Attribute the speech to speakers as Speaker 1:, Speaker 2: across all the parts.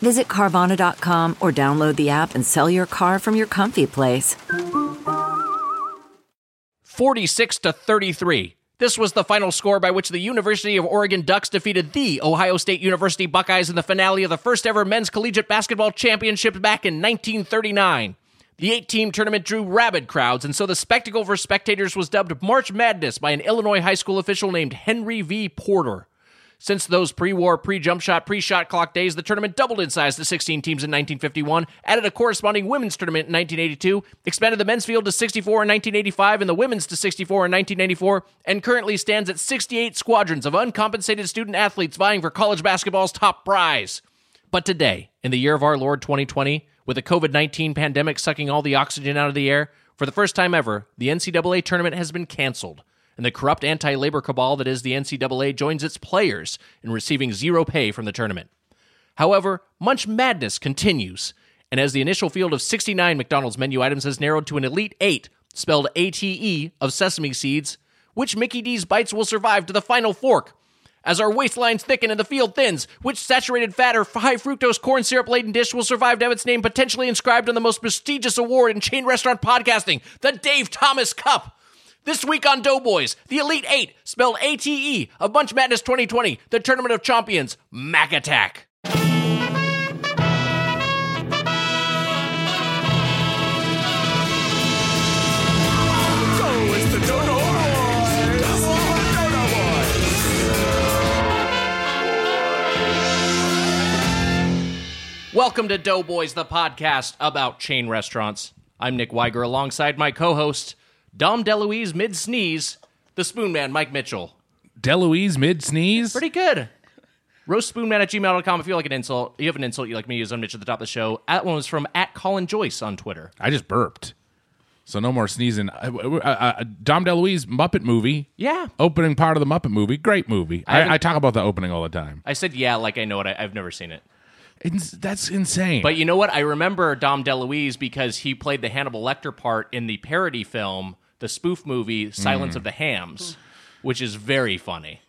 Speaker 1: Visit Carvana.com or download the app and sell your car from your comfy place.
Speaker 2: 46 to 33. This was the final score by which the University of Oregon Ducks defeated the Ohio State University Buckeyes in the finale of the first ever men's collegiate basketball championship back in 1939. The eight team tournament drew rabid crowds, and so the spectacle for spectators was dubbed March Madness by an Illinois high school official named Henry V. Porter. Since those pre war, pre jump shot, pre shot clock days, the tournament doubled in size to 16 teams in 1951, added a corresponding women's tournament in 1982, expanded the men's field to 64 in 1985 and the women's to 64 in 1994, and currently stands at 68 squadrons of uncompensated student athletes vying for college basketball's top prize. But today, in the year of our Lord 2020, with the COVID 19 pandemic sucking all the oxygen out of the air, for the first time ever, the NCAA tournament has been canceled, and the corrupt anti labor cabal that is the NCAA joins its players in receiving zero pay from the tournament. However, much madness continues, and as the initial field of 69 McDonald's menu items has narrowed to an elite eight, spelled ATE, of sesame seeds, which Mickey D's bites will survive to the final fork? As our waistlines thicken and the field thins, which saturated fat or high fructose corn syrup laden dish will survive to have its name potentially inscribed on the most prestigious award in chain restaurant podcasting, the Dave Thomas Cup? This week on Doughboys, the Elite Eight, spelled ATE, of Bunch Madness 2020, the Tournament of Champions, Mac Attack. Welcome to Doughboys, the podcast about chain restaurants. I'm Nick Weiger alongside my co host, Dom DeLuise mid sneeze, the Spoon Man, Mike Mitchell.
Speaker 3: Deloise mid sneeze.
Speaker 2: Pretty good. Roast Spoonman at gmail.com if you like an insult. You have an insult you like me to use on Mitch at the top of the show. That one was from at Colin Joyce on Twitter.
Speaker 3: I just burped, so no more sneezing. I, I, I, Dom DeLuise Muppet movie.
Speaker 2: Yeah.
Speaker 3: Opening part of the Muppet movie. Great movie.
Speaker 2: haven't-
Speaker 3: I, I talk about the opening all the time.
Speaker 2: I said, yeah, like I know it. I, I've never seen it.
Speaker 3: It's, that's insane.
Speaker 2: But you know what? I remember Dom DeLuise because he played the Hannibal Lecter part in the parody film, the spoof movie
Speaker 3: Hmm.
Speaker 2: Silence of the Hams, which is very funny.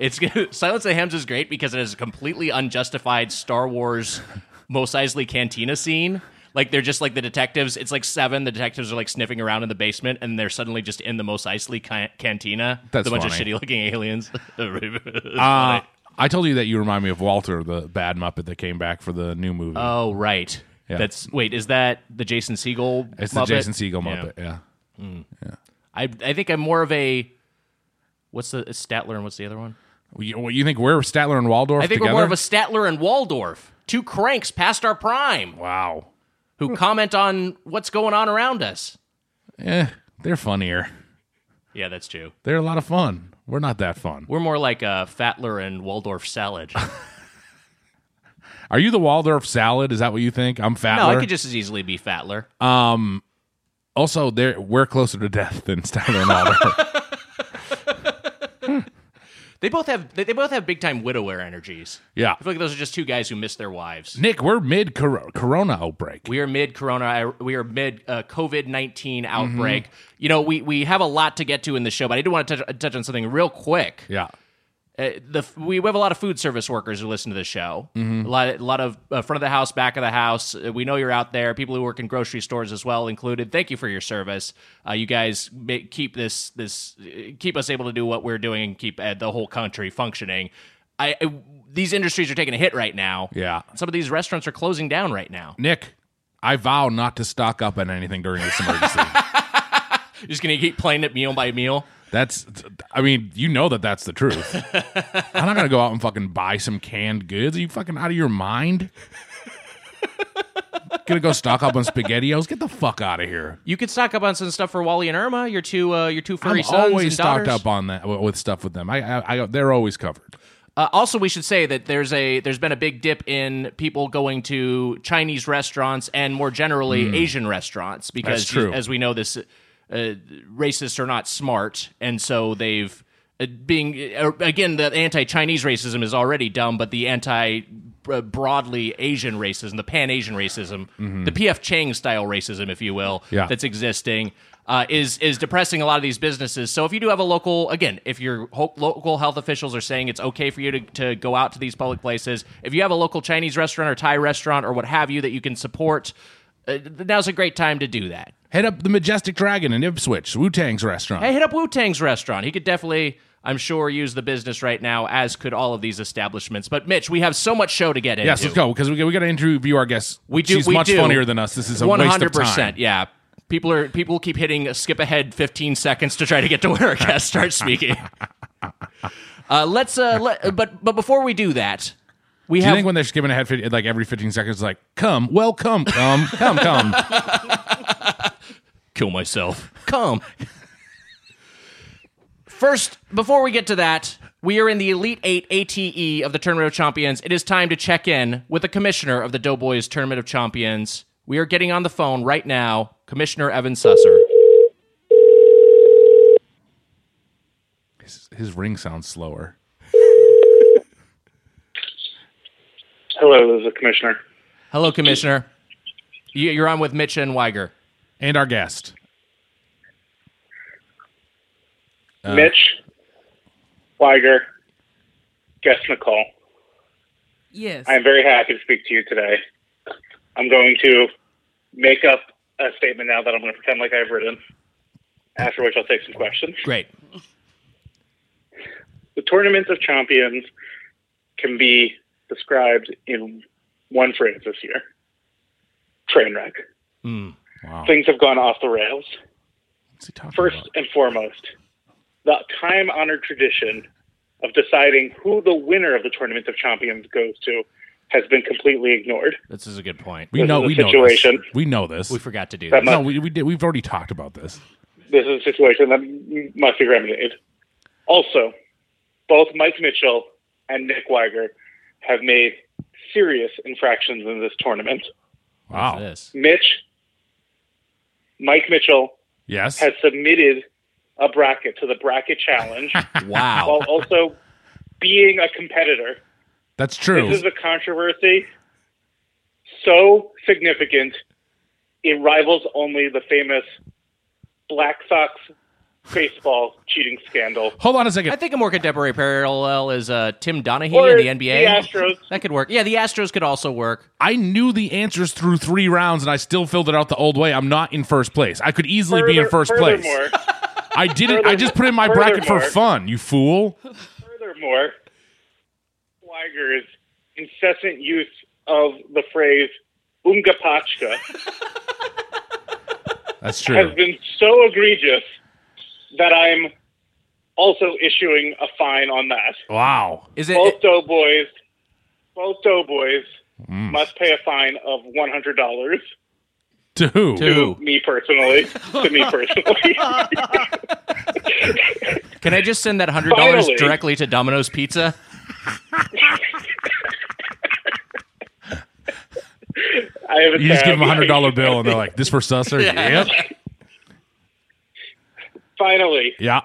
Speaker 2: It's Silence of the Hams is great because it has a completely unjustified Star Wars Mos Eisley cantina scene. Like they're just like the detectives. It's like seven. The detectives are like sniffing around in the basement, and they're suddenly just in the Mos Eisley can- cantina.
Speaker 3: That's
Speaker 2: a bunch of
Speaker 3: funny.
Speaker 2: shitty looking aliens.
Speaker 3: uh, I told you that you remind me of Walter, the bad Muppet that came back for the new movie.
Speaker 2: oh right.
Speaker 3: Yeah.
Speaker 2: That's wait. Is that the Jason Siegel?
Speaker 3: it's
Speaker 2: Muppet?
Speaker 3: the Jason Siegel
Speaker 2: Yeah.
Speaker 3: Muppet. Yeah.
Speaker 2: I I think I'm more of a what's the it's Statler and what's the other one?
Speaker 3: Well, You, well, you think we're Statler and Waldorf
Speaker 2: I think
Speaker 3: together?
Speaker 2: we're more of a Statler and Waldorf, two cranks past our prime
Speaker 3: wow.
Speaker 2: who comment on what's going on around us.
Speaker 3: Eh, they're funnier.
Speaker 2: Yeah, that's true.
Speaker 3: They're a lot of fun. We're not that fun.
Speaker 2: We're more like a Fatler and Waldorf salad.
Speaker 3: Are you the Waldorf salad? Is that what you think? I'm Fatler.
Speaker 2: no, I could just as easily be Fatler.
Speaker 3: also, they're, we're closer to death than Statler and Waldorf.
Speaker 2: they both have they, they both have big time widower energies.
Speaker 3: yeah.
Speaker 2: I feel like those are just two guys who miss their wives.
Speaker 3: Nick, we're mid corona outbreak.
Speaker 2: We are mid corona. We are mid uh, COVID 19
Speaker 3: Mm-hmm.
Speaker 2: outbreak. You know, we, we have a lot to get to in the show, but I do want to touch, touch on something real quick.
Speaker 3: yeah.
Speaker 2: uh, the we have a lot of food service workers who listen to the show.
Speaker 3: Mm-hmm.
Speaker 2: A lot, a lot of uh, front of the house, back of the house. Uh, we know you're out there. People who work in grocery stores as well included. Thank you for your service. Uh, you guys make, keep this this uh, keep us able to do what we're doing and keep uh, the whole country functioning. I, I these industries are taking a hit right now.
Speaker 3: Yeah.
Speaker 2: some of these restaurants are closing down right now.
Speaker 3: Nick, I vow not to stock up on anything during this emergency.
Speaker 2: You're just gonna keep playing it meal by meal.
Speaker 3: that's, I mean, you know that that's the truth. I'm not going to go out and fucking buy some canned goods. Are you fucking out of your mind? gonna go stock up on spaghettios? Get the fuck out of here.
Speaker 2: You could stock up on some stuff for Wally and Irma. Your two uh, your two furry
Speaker 3: I'm
Speaker 2: sons
Speaker 3: always
Speaker 2: and
Speaker 3: stocked
Speaker 2: daughters.
Speaker 3: up on that with stuff with them. I, I, I, they're always covered.
Speaker 2: Uh, also, we should say that there's a there's been a big dip in people going to Chinese restaurants and more generally Asian restaurants because,
Speaker 3: Hmm. That's true.
Speaker 2: as we know, this uh, racists are not smart, and so they've uh, being uh, again the anti-Chinese racism is already dumb, but the anti uh, broadly Asian racism, the Pan Asian racism, the P.F. Chang style racism, if you will,
Speaker 3: Yeah.
Speaker 2: that's existing uh, is is depressing a lot of these businesses. So if you do have a local, again, if your ho- local health officials are saying it's okay for you to, to go out to these public places, if you have a local Chinese restaurant or Thai restaurant or what have you that you can support, uh, now's a great time to do that.
Speaker 3: Head up the Majestic Dragon in Ipswich, Wu Tang's restaurant.
Speaker 2: Hey, hit up Wu Tang's restaurant. He could definitely. I'm sure use the business right now, as could all of these establishments. But Mitch, we have so much show to get into.
Speaker 3: yes, let's go because we, we got to interview our guests.
Speaker 2: We do.
Speaker 3: She's
Speaker 2: we
Speaker 3: much
Speaker 2: do.
Speaker 3: funnier than us. This is a waste of time.
Speaker 2: Yeah, people are people keep hitting a skip ahead fifteen seconds to try to get to where our guest starts speaking. Uh, let's. Uh, let, but but before we do that, we
Speaker 3: Do you
Speaker 2: have
Speaker 3: think when they're skipping ahead, fif- like every 15 seconds, it's like, come, well, come, come, come, come.
Speaker 2: kill myself. Come. First, before we get to that, we are in the Elite Eight ATE of the Tournament of Champions. It is time to check in with the commissioner of the Doughboys Tournament of Champions. We are getting on the phone right now, Commissioner Evan Susser.
Speaker 3: His, his ring sounds slower.
Speaker 4: Hello, this is the commissioner.
Speaker 2: Hello, Commissioner. You- You're on with Mitch and Weiger.
Speaker 3: And our guest.
Speaker 4: Mitch, Weiger, guest Nicole.
Speaker 5: Yes.
Speaker 4: I am very happy to speak to you today. I'm going to make up a statement now that I'm going to pretend like I've written, after which I'll take some questions.
Speaker 2: Great.
Speaker 4: The Tournament of Champions can be described in one phrase this year train wreck.
Speaker 3: Wow.
Speaker 4: Things have gone off the rails.
Speaker 3: What's he talking
Speaker 4: first
Speaker 3: about?
Speaker 4: and foremost, the time honored tradition of deciding who the winner of the Tournament of Champions goes to has been completely ignored.
Speaker 2: This is a good point. We,
Speaker 3: We know,
Speaker 4: the
Speaker 3: we know
Speaker 4: situation.
Speaker 3: this. We know this.
Speaker 2: we forgot to do
Speaker 4: That
Speaker 2: that.
Speaker 4: must,
Speaker 3: no, we, we did, we've already talked about this.
Speaker 4: this is a situation that must be remedied. Also, both Mike Mitchell and Nick Weiger have made serious infractions in this tournament.
Speaker 3: Wow.
Speaker 2: This.
Speaker 4: Mitch, Mike Mitchell
Speaker 3: Yes.
Speaker 4: has submitted a bracket to the bracket challenge
Speaker 2: Wow.
Speaker 4: while also being a competitor.
Speaker 3: That's true.
Speaker 4: This is a controversy so significant it rivals only the famous Black Sox baseball cheating scandal.
Speaker 3: Hold on a second.
Speaker 2: I think a more contemporary parallel is uh, Tim Donahue
Speaker 4: Or
Speaker 2: in the NBA.
Speaker 4: the Astros.
Speaker 2: That could work. Yeah, the Astros could also work.
Speaker 3: I knew the answers through three rounds and I still filled it out the old way. I'm not in first place. I could easily be in first place.
Speaker 4: furthermore,
Speaker 3: I didn't. I just put in my bracket for
Speaker 4: furthermore-
Speaker 3: fun, you fool.
Speaker 4: furthermore, Weiger's incessant use of the phrase "ungapachka"
Speaker 3: That's
Speaker 4: has
Speaker 3: true.
Speaker 4: been so egregious that I'm also issuing a fine on that.
Speaker 3: Wow.
Speaker 2: Is it?
Speaker 4: both doughboys, both doughboys
Speaker 3: Mm.
Speaker 4: must pay a fine of one hundred dollars
Speaker 3: To who?
Speaker 2: Who?
Speaker 4: to me personally. to me personally,
Speaker 2: Can I just send that hundred dollars
Speaker 4: Finally.
Speaker 2: directly to Domino's Pizza?
Speaker 4: I have a
Speaker 3: You just give
Speaker 4: tab.
Speaker 3: them a hundred dollar bill and they're like, "This for Susser." Yep.
Speaker 4: Finally,
Speaker 3: Yeah.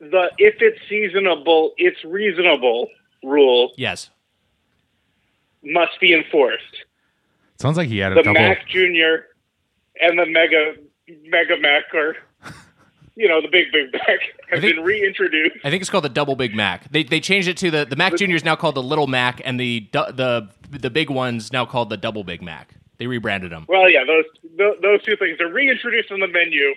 Speaker 4: the if it's seasonable, it's reasonable rule
Speaker 2: Yes.
Speaker 4: must be enforced.
Speaker 3: Sounds like he had a
Speaker 4: The
Speaker 3: couple.
Speaker 4: Mac Junior and the Mega Mega Mac are. You know the big big Mac have
Speaker 2: think-
Speaker 4: been reintroduced.
Speaker 2: I think it's called the Double Big Mac. They, they changed it to the the Mac Junior is now called the Little Mac, and the du- the the big one's now called the Double Big Mac. They rebranded them.
Speaker 4: Well, yeah, those th- those two things are reintroduced on the menu,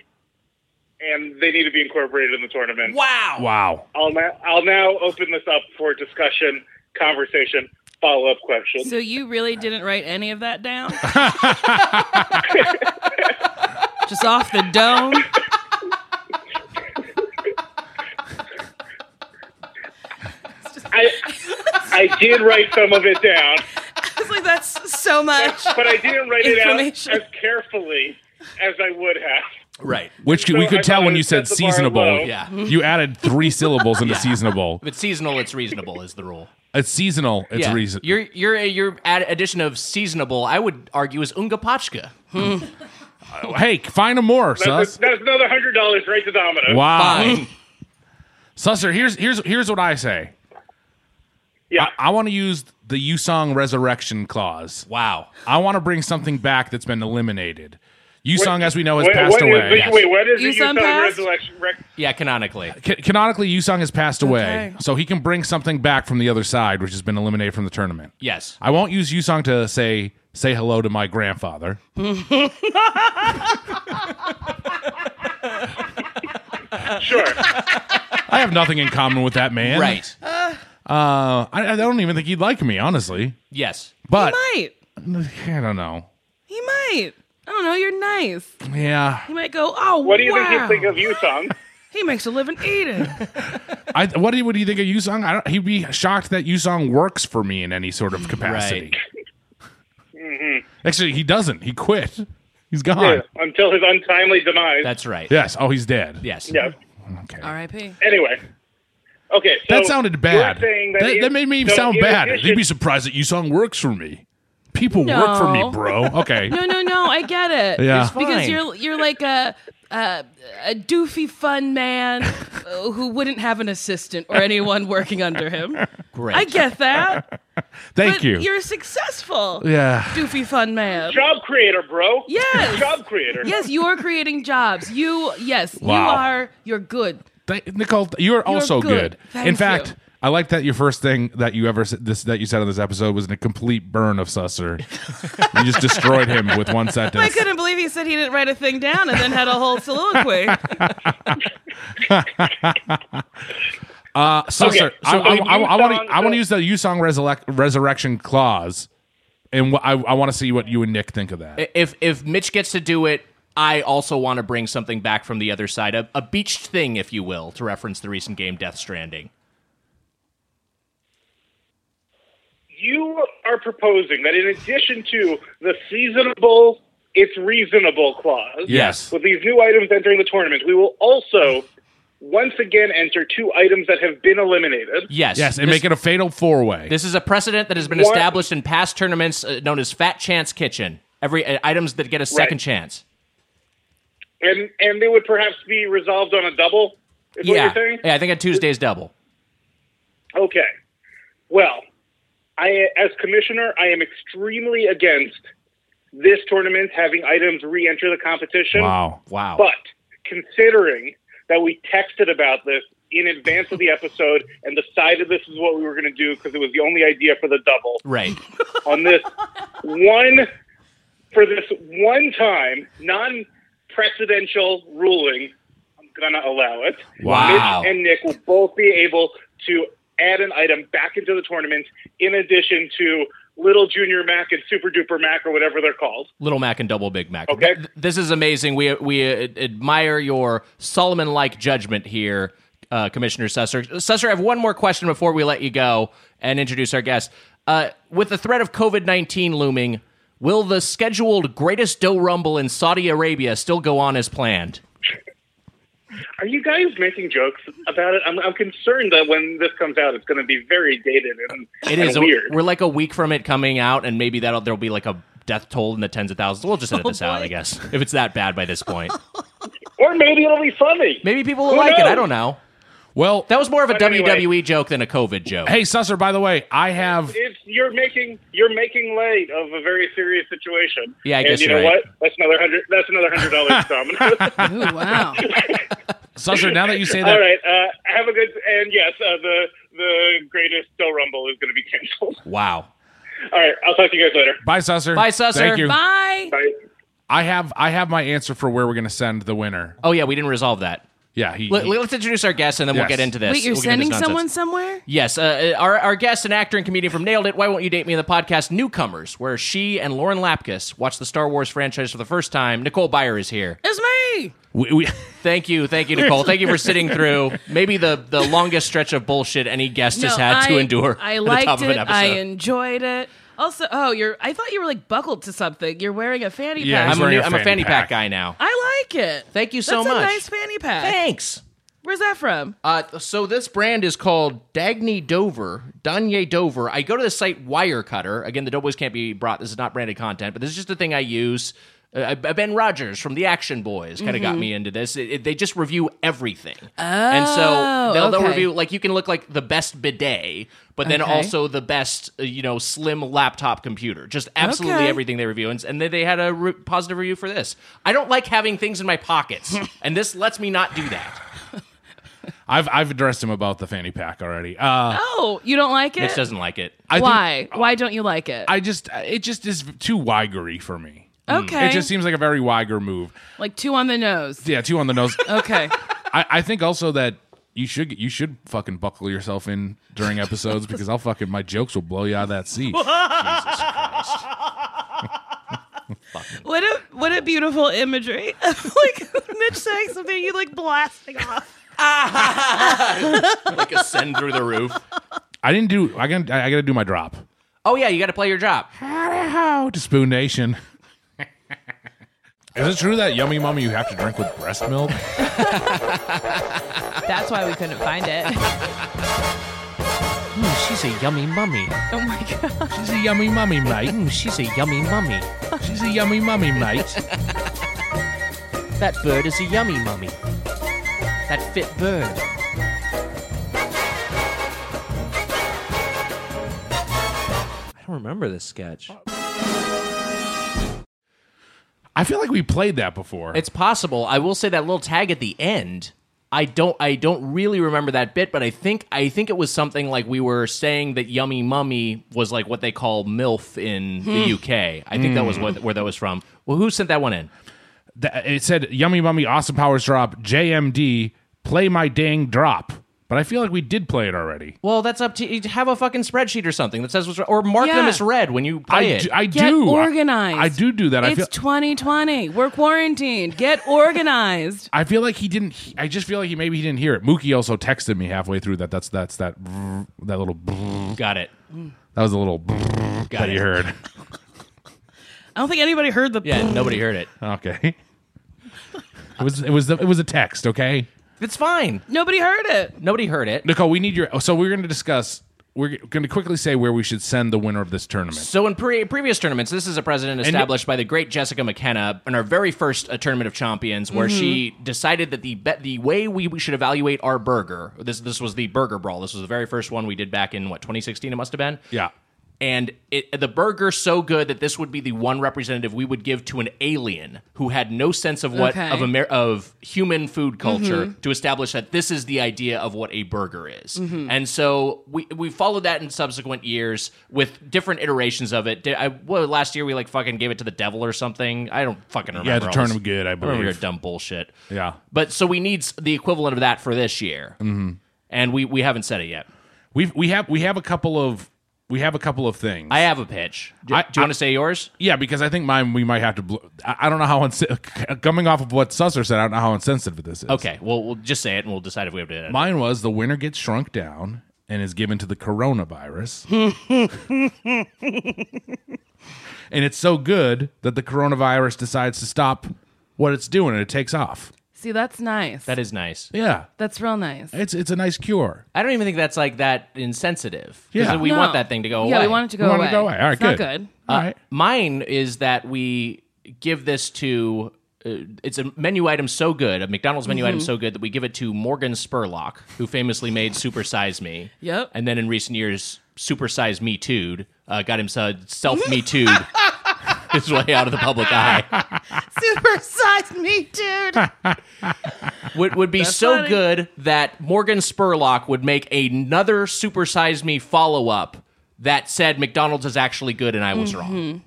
Speaker 4: and they need to be incorporated in the tournament.
Speaker 2: Wow.
Speaker 3: wow.
Speaker 4: I'll now I'll now open this up for discussion, conversation, follow up questions.
Speaker 5: so you really didn't write any of that down? Just off the dome?
Speaker 4: I I did write some of it down,
Speaker 5: It's like that's so much.
Speaker 4: but I didn't write it out
Speaker 5: Information.
Speaker 4: as carefully as I would have.
Speaker 2: Right.
Speaker 3: Which
Speaker 4: So
Speaker 3: we
Speaker 4: I
Speaker 3: could
Speaker 4: thought
Speaker 3: tell
Speaker 4: I
Speaker 3: when
Speaker 4: would
Speaker 3: you said
Speaker 4: set the bar low.
Speaker 3: seasonable.
Speaker 2: Yeah.
Speaker 3: You added three syllables into seasonable.
Speaker 2: If it's seasonal, it's reasonable is the rule.
Speaker 3: It's seasonal. It's
Speaker 2: yeah.
Speaker 3: reason.
Speaker 2: Your your your ad- addition of seasonable, I would argue, is ungapachka.
Speaker 3: hey, find them more,
Speaker 4: That's,
Speaker 3: sus.
Speaker 4: that's another hundred dollars right to Domino.
Speaker 3: Wow.
Speaker 2: Fine.
Speaker 3: Susser, here's here's here's what I say.
Speaker 4: Yeah.
Speaker 3: I want to use the Yusong resurrection clause.
Speaker 2: wow.
Speaker 3: I want to bring something back that's been eliminated. Yusong, as we know, has
Speaker 4: What-
Speaker 3: passed
Speaker 4: what is
Speaker 3: away.
Speaker 4: the-
Speaker 2: yes.
Speaker 4: Wait, what is
Speaker 5: You
Speaker 4: the Yusung
Speaker 5: passed?
Speaker 4: resurrection? Rec-
Speaker 2: Yeah, canonically.
Speaker 3: Ca- canonically, Yusung has passed away,
Speaker 5: Okay.
Speaker 3: so he can bring something back from the other side, which has been eliminated from the tournament.
Speaker 2: Yes.
Speaker 3: I won't use Yusung to say say hello to my grandfather.
Speaker 4: sure.
Speaker 3: I have nothing in common with that man.
Speaker 2: Right.
Speaker 3: Uh, I, I don't even think he'd like me, honestly.
Speaker 2: Yes.
Speaker 3: But
Speaker 5: might.
Speaker 3: I don't know.
Speaker 5: He might. I don't know. You're nice.
Speaker 3: Yeah,
Speaker 5: He might go. Oh,
Speaker 4: What do you
Speaker 5: wow.
Speaker 4: think you think of Yusung?
Speaker 5: He makes a living eating.
Speaker 3: I, what do you, what do you think of Yusung? I don't, he'd be shocked that Yusung works for me in any sort of capacity. Actually, he doesn't. He quit. He's gone.
Speaker 4: Until his untimely demise.
Speaker 2: That's right.
Speaker 3: Yes. Oh, he's dead.
Speaker 2: Yes.
Speaker 4: yeah.
Speaker 3: Okay.
Speaker 5: R.I.P.
Speaker 4: Anyway. Okay. So
Speaker 3: That sounded bad.
Speaker 4: you're saying
Speaker 3: That,
Speaker 4: That,
Speaker 3: that,
Speaker 4: in-
Speaker 3: made me
Speaker 4: so
Speaker 3: sound
Speaker 4: in
Speaker 3: bad.
Speaker 4: addition-
Speaker 3: You'd be surprised that Yusung works for me. People work for me,
Speaker 5: No.
Speaker 3: bro. Okay.
Speaker 5: No, no, no. I get it.
Speaker 3: Yeah. It's
Speaker 5: Because
Speaker 2: fine.
Speaker 5: you're you're like a a, a doofy fun man uh, who wouldn't have an assistant or anyone working under him.
Speaker 2: Great.
Speaker 5: I get that.
Speaker 3: Thank
Speaker 5: but
Speaker 3: you.
Speaker 5: You're successful.
Speaker 3: yeah.
Speaker 5: Doofy fun man.
Speaker 4: job creator, bro.
Speaker 5: Yes.
Speaker 4: Job creator.
Speaker 5: Yes, you are creating jobs. You yes,
Speaker 3: Wow.
Speaker 5: you are. You're good.
Speaker 3: Th- Nicole, you are also good.
Speaker 5: good.
Speaker 3: In
Speaker 5: Thank
Speaker 3: fact,
Speaker 5: you.
Speaker 3: I like that your first thing that you ever s- this that you said on this episode was a complete burn of Susser. you just destroyed him with one sentence.
Speaker 5: I couldn't believe he said he didn't write a thing down and then had a whole soliloquy.
Speaker 3: Uh, Susser,
Speaker 4: Okay,
Speaker 3: I,
Speaker 4: so
Speaker 3: I,
Speaker 4: if
Speaker 3: I,
Speaker 4: you
Speaker 3: want
Speaker 4: song-
Speaker 3: to I want to use the Yusong resurrect, resurrection clause, and wh- I, I want to see what you and Nick think of that.
Speaker 2: If if Mitch gets to do it, I also want to bring something back from the other side, a, a beached thing, if you will, to reference the recent game Death Stranding.
Speaker 4: You are proposing that in addition to the seasonable, it's reasonable clause.
Speaker 3: Yes.
Speaker 4: With these new items entering the tournament, we will also once again enter two items that have been eliminated.
Speaker 2: Yes.
Speaker 3: yes, and
Speaker 2: this,
Speaker 3: make it a fatal four way.
Speaker 2: This is a precedent that has been
Speaker 4: What?
Speaker 2: established in past tournaments, uh, known as Fat Chance Kitchen. Every uh, items that get a second
Speaker 4: Right.
Speaker 2: chance.
Speaker 4: And and they would perhaps be resolved on a double, is
Speaker 2: yeah.
Speaker 4: what you're saying?
Speaker 2: yeah. I think on Tuesday's double.
Speaker 4: Okay. Well, I as commissioner, I am extremely against this tournament having items re-enter the competition.
Speaker 3: Wow.
Speaker 2: Wow.
Speaker 4: But considering that we texted about this in advance of the episode and decided this is what we were going to do because it was the only idea for the double
Speaker 2: right.
Speaker 4: on this one for this one time non-precedential ruling, I'm going to allow it.
Speaker 2: Wow.
Speaker 4: Mitch and Nick will both be able to add an item back into the tournament in addition to Little Junior Mac and Super Duper Mac or whatever they're called.
Speaker 2: Little Mac and Double Big Mac.
Speaker 4: Okay.
Speaker 2: Th- this is amazing. We we uh, admire your Solomon-like judgment here, uh, Commissioner Susser. Susser, I have one more question before we let you go and introduce our guest. Uh, with the threat of COVID nineteen looming, will the scheduled Greatest Dough Rumble in Saudi Arabia still go on as planned?
Speaker 4: Are you guys making jokes about it? I'm, I'm concerned that when this comes out, it's going to be very dated and,
Speaker 2: It
Speaker 4: and
Speaker 2: is.
Speaker 4: weird.
Speaker 2: We're like a week from it coming out, and maybe that'll there'll be like a death toll in the tens of thousands. We'll just edit this out,
Speaker 5: boy.
Speaker 2: I guess, if it's that bad by this point.
Speaker 4: Or maybe it'll be funny.
Speaker 2: Maybe people will
Speaker 4: Who
Speaker 2: like it. I
Speaker 4: knows?
Speaker 2: don't know.
Speaker 3: Well,
Speaker 2: That was more of a
Speaker 4: But anyway.
Speaker 2: WWE joke than a COVID joke.
Speaker 3: hey Susser, by the way, I have
Speaker 4: It's you're making you're making light of a very serious situation.
Speaker 2: Yeah, I
Speaker 4: and
Speaker 2: guess
Speaker 4: you
Speaker 2: you're
Speaker 4: know
Speaker 2: right.
Speaker 4: what? That's another hundred. That's another hundred dollars. Tom.
Speaker 5: Ooh, wow.
Speaker 3: Susser. Now that you say that,
Speaker 4: All right. Uh, have a good and yes, uh, the the greatest Del Rumble is going to be canceled.
Speaker 2: Wow.
Speaker 4: All right. I'll talk to you guys later.
Speaker 3: bye Susser.
Speaker 2: Bye, Susser.
Speaker 3: Thank you.
Speaker 5: Bye.
Speaker 4: Bye.
Speaker 3: I have I have my answer for where we're gonna send the winner.
Speaker 2: Oh yeah, we didn't resolve that.
Speaker 3: Yeah, he,
Speaker 2: Let,
Speaker 3: he-
Speaker 2: us introduce our guest, and then
Speaker 3: Yes.
Speaker 2: we'll get into this.
Speaker 5: Wait, you're
Speaker 2: We'll get into
Speaker 5: sending
Speaker 2: this
Speaker 5: someone
Speaker 2: nonsense.
Speaker 5: somewhere?
Speaker 2: Yes, uh, uh, our our guest, an actor and comedian from Nailed It. Why won't you date me in the podcast? Newcomers, where she and Lauren Lapkus watch the Star Wars franchise for the first time. Nicole Byer is here.
Speaker 5: It's me.
Speaker 3: we, we
Speaker 2: Thank you, thank you, Nicole. Thank you for sitting through maybe the, the longest stretch of bullshit any guest has had to
Speaker 5: I-
Speaker 2: endure.
Speaker 5: I
Speaker 2: at
Speaker 5: liked
Speaker 2: the top
Speaker 5: it.
Speaker 2: Of an episode.
Speaker 5: I enjoyed it. Also, oh, you're. I thought you were like buckled to something. You're wearing a fanny
Speaker 3: Yeah,
Speaker 5: pack.
Speaker 3: he's
Speaker 2: I'm, a,
Speaker 3: wearing
Speaker 2: new-
Speaker 3: a
Speaker 2: I'm a
Speaker 3: fanny
Speaker 2: fanny pack.
Speaker 3: pack.
Speaker 2: guy now.
Speaker 5: I like it.
Speaker 2: Thank you so
Speaker 5: That's
Speaker 2: much.
Speaker 5: A nice fanny pack.
Speaker 2: Thanks.
Speaker 5: Where's that from?
Speaker 2: Uh, so this brand is called Dagny Dover, Danye Dover. I go to the site Wirecutter. Again, the Doughboys can't be brought. This is not branded content, but this is just a thing I use. Uh, I- ben Rogers from the Action Boys kind of
Speaker 5: Mm-hmm.
Speaker 2: got me into this. It, it- they just review everything, oh, and so they'll, they'll
Speaker 5: Oh, okay.
Speaker 2: review like you can look like the best bidet, but then
Speaker 5: Okay.
Speaker 2: also the best uh, you know slim laptop computer. Just absolutely
Speaker 5: Okay.
Speaker 2: everything everything they review, and, and they, they had a re- positive review for this. I don't like having things in my pockets, and this lets me not do that.
Speaker 3: I've I've addressed him about the fanny pack already. Uh,
Speaker 5: Oh, you don't like
Speaker 2: Mitch
Speaker 5: it?
Speaker 2: doesn't like it.
Speaker 3: I think-
Speaker 5: Why? Why don't you like it?
Speaker 3: I just it just is too wigery for me.
Speaker 5: Mm. okay.
Speaker 3: It just seems like a very wiger move.
Speaker 5: like two on the nose.
Speaker 3: Yeah, two on the nose.
Speaker 5: Okay.
Speaker 3: I, I think also that you should you should fucking buckle yourself in during episodes because I'll fucking my jokes will blow you out of that seat.
Speaker 5: What a what a beautiful imagery of like Mitch saying something you like blasting off.
Speaker 2: like ascend through the roof.
Speaker 3: I didn't do. I got. I got to do my drop.
Speaker 2: Oh yeah, you got to play your job.
Speaker 3: How to Spoon Nation? Is it true that yummy mama you have to drink with breast milk?
Speaker 5: That's why we couldn't find it. oh
Speaker 2: Hmm, she's a yummy mummy.
Speaker 5: Oh
Speaker 2: Hmm,
Speaker 5: my god.
Speaker 3: She's a yummy mummy, mate.
Speaker 2: she's a yummy mummy.
Speaker 3: She's a yummy mummy, mate.
Speaker 2: That bird is a yummy mummy. That fit bird. I don't remember this sketch.
Speaker 3: I feel like we played that before.
Speaker 2: It's possible. I will say that little tag at the end. I don't. I don't really remember that bit, but I think. I think it was something like we were saying that "yummy mummy" was like what they call milf in the UK. I think that was what, where that was from. Well, who sent that one in?
Speaker 3: Th- it said yummy mummy awesome powers drop JMD play my dang drop. But I feel like we did play it already.
Speaker 2: Well, that's up to you. Have a fucking spreadsheet or something that says what's or mark them
Speaker 5: Yeah.
Speaker 2: as red when you
Speaker 3: I
Speaker 2: play it.
Speaker 3: do, I
Speaker 5: Get
Speaker 3: do I-
Speaker 5: organized.
Speaker 3: I, do do that. I
Speaker 5: It's
Speaker 3: feel
Speaker 5: 2020. We're quarantined. Get organized.
Speaker 3: I feel like he didn't. he- I just feel like he maybe he didn't hear it. Mookie also texted me halfway through that. That's that's that brrr, that little brrr.
Speaker 2: Got it.
Speaker 3: that was a little brrr that
Speaker 2: it.
Speaker 3: you heard.
Speaker 5: I don't think anybody heard the
Speaker 2: Yeah, nobody heard it.
Speaker 3: Okay, it was it was the, it was a text. Okay,
Speaker 2: It's fine.
Speaker 5: Nobody heard it.
Speaker 2: Nobody heard it.
Speaker 3: Nicole, we need your. So we're going to discuss. We're going to quickly say where we should send the winner of this tournament.
Speaker 2: So in pre- previous tournaments, this is a precedent established by the great Jessica McKenna in our very first uh, tournament of champions, where she decided that the be- the way we, we should evaluate our burger. This this was the burger brawl. This was the very first one we did back in what 2016. It must have been.
Speaker 3: Yeah.
Speaker 2: And it, the burger so good that this would be the one representative we would give to an alien who had no sense of what
Speaker 5: Okay.
Speaker 2: of Amer- of human food culture to establish that this is the idea of what a burger is. And so we we followed that in subsequent years with different iterations of it. Did I, well, last year we like fucking gave it to the devil or something. I don't fucking remember.
Speaker 3: to
Speaker 2: all
Speaker 3: turn
Speaker 2: this.
Speaker 3: him good, I
Speaker 2: remember
Speaker 3: believe.
Speaker 2: dumb bullshit.
Speaker 3: Yeah.
Speaker 2: But so we need s- the equivalent of that for this year. Mm-hmm. And we we haven't said it yet.
Speaker 3: We've we have we have a couple of we have a couple of things.
Speaker 2: I have a pitch. Do,
Speaker 3: I-
Speaker 2: do you
Speaker 3: I-
Speaker 2: want to say yours?
Speaker 3: yeah, because I think mine we might have to. Bl- I, I don't know how ins- coming off of what Susser said. I don't know how insensitive this is.
Speaker 2: Okay, well, we'll just say it and we'll decide if we have to. edit it.
Speaker 3: Mine was the winner gets shrunk down and is given to the coronavirus. and it's so good that the coronavirus decides to stop what it's doing and it takes off.
Speaker 5: See, that's nice.
Speaker 2: That is nice.
Speaker 3: Yeah.
Speaker 5: that's real nice.
Speaker 3: It's it's a nice cure.
Speaker 2: I don't even think that's like that insensitive. 'Cause
Speaker 3: Yeah.
Speaker 2: we
Speaker 5: No.
Speaker 2: want that thing to go away.
Speaker 5: Yeah, we want it to go
Speaker 3: We
Speaker 5: away.
Speaker 3: want it to go away. All right,
Speaker 5: It's not
Speaker 3: good.
Speaker 5: good.
Speaker 3: All right.
Speaker 2: Mine is that we give this to. Uh, it's a menu item so good, a McDonald's menu
Speaker 5: Mm-hmm.
Speaker 2: item so good that we give it to Morgan Spurlock, who famously made Super Size Me.
Speaker 5: Yep.
Speaker 2: And then in recent years, Super Size Me Too'd, uh, got himself self Me Too'd his way out of the public eye.
Speaker 5: Super size me, dude.
Speaker 2: would, would be so
Speaker 5: funny.
Speaker 2: good that Morgan Spurlock would make another Super Size Me follow up that said McDonald's is actually good and I was wrong.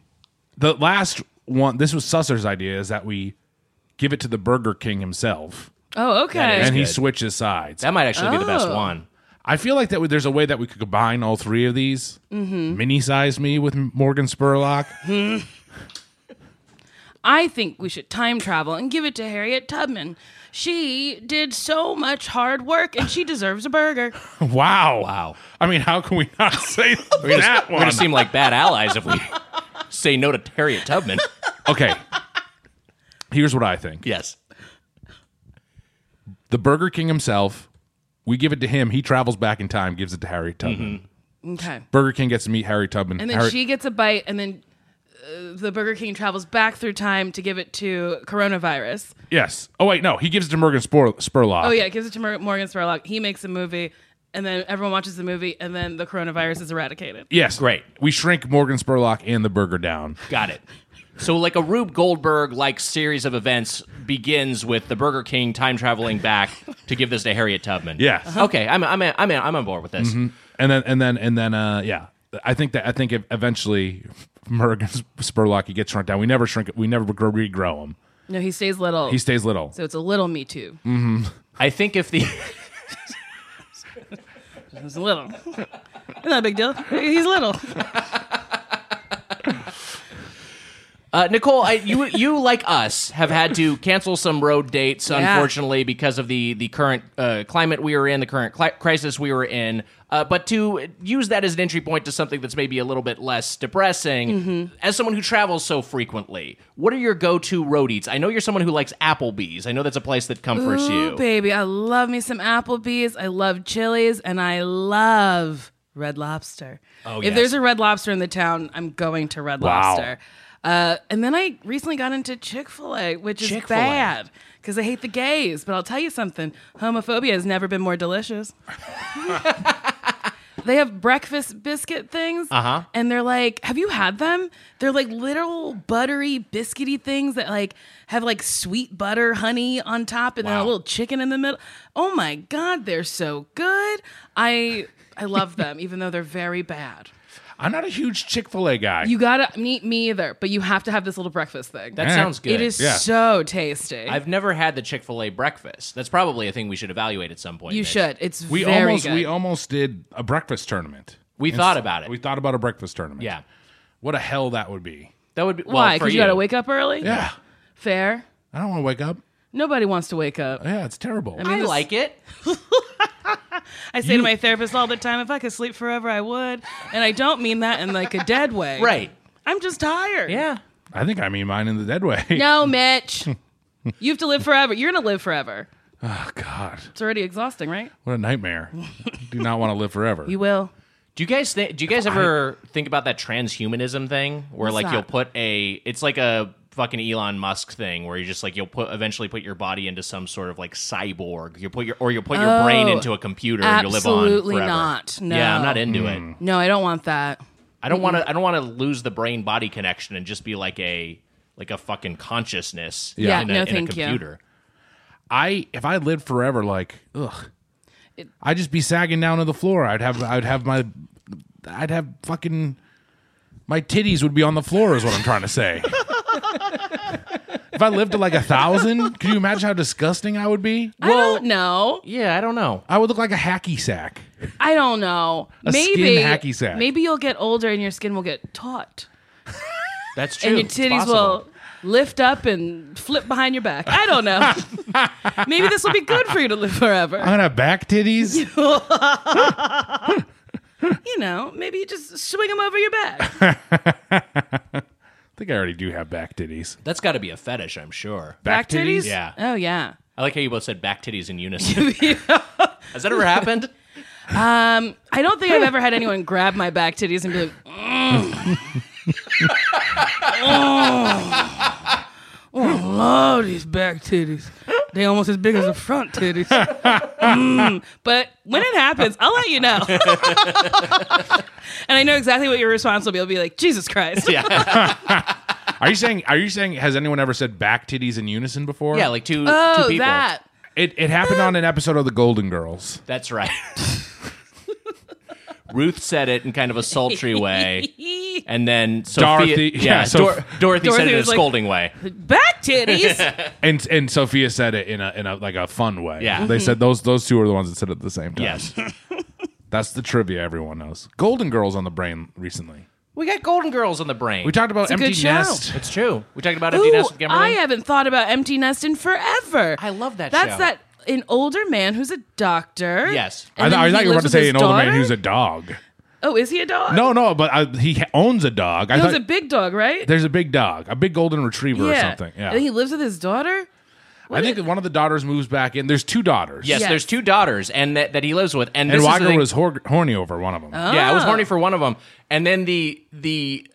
Speaker 3: The last one this was Susser's idea is that we give it to the Burger King himself
Speaker 5: Oh, okay.
Speaker 3: and he
Speaker 2: good.
Speaker 3: switches sides.
Speaker 2: That might actually be the best one.
Speaker 3: I feel like that would- there's a way that we could combine all three of these.
Speaker 5: Mm-hmm.
Speaker 3: Mini size me with Morgan Spurlock.
Speaker 5: I think we should time travel and give it to Harriet Tubman. She did so much hard work and she deserves a burger.
Speaker 3: Wow.
Speaker 2: Wow.
Speaker 3: I mean, how can we not say that
Speaker 2: We're
Speaker 3: one?
Speaker 2: going to seem like bad allies if we say no to Harriet Tubman.
Speaker 3: okay. Here's what I think.
Speaker 2: Yes.
Speaker 3: the Burger King himself. We give it to him. He travels back in time, gives it to Harry Tubman. Mm-hmm.
Speaker 5: Okay.
Speaker 3: Burger King gets to meet Harry Tubman.
Speaker 5: And then
Speaker 3: Harry-
Speaker 5: she gets a bite, and then uh, the Burger King travels back through time to give it to coronavirus.
Speaker 3: yes. Oh wait, no, he gives it to Morgan Spur- Spurlock.
Speaker 5: Oh yeah, gives it to Mor- Morgan Spurlock. He makes a movie, and then everyone watches the movie, and then the coronavirus is eradicated.
Speaker 3: Yes.
Speaker 2: Great.
Speaker 3: We shrink Morgan Spurlock and the burger down.
Speaker 2: Got it. So, like a Rube Goldberg like series of events begins with the Burger King time traveling back to give this to Harriet Tubman.
Speaker 3: Yes. Uh-huh.
Speaker 2: Okay, I'm I'm I'm I'm on board with this.
Speaker 3: And then and then and then uh yeah. I think that I think if eventually Morgan Spurlock he gets shrunk down. We never shrink it. We never grow, regrow him.
Speaker 5: No, he stays little.
Speaker 3: He stays little.
Speaker 5: so it's a little Me Too.
Speaker 2: I think if the
Speaker 5: It's little. It's not a big deal. He's little.
Speaker 2: Uh, Nicole, I, you you like us have had to cancel some road dates,
Speaker 5: Yeah.
Speaker 2: unfortunately, because of the the current uh, climate we were in, the current cli- crisis we were in. Uh, but to use that as an entry point to something that's maybe a little bit less depressing,
Speaker 5: Mm-hmm.
Speaker 2: as someone who travels so frequently, what are your go to road eats? I know you're someone who likes Applebee's. I know that's a place that comforts
Speaker 5: Ooh,
Speaker 2: you.
Speaker 5: baby, I love me some Applebee's. I love Chili's, and I love Red Lobster. Oh, if
Speaker 2: yes.
Speaker 5: there's a Red Lobster in the town, I'm going to Red Lobster. Uh, and then I recently got into Chick Fil A, which is
Speaker 2: Chick-fil-A.
Speaker 5: bad because I hate the gays. But I'll tell you something: homophobia has never been more delicious. they have breakfast biscuit things, uh-huh. and they're like, "Have you had them?" They're like little buttery, biscuity things that like have like sweet butter, honey on top, and then a little chicken in the middle. Oh my god, they're so good! I I love them, even though they're very bad.
Speaker 3: I'm not a huge Chick Fil A guy.
Speaker 5: You gotta meet me either, but you have to have this little breakfast thing.
Speaker 2: That
Speaker 3: Eh.
Speaker 2: sounds good.
Speaker 5: it is
Speaker 3: yeah.
Speaker 5: so tasty.
Speaker 2: I've never had the Chick fil A breakfast. That's probably a thing we should evaluate at some point.
Speaker 5: you
Speaker 2: Mitch.
Speaker 5: should. It's
Speaker 3: we
Speaker 5: very
Speaker 3: almost
Speaker 5: good.
Speaker 3: we almost did a breakfast tournament.
Speaker 2: We
Speaker 3: Inst-
Speaker 2: thought about it.
Speaker 3: We thought about a breakfast tournament.
Speaker 2: Yeah.
Speaker 3: What a hell that would be.
Speaker 2: That would be well,
Speaker 5: Why?
Speaker 2: for
Speaker 5: Because you gotta wake up early.
Speaker 3: Yeah.
Speaker 5: Fair.
Speaker 3: I don't want to wake up.
Speaker 5: Nobody wants to wake up.
Speaker 3: Yeah, it's terrible.
Speaker 2: I like it.
Speaker 5: I say to my therapist all the time, if I could sleep forever, I would. And I don't mean that in like a dead way.
Speaker 2: Right.
Speaker 5: I'm just tired.
Speaker 2: Yeah.
Speaker 3: I think I mean mine in the dead way.
Speaker 5: No, Mitch. you have to live forever. You're going to live forever.
Speaker 3: Oh, God.
Speaker 5: It's already exhausting, right?
Speaker 3: What a nightmare. Do not want to live forever.
Speaker 5: You will.
Speaker 2: Do you guys think? Do you guys ever think about that transhumanism thing, where like
Speaker 5: that?
Speaker 2: you'll put a? It's like a fucking Elon Musk thing, where you just like you'll put eventually put your body into some sort of like cyborg. You put your or you'll put your brain
Speaker 5: Oh,
Speaker 2: into a computer and you live on.
Speaker 5: Absolutely
Speaker 2: forever.
Speaker 5: not. No. Mm.
Speaker 2: Yeah, I'm not into it.
Speaker 5: No, I don't want that.
Speaker 2: I don't want to. I don't want to lose the brain body connection and just be like a like a fucking consciousness.
Speaker 5: Yeah,
Speaker 2: in a,
Speaker 5: no,
Speaker 2: in a
Speaker 5: thank you.
Speaker 2: computer.
Speaker 3: I if I lived forever, like ugh, I'd just be sagging down to the floor. I'd have I'd have my I'd have fucking my titties would be on the floor. Is what I'm trying to say. if I lived to like a thousand, could you imagine how disgusting I would be?
Speaker 5: I don't know.
Speaker 2: Yeah, I don't know.
Speaker 3: I would look like a hacky sack.
Speaker 5: I don't know.
Speaker 3: A skin
Speaker 5: maybe
Speaker 3: hacky sack.
Speaker 5: maybe you'll get older and your skin will get taut.
Speaker 2: That's true.
Speaker 5: and your
Speaker 2: It's
Speaker 5: titties
Speaker 2: possible.
Speaker 5: will lift up and flip behind your back. I don't know. maybe this will be good for you to live forever.
Speaker 3: I'm gonna have back titties.
Speaker 5: you know, maybe you just swing them over your back.
Speaker 3: I think I already do have back titties.
Speaker 2: That's got to be a fetish, I'm sure.
Speaker 5: Back titties?
Speaker 2: Yeah.
Speaker 5: Oh yeah.
Speaker 2: I like how you both said back titties in unison. Has that ever happened?
Speaker 5: Um, I don't think I've ever had anyone grab my back titties and be like, mm. oh. Oh, I love these back titties. They almost as big as the front titties. Mm. But when it happens, I'll let you know. and I know exactly what your response will be. It'll be like, Jesus Christ.
Speaker 2: Yeah.
Speaker 3: Are you saying? Are you saying? Has anyone ever said back titties in unison before?
Speaker 2: Yeah, like two two
Speaker 5: Oh,
Speaker 2: people.
Speaker 5: that.
Speaker 3: it, it happened on an episode of The Golden Girls.
Speaker 2: That's right. Ruth said it in kind of a sultry way. And then Sophia,
Speaker 3: Dorothy-
Speaker 2: yeah,
Speaker 3: yeah, so-
Speaker 2: Dor- Dorothy, said
Speaker 5: Dorothy
Speaker 2: it in a
Speaker 5: was like-
Speaker 2: scolding way.
Speaker 5: Back titties.
Speaker 3: And and Sophia said it in a in a like a fun way.
Speaker 2: Yeah.
Speaker 5: Mm-hmm.
Speaker 3: They said those those two are the ones that said it at the same time.
Speaker 2: Yes,
Speaker 3: That's the trivia everyone knows. Golden Girls on the brain recently.
Speaker 2: we got Golden Girls on the brain.
Speaker 3: We talked about
Speaker 5: a
Speaker 3: empty
Speaker 5: good show.
Speaker 3: nest.
Speaker 2: it's true. We talked about
Speaker 5: Ooh,
Speaker 2: empty nest with Kimberly.
Speaker 5: I haven't thought about empty nest in forever.
Speaker 2: I love that
Speaker 5: That's
Speaker 2: show.
Speaker 5: that an older man who's a doctor.
Speaker 2: Yes.
Speaker 3: I, th-
Speaker 5: And then
Speaker 3: I
Speaker 5: he
Speaker 3: thought you were
Speaker 5: lives
Speaker 3: about to say
Speaker 5: with his
Speaker 3: an older man
Speaker 5: daughter?
Speaker 3: who's a dog.
Speaker 5: Oh, is he a dog?
Speaker 3: No, no, but I, he ha- owns a dog. I
Speaker 5: he was
Speaker 3: thought-
Speaker 5: a big dog, right?
Speaker 3: there's a big dog, a big golden retriever or something.
Speaker 5: And
Speaker 3: Yeah.
Speaker 5: he lives with his daughter.
Speaker 3: I think one of the daughters moves back in. There's two daughters.
Speaker 2: Yes,
Speaker 5: Yes.
Speaker 2: there's two daughters, and that, that he lives with, and,
Speaker 3: And
Speaker 2: this is the
Speaker 3: Wagner
Speaker 2: thing-
Speaker 3: was hor- horny over one
Speaker 5: Oh.
Speaker 3: of them.
Speaker 2: yeah, I was
Speaker 5: Ah.
Speaker 2: horny for one of them, and then the the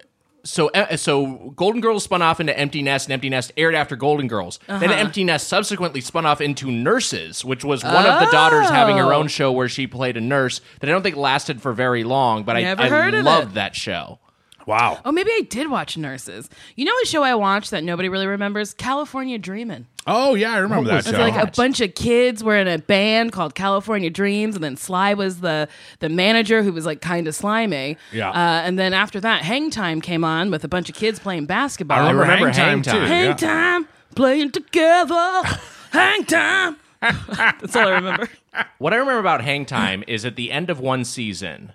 Speaker 2: so uh, so Golden Girls spun off into Empty Nest, and Empty Nest aired after Golden Girls.
Speaker 5: Uh-huh.
Speaker 2: Then Empty Nest subsequently spun off into Nurses, which was one of the daughters having her
Speaker 5: Oh.
Speaker 2: own show where she played a nurse that I don't think lasted for very long, but
Speaker 5: Never
Speaker 2: I, I
Speaker 5: heard of
Speaker 2: loved
Speaker 5: it.
Speaker 2: that show.
Speaker 3: Wow.
Speaker 5: Oh, maybe I did watch Nurses. You know a show I watched that nobody really remembers? California Dreamin'.
Speaker 3: Oh yeah, I remember that
Speaker 5: It's
Speaker 3: show.
Speaker 5: like a bunch of kids were in a band called California Dreams, and then Sly was the the manager who was like kind of slimy.
Speaker 3: Yeah.
Speaker 5: Uh, and then after that, Hang Time came on with a bunch of kids playing basketball.
Speaker 3: I remember,
Speaker 2: remember
Speaker 3: Hang
Speaker 2: Hang
Speaker 3: Time,
Speaker 2: Time.
Speaker 3: too.
Speaker 5: Hang
Speaker 3: yeah.
Speaker 5: Time playing together. hang Time. That's all I remember.
Speaker 2: What I remember about Hang Time is at the end of one season,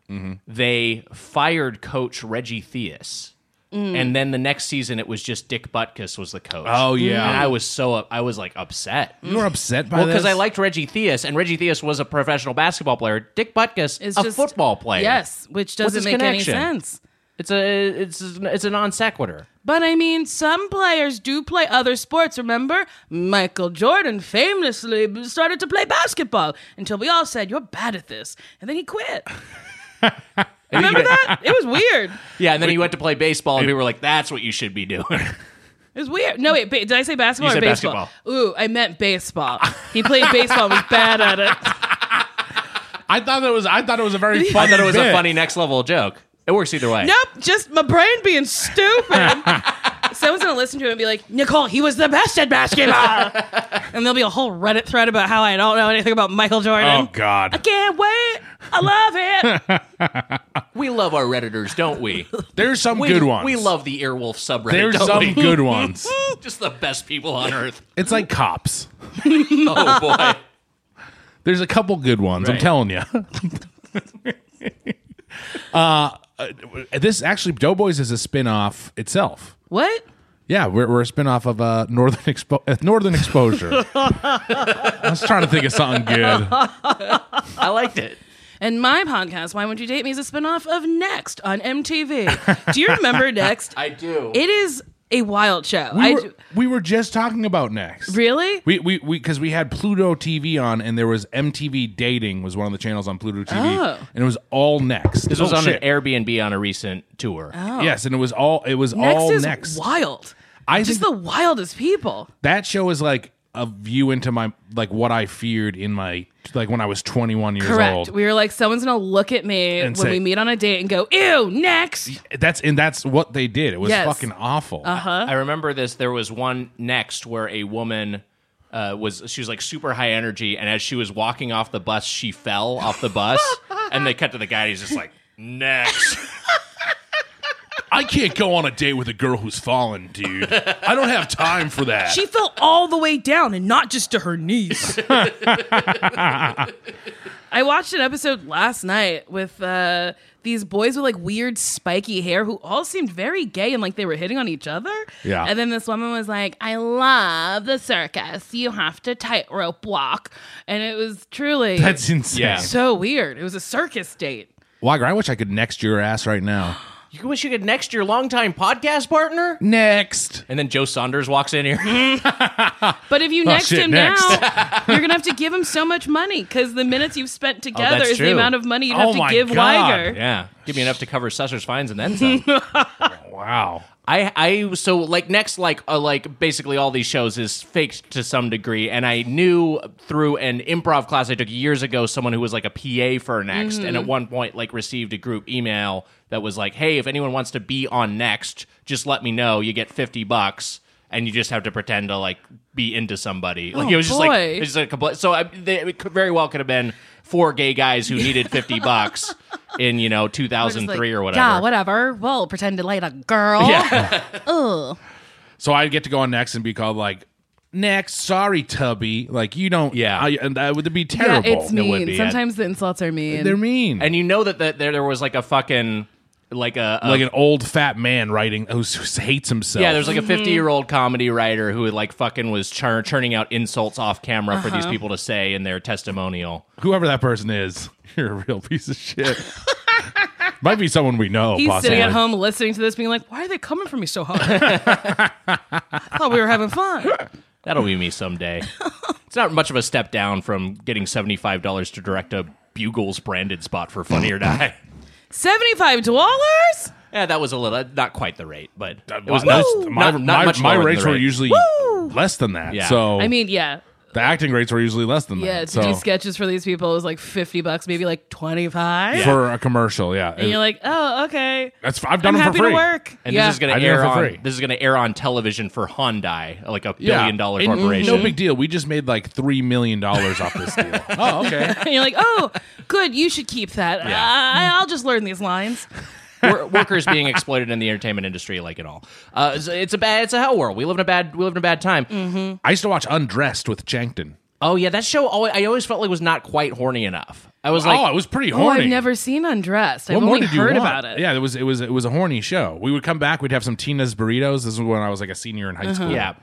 Speaker 2: they fired coach Reggie Theus.
Speaker 5: Mm.
Speaker 2: And then the next season, it was just Dick Butkus was the coach.
Speaker 3: Oh, yeah.
Speaker 2: and I was so up, I was like upset.
Speaker 5: Mm.
Speaker 3: You were upset by
Speaker 2: Well,
Speaker 3: this?
Speaker 2: because I liked Reggie Theus, and Reggie Theus was a professional basketball player. Dick Butkus is
Speaker 5: It's
Speaker 2: a
Speaker 5: just-
Speaker 2: football player.
Speaker 5: Yes, which
Speaker 2: What's
Speaker 5: doesn't
Speaker 2: his
Speaker 5: make
Speaker 2: connection?
Speaker 5: any sense.
Speaker 2: it's a it's a, it's a non sequitur.
Speaker 5: But I mean, some players do play other sports. Remember, Michael Jordan famously started to play basketball until we all said, "You're bad at this," and then he quit. Remember that? It was weird.
Speaker 2: Yeah, and then he went to play baseball, and people were like, "That's what you should be doing."
Speaker 5: It was weird. No, wait. Ba- did I say basketball
Speaker 2: You
Speaker 5: or
Speaker 2: said
Speaker 5: baseball?
Speaker 2: basketball.
Speaker 5: Ooh, I meant baseball. He played baseball. and Was bad at it.
Speaker 3: I thought that was. I thought it was a very.
Speaker 2: I
Speaker 3: funny
Speaker 2: thought it was a
Speaker 3: bit.
Speaker 2: funny next level joke. It works either way.
Speaker 5: Nope. Just my brain being stupid. Someone's gonna listen to it and be like, "Nicole, he was the best at basketball," and there'll be a whole Reddit thread about how I don't know anything about Michael Jordan.
Speaker 3: Oh God!
Speaker 5: I can't wait. I love it.
Speaker 2: We love our redditors, don't we?
Speaker 3: There's some
Speaker 2: we
Speaker 3: good ones.
Speaker 2: We love the Earwolf subreddit.
Speaker 3: There's
Speaker 2: don't
Speaker 3: some
Speaker 2: we?
Speaker 3: good ones.
Speaker 2: just the best people on earth.
Speaker 3: It's like cops.
Speaker 2: Oh boy.
Speaker 3: There's a couple good ones. I'm
Speaker 2: Right.
Speaker 3: telling you. uh, this actually, Doughboys is a spin-off itself.
Speaker 5: What?
Speaker 3: Yeah, we're, we're a spin-off of uh, Northern Expo- uh, Northern Exposure. I was trying to think of something good.
Speaker 2: I liked it.
Speaker 5: And my podcast, Why Won't You Date Me, is a spinoff of Next on MTV. Do you remember Next?
Speaker 2: I do.
Speaker 5: It is a wild show.
Speaker 3: We
Speaker 5: I
Speaker 3: were,
Speaker 5: do-
Speaker 3: we were just talking about next.
Speaker 5: really?
Speaker 3: We we we because we had Pluto TV on, and there was MTV Dating was one of the channels on Pluto TV,
Speaker 5: Oh.
Speaker 3: and it was all next.
Speaker 2: this was
Speaker 3: Oh,
Speaker 2: on
Speaker 3: shit.
Speaker 2: an Airbnb on a recent tour.
Speaker 3: Yes, and it was all it was
Speaker 5: Oh. Next
Speaker 3: all
Speaker 5: is
Speaker 3: next.
Speaker 5: wild.
Speaker 3: I
Speaker 5: Just
Speaker 3: think-
Speaker 5: the wildest people.
Speaker 3: That show is like a view into my like what I feared in my like when I was 21 years
Speaker 5: Correct.
Speaker 3: old.
Speaker 5: We were like, someone's gonna look at me
Speaker 3: And
Speaker 5: when
Speaker 3: say-
Speaker 5: we meet on a date and go, "Ew, next."
Speaker 3: that's and that's what they did. It was
Speaker 5: Yes.
Speaker 3: fucking awful. Uh-huh.
Speaker 2: I remember this. There was one next where a woman uh, was she was like super high energy, and as she was walking off the bus, she fell off the bus, and they cut to the guy. And he's just like next.
Speaker 3: I can't go on a date with a girl who's fallen, dude. I don't have time for that.
Speaker 5: She fell all the way down and not just to her knees. I watched an episode last night with uh, these boys with like weird spiky hair who all seemed very gay and like they were hitting on each other.
Speaker 3: Yeah.
Speaker 5: And then this woman was like, I love the circus. You have to tightrope walk. And it was truly
Speaker 3: that's insane.
Speaker 2: Yeah.
Speaker 5: so weird. It was a circus date.
Speaker 3: Wagner, I wish I could next your ass right now.
Speaker 2: You wish you could next your longtime podcast partner.
Speaker 3: next.
Speaker 2: And then Joe Saunders walks in here.
Speaker 5: But if you next
Speaker 3: Oh, shit,
Speaker 5: him
Speaker 3: next.
Speaker 5: now, you're gonna have to give him so much money because the minutes you've spent together
Speaker 2: that's
Speaker 5: is
Speaker 2: true.
Speaker 5: the amount of money you'd
Speaker 3: Oh
Speaker 5: have
Speaker 3: my
Speaker 5: to give
Speaker 3: God.
Speaker 5: Weiger.
Speaker 2: yeah, give me enough to cover Susser's fines and then some.
Speaker 3: Wow.
Speaker 2: I I so like next like uh, like basically all these shows is faked to some degree, and I knew through an improv class I took years ago someone who was like a PA for Next, and
Speaker 5: Mm-hmm.
Speaker 2: at one point like received a group email that was like, "Hey, if anyone wants to be on Next, just let me know. You get fifty bucks." And you just have to pretend to like be into somebody. Like
Speaker 5: Oh,
Speaker 2: it was just like
Speaker 5: boy.
Speaker 2: it was just a complete. So I, they, it could very well could have been four gay guys who needed fifty bucks in you know two thousand three or whatever.
Speaker 5: Yeah, whatever. We'll pretend to light a girl.
Speaker 3: So I get to go on next and be called like next. Sorry, Tubby. Like you don't.
Speaker 2: Yeah.
Speaker 3: I, and that would be terrible.
Speaker 5: it's
Speaker 2: It would
Speaker 5: mean.
Speaker 2: be, yeah.
Speaker 5: Sometimes the insults are mean.
Speaker 3: They're mean.
Speaker 2: and you know that the, there there was like a fucking like a, a-
Speaker 3: like an old fat man writing who s- hates himself.
Speaker 2: yeah, there's like a 50 year old comedy writer who like fucking was chur- churning out insults off camera for
Speaker 3: Uh-huh.
Speaker 2: these people to say in their testimonial.
Speaker 3: whoever that person is. You're a real piece of shit. Might be someone we know.
Speaker 5: He's
Speaker 3: possibly.
Speaker 5: sitting at home listening to this, being like, "Why are they coming for me so hard?" I thought we were having fun.
Speaker 2: Uh, That'll be me someday. it's not much of a step down from getting seventy-five dollars to direct a Bugles branded spot for Funny or Die.
Speaker 5: Seventy-five dollars.
Speaker 2: yeah, that was a little not quite the rate, but it was
Speaker 3: Well,
Speaker 2: not,
Speaker 3: that's- my,
Speaker 2: not, not
Speaker 3: my-
Speaker 2: much
Speaker 3: my
Speaker 2: lower than
Speaker 3: rates
Speaker 2: the
Speaker 3: were
Speaker 2: rate.
Speaker 3: usually less than that.
Speaker 2: Yeah.
Speaker 3: So
Speaker 5: I mean, yeah,
Speaker 3: the acting rates were usually less
Speaker 2: Oh.
Speaker 3: than
Speaker 5: yeah.
Speaker 3: that.
Speaker 5: To
Speaker 3: So
Speaker 5: do sketches for these people is like fifty bucks, maybe like twenty-five.
Speaker 3: for a commercial, yeah,
Speaker 5: And you're like, oh, okay.
Speaker 3: that's I've
Speaker 5: I'm
Speaker 3: done them
Speaker 5: happy
Speaker 3: for free.
Speaker 5: to work.
Speaker 2: And
Speaker 5: yeah.
Speaker 2: this is going
Speaker 3: I
Speaker 2: to
Speaker 3: did it
Speaker 2: air
Speaker 3: for
Speaker 2: on
Speaker 3: free.
Speaker 2: this is going to air on television for Hyundai, like a
Speaker 3: Yeah.
Speaker 2: billion dollar
Speaker 3: And
Speaker 2: corporation.
Speaker 3: No big deal. We just made like three million dollars off this deal. oh, okay.
Speaker 5: and you're like, oh, good. You should keep that.
Speaker 2: Yeah.
Speaker 5: I- I'll just learn these lines.
Speaker 2: Wor- workers being exploited in the entertainment industry, like it all. Uh, it's, it's a bad, it's a hell world. We live in a bad, we live in a bad time.
Speaker 5: Mm.
Speaker 3: I used to watch Undressed with Jankton.
Speaker 2: Oh yeah, that show. Always, I always felt like was not quite horny enough. I was
Speaker 3: oh,
Speaker 2: like,
Speaker 3: it was pretty
Speaker 5: Oh,
Speaker 3: horny.
Speaker 5: I've never seen Undressed. I've
Speaker 3: What more
Speaker 5: only
Speaker 3: did you
Speaker 5: heard
Speaker 3: want?
Speaker 5: about it.
Speaker 3: Yeah, it was it was it was a horny show. We would come back. We'd have some Tina's burritos. This is when I was like a senior in high
Speaker 5: Uh-huh.
Speaker 3: school.
Speaker 2: yeah,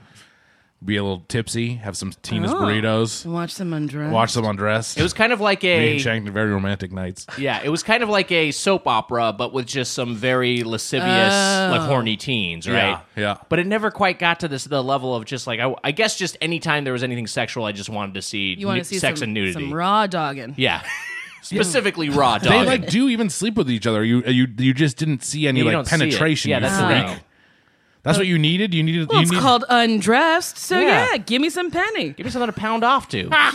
Speaker 3: be a little tipsy, have some Tina's burritos,
Speaker 5: Watch them Oh. undressed.
Speaker 3: watch them undressed.
Speaker 2: it was kind of like
Speaker 3: me and
Speaker 2: a
Speaker 3: Shankton very romantic nights.
Speaker 2: yeah, it was kind of like a soap opera, but with just some very lascivious,
Speaker 5: Oh.
Speaker 2: like horny teens, right?
Speaker 3: Yeah, yeah.
Speaker 2: But it never quite got to this the level of just like I, I guess just anytime there was anything sexual, I just wanted to see
Speaker 5: you want
Speaker 2: nu-
Speaker 5: to see
Speaker 2: sex
Speaker 5: some,
Speaker 2: and nudity.
Speaker 5: some raw dogging.
Speaker 2: Yeah. Specifically raw dog.
Speaker 3: They like do even sleep with each other. You you you just didn't see any
Speaker 2: You
Speaker 3: like
Speaker 2: don't see it.
Speaker 3: penetration.
Speaker 2: Yeah,
Speaker 3: you
Speaker 2: that's the
Speaker 3: freak.
Speaker 2: thing.
Speaker 3: That's what you needed. You needed.
Speaker 5: Well,
Speaker 3: you
Speaker 5: it's
Speaker 3: need-
Speaker 5: called Undressed, so
Speaker 2: Yeah.
Speaker 5: yeah. give me some penny.
Speaker 2: Give me something to pound off to.
Speaker 3: I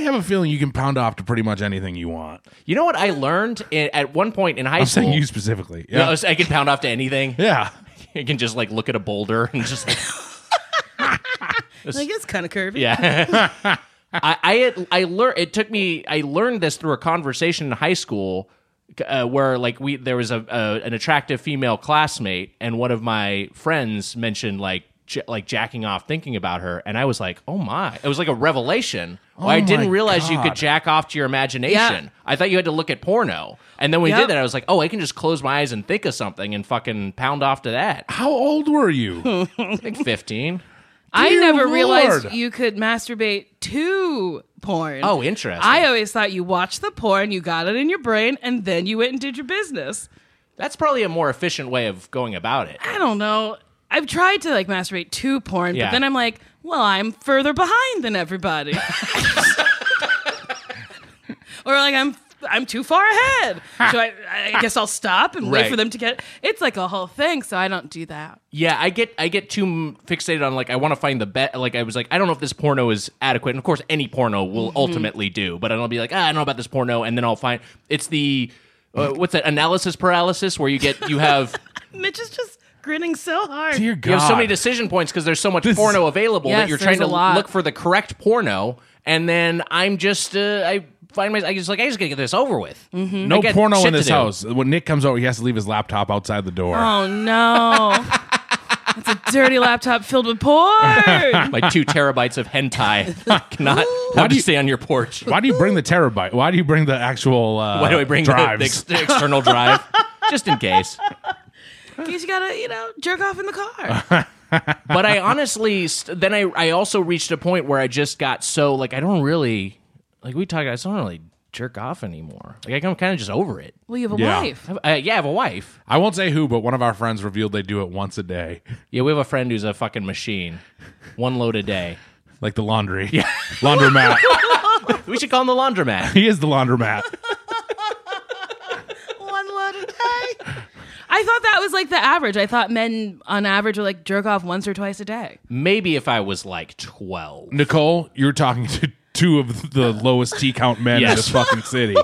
Speaker 3: have a feeling you can pound off to pretty much anything you want.
Speaker 2: You know what I learned i- at one point in high
Speaker 3: I'm
Speaker 2: school?
Speaker 3: saying you specifically.
Speaker 2: No, I
Speaker 3: Yeah.
Speaker 2: was- I can pound off to anything.
Speaker 3: yeah.
Speaker 2: I can just like look at a boulder and just like,
Speaker 5: Like it's kind of curvy.
Speaker 2: yeah. I I, had, I learned it took me I learned this through a conversation in high school uh, where like we there was a, a an attractive female classmate and one of my friends mentioned like j- like jacking off thinking about her and I was like oh my it was like a revelation Well, I
Speaker 3: Oh my
Speaker 2: didn't realize you could
Speaker 3: God.
Speaker 2: jack off to your imagination
Speaker 5: Yeah.
Speaker 2: I thought you had to look at porno and then when we
Speaker 5: Yep.
Speaker 2: did that I was like oh I can just close my eyes and think of something and fucking pound off to that
Speaker 3: How old were you?
Speaker 2: like fifteen.
Speaker 5: I
Speaker 3: Dear
Speaker 5: never realized
Speaker 3: Lord.
Speaker 5: you could masturbate to porn.
Speaker 2: Oh, interesting.
Speaker 5: I always thought you watched the porn, you got it in your brain, and then you went and did your business.
Speaker 2: That's probably a more efficient way of going about it.
Speaker 5: I don't know. I've tried to like masturbate to porn,
Speaker 2: Yeah.
Speaker 5: but then I'm like, well, I'm further behind than everybody. or like I'm I'm too far ahead. So I, I guess I'll stop and
Speaker 2: Right.
Speaker 5: wait for them to get it's like a whole thing, so I don't do that.
Speaker 2: Yeah, I get I get too m- fixated on like I want to find the bet. Like I was like I don't know if this porno is adequate, and of course any porno will
Speaker 5: Mm-hmm.
Speaker 2: ultimately do. But I'll be like ah, I don't know about this porno, and then I'll find it's the uh, what's that analysis paralysis where you get you have
Speaker 5: Mitch is just grinning so hard.
Speaker 3: Dear God.
Speaker 2: you have so many decision points because there's so much porno available that
Speaker 5: Yes,
Speaker 2: you're
Speaker 5: there's
Speaker 2: trying to
Speaker 5: a lot.
Speaker 2: look for the correct porno, and then I'm just uh, I find myself I just like I just gotta get this over with. Mm-hmm.
Speaker 3: no
Speaker 2: got
Speaker 3: porno
Speaker 2: shit
Speaker 3: in
Speaker 2: to
Speaker 3: this
Speaker 2: do.
Speaker 3: house. When Nick comes over, he has to leave his laptop outside the door.
Speaker 5: Oh no. it's a dirty laptop filled with porn.
Speaker 2: My two terabytes of hentai cannot have to stay on your porch.
Speaker 3: Why do you bring the terabyte? Why do you bring the actual? Uh,
Speaker 2: Why do I bring the- the,
Speaker 3: drives?
Speaker 2: ex- the external drive? Just in case.
Speaker 5: In case you gotta, you know, jerk off in the car.
Speaker 2: But I honestly, st- then I, I also reached a point where I just got so, like, I don't really, like, we talk, I just don't really jerk off anymore. Like, I'm kind of just over it.
Speaker 5: Well, you have a
Speaker 3: Yeah.
Speaker 5: wife.
Speaker 2: Uh, yeah, I have a wife.
Speaker 3: I won't say who, but one of our friends revealed they do it once a day,
Speaker 2: Yeah, we have a friend who's a fucking machine. One load a day.
Speaker 3: like the laundry, yeah. laundromat.
Speaker 2: We should call him the laundromat.
Speaker 3: he is the laundromat.
Speaker 5: One load a day. I thought that was like the average. I thought men on average would like jerk off once or twice a day.
Speaker 2: Maybe if I was like 12.
Speaker 3: Nicole, you're talking to two of the lowest T count men in
Speaker 2: Yes.
Speaker 3: this fucking city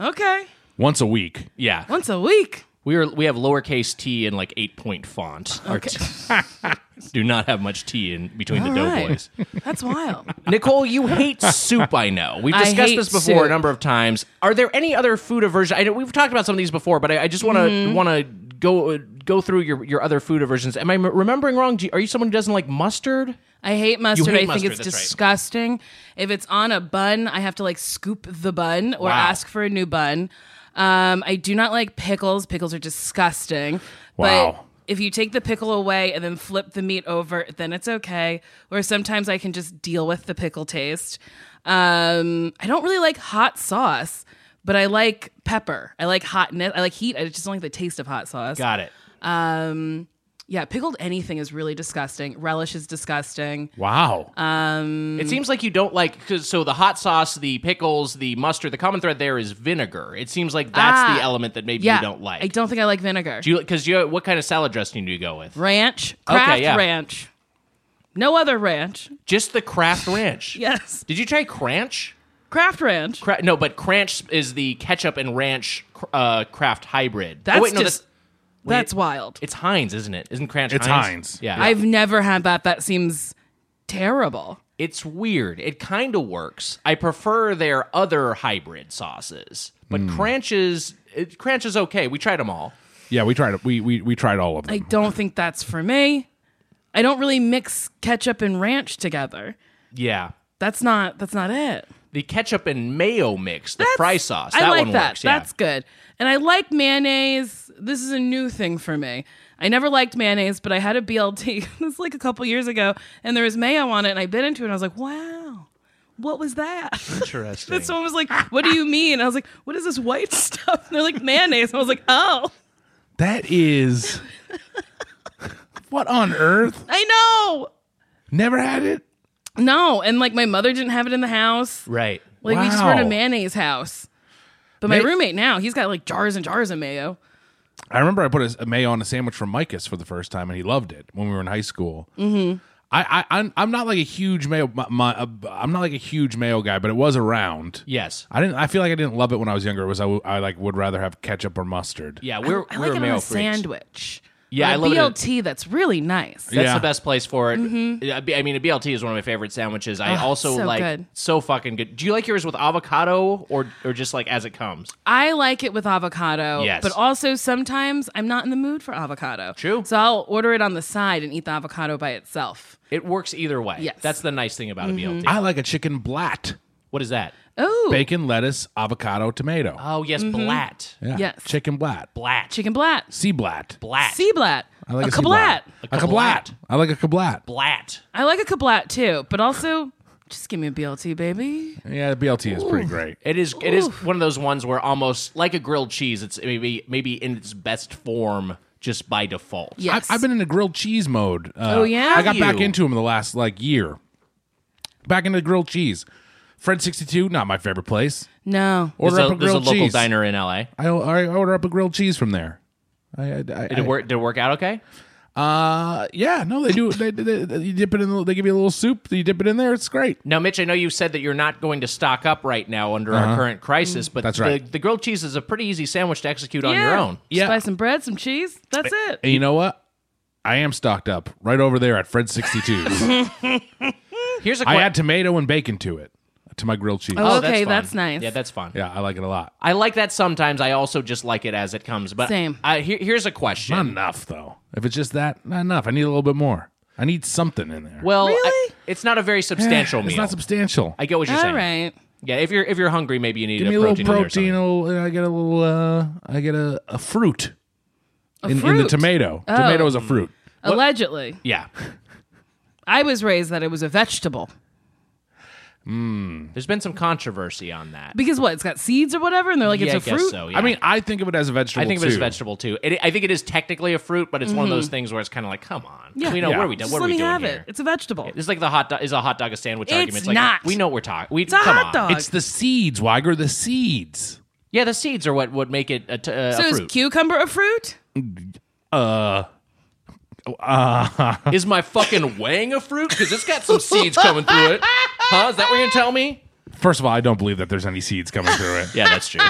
Speaker 5: Okay.
Speaker 3: once a week.
Speaker 2: Yeah.
Speaker 5: Once a week.
Speaker 2: We are we have lowercase t in like eight point font. Our t- do not have much t in between the
Speaker 5: All right.
Speaker 2: doughboys.
Speaker 5: That's wild.
Speaker 2: Nicole, you hate soup, I know. We've
Speaker 5: I
Speaker 2: discussed
Speaker 5: hate
Speaker 2: this before a
Speaker 5: soup.
Speaker 2: number of times. Are there any other food aversions? I know we've talked about some of these before, but I, I just want to
Speaker 5: Mm-hmm.
Speaker 2: want to go go through your, your other food aversions. Am I m- remembering wrong? Do you, are you someone who doesn't like mustard?
Speaker 5: I hate mustard.
Speaker 2: hate
Speaker 5: I think
Speaker 2: mustard,
Speaker 5: it's
Speaker 2: that's right.
Speaker 5: disgusting. If it's on a bun, I have to like scoop the bun or
Speaker 2: Wow.
Speaker 5: ask for a new bun. Um, I do not like pickles. Pickles are disgusting.
Speaker 3: Wow.
Speaker 5: But if you take the pickle away and then flip the meat over, then it's okay. Or sometimes I can just deal with the pickle taste. Um, I don't really like hot sauce, but I like pepper. I like hotness. I like heat. I just don't like the taste of hot sauce.
Speaker 2: Got it.
Speaker 5: Um, Yeah, pickled anything is really disgusting. Relish is disgusting.
Speaker 3: Wow.
Speaker 5: Um,
Speaker 2: It seems like you don't like cause, so the hot sauce, the pickles, the mustard. The common thread there is vinegar. It seems like that's
Speaker 5: Ah.
Speaker 2: the element that maybe
Speaker 5: yeah,
Speaker 2: you don't like.
Speaker 5: I don't think I like vinegar.
Speaker 2: Do you because you what kind of salad dressing do you go with?
Speaker 5: ranch, Kraft
Speaker 2: yeah.
Speaker 5: ranch. No other ranch.
Speaker 2: Just the Kraft Ranch.
Speaker 5: Yes,
Speaker 2: Did you try Cranch?
Speaker 5: Kraft ranch.
Speaker 2: Cra- no, but Cranch is the ketchup and ranch cr- uh, Kraft hybrid.
Speaker 5: That's
Speaker 2: oh, wait, no,
Speaker 5: just
Speaker 2: that's, wait,
Speaker 5: that's wild.
Speaker 2: it's Heinz, isn't it? Isn't Cranch?
Speaker 3: It's
Speaker 2: Heinz?
Speaker 3: Heinz.
Speaker 2: Yeah,
Speaker 5: I've never had that. That seems terrible.
Speaker 2: it's weird. It kind of works. I prefer their other hybrid sauces, but
Speaker 3: Hmm.
Speaker 2: Cranch is it, Cranch is okay. We tried them all.
Speaker 3: yeah, we tried it. We, we we tried all of them.
Speaker 5: I don't think that's for me. I don't really mix ketchup and ranch together.
Speaker 2: Yeah,
Speaker 5: That's not that's not it.
Speaker 2: the ketchup and mayo mix, the
Speaker 5: That's-
Speaker 2: fry sauce.
Speaker 5: I
Speaker 2: that
Speaker 5: like
Speaker 2: one
Speaker 5: that.
Speaker 2: works. Yeah.
Speaker 5: That's good. And I like mayonnaise. This is a new thing for me. I never liked mayonnaise, but I had a BLT. this was like a couple years ago, and there was mayo on it, and I bit into it, and I was like, wow. What was that?
Speaker 2: Interesting.
Speaker 5: And someone was like, "What do you mean?" And I was like, "What is this white stuff?" And they're like, "Mayonnaise." And I was like, "Oh,
Speaker 3: That is. what on earth?
Speaker 5: I know."
Speaker 3: Never had it.
Speaker 5: No, and like my mother didn't have it in the house.
Speaker 2: right.
Speaker 5: Like we just were in a
Speaker 3: Wow.
Speaker 5: mayonnaise house. But my
Speaker 3: May-
Speaker 5: roommate now, he's got like jars and jars of mayo.
Speaker 3: I remember I put a, a mayo on a sandwich from Micah's for the first time, and he loved it when we were in high school. Mm-hmm. I, I I'm, I'm not like a huge mayo. My, my, uh, I'm not like a huge mayo guy, but it was around.
Speaker 2: Yes.
Speaker 3: I didn't. I feel like I didn't love it when I was younger. It was I, w- I like would rather have ketchup or mustard.
Speaker 2: Yeah, we're
Speaker 5: I
Speaker 2: we're
Speaker 5: like it on
Speaker 2: mayo
Speaker 5: a
Speaker 2: freaks.
Speaker 5: sandwich.
Speaker 2: Yeah,
Speaker 5: On
Speaker 2: I
Speaker 5: a
Speaker 2: love it in-
Speaker 5: BLT that's really nice.
Speaker 2: That's
Speaker 3: Yeah.
Speaker 2: the best place for it. Yeah, I mean, a BLT is one of my favorite sandwiches. I
Speaker 5: Ugh,
Speaker 2: also
Speaker 5: Mm-hmm. Ah, so
Speaker 2: like
Speaker 5: good.
Speaker 2: so fucking good. Do you like yours with avocado or or just like as it comes?
Speaker 5: I like it with avocado.
Speaker 2: Yes.
Speaker 5: But also sometimes I'm not in the mood for avocado.
Speaker 2: True.
Speaker 5: So I'll order it on the side and eat the avocado by itself.
Speaker 2: It works either way.
Speaker 5: Yes. Mm-hmm.
Speaker 2: that's the nice thing about a BLT.
Speaker 3: I like a chicken blat,
Speaker 2: what is that?
Speaker 5: Oh,
Speaker 3: bacon, lettuce, avocado, tomato.
Speaker 2: Oh yes,
Speaker 5: Mm-hmm.
Speaker 2: blat,
Speaker 3: yeah.
Speaker 5: Uh, yes.
Speaker 3: chicken blat,
Speaker 2: blat,
Speaker 5: chicken blat,
Speaker 3: sea blat,
Speaker 2: blat,
Speaker 5: sea blat,
Speaker 3: I like
Speaker 5: a
Speaker 3: a, sea blat.
Speaker 5: kablat.
Speaker 3: A kablat. I like a kablat.
Speaker 2: blat.
Speaker 5: I like a kablat too, but also just give me a BLT, baby.
Speaker 3: Yeah, the BLT is pretty great.
Speaker 2: It is. It is one of those ones where almost like a grilled cheese. It's maybe maybe in its best form just by default.
Speaker 5: Yes.
Speaker 3: I, I've been in a grilled cheese mode. Uh,
Speaker 5: Oh, yeah?
Speaker 3: I got back
Speaker 2: You.
Speaker 3: into them the last like year. Back into grilled cheese. Fred sixty two, not my favorite place.
Speaker 5: no.
Speaker 3: Order
Speaker 2: There's
Speaker 3: up
Speaker 2: a,
Speaker 3: a
Speaker 2: there's a
Speaker 3: grilled
Speaker 2: local
Speaker 3: cheese.
Speaker 2: diner in LA.
Speaker 3: I, I order up a grilled cheese from there. I, I, I,
Speaker 2: Did it work? Did it work out okay?
Speaker 3: Uh, yeah, no, they do. They, they, they- you dip it in. the- They give you a little soup. You dip it in there. It's great.
Speaker 2: Now, Mitch, I know you said that you're not going to stock up right now under our current crisis, but
Speaker 3: Uh-huh. That's
Speaker 2: the,
Speaker 3: right.
Speaker 2: the grilled cheese is a pretty easy sandwich to execute on your own.
Speaker 3: Yeah.
Speaker 5: Spice some bread, some cheese. That's it.
Speaker 3: And you know what? I am stocked up right over there at Fred sixty two.
Speaker 2: Here's a
Speaker 3: I
Speaker 2: que-
Speaker 3: add tomato and bacon to it to my grilled cheese.
Speaker 5: Oh. Okay,
Speaker 2: fun.
Speaker 5: that's nice.
Speaker 2: Yeah, that's fun.
Speaker 3: Yeah, I like it a lot.
Speaker 2: I like that sometimes. I also just like it as it comes. But
Speaker 5: Same.
Speaker 2: I, here, here's a question.
Speaker 3: Not enough though. If it's just that, not enough. I need a little bit more. I need something in there.
Speaker 2: Well, I-
Speaker 5: Really?
Speaker 2: it's not a very substantial
Speaker 3: it's
Speaker 2: meal.
Speaker 3: not substantial.
Speaker 2: I get what you're
Speaker 5: All
Speaker 2: saying.
Speaker 5: right.
Speaker 2: Yeah, if you're if you're hungry, maybe you need
Speaker 3: Give me
Speaker 2: a
Speaker 3: a
Speaker 2: protein.
Speaker 3: little
Speaker 2: in there or something.
Speaker 3: protein. A little, and I get a little. Uh, I get a, a fruit. in, in the
Speaker 5: fruit?
Speaker 3: tomato. Tomato
Speaker 2: Oh.
Speaker 3: is a fruit.
Speaker 5: Allegedly.
Speaker 2: Yeah.
Speaker 5: I was raised that it was a vegetable.
Speaker 2: There's been some controversy on that.
Speaker 5: Because what? It's got seeds or whatever, and they're like,
Speaker 2: yeah,
Speaker 5: it's a
Speaker 2: I
Speaker 5: fruit?
Speaker 2: guess so. Oh, yeah.
Speaker 3: I mean, I think of it as a vegetable.
Speaker 2: I think of it as
Speaker 3: too.
Speaker 2: a vegetable too. It, I think it is technically a fruit, but it's one of those things where it's kind of like, come on,
Speaker 5: Mm-hmm. Yeah.
Speaker 2: we know
Speaker 3: Yeah.
Speaker 2: what are we doing?
Speaker 5: Just
Speaker 2: What are
Speaker 5: let
Speaker 2: we
Speaker 5: me
Speaker 2: doing
Speaker 5: have
Speaker 2: here?
Speaker 5: it. It's a vegetable.
Speaker 2: It's like the hot dog is a hot dog a sandwich
Speaker 5: It's
Speaker 2: argument. It's like
Speaker 5: not.
Speaker 2: we know what we're talking. We
Speaker 5: a
Speaker 2: come
Speaker 5: hot
Speaker 2: on.
Speaker 5: dog.
Speaker 3: It's the seeds, Weiger. The seeds.
Speaker 2: Yeah, the seeds are what would make it a, t- uh,
Speaker 5: so
Speaker 2: a
Speaker 5: is
Speaker 2: fruit.
Speaker 5: cucumber a fruit?
Speaker 2: Is my fucking wang a fruit? Because it's got some seeds coming through it. Huh? Is that what you're gonna tell me?
Speaker 3: First of all, I don't believe that there's any seeds coming through it.
Speaker 2: Yeah, that's true.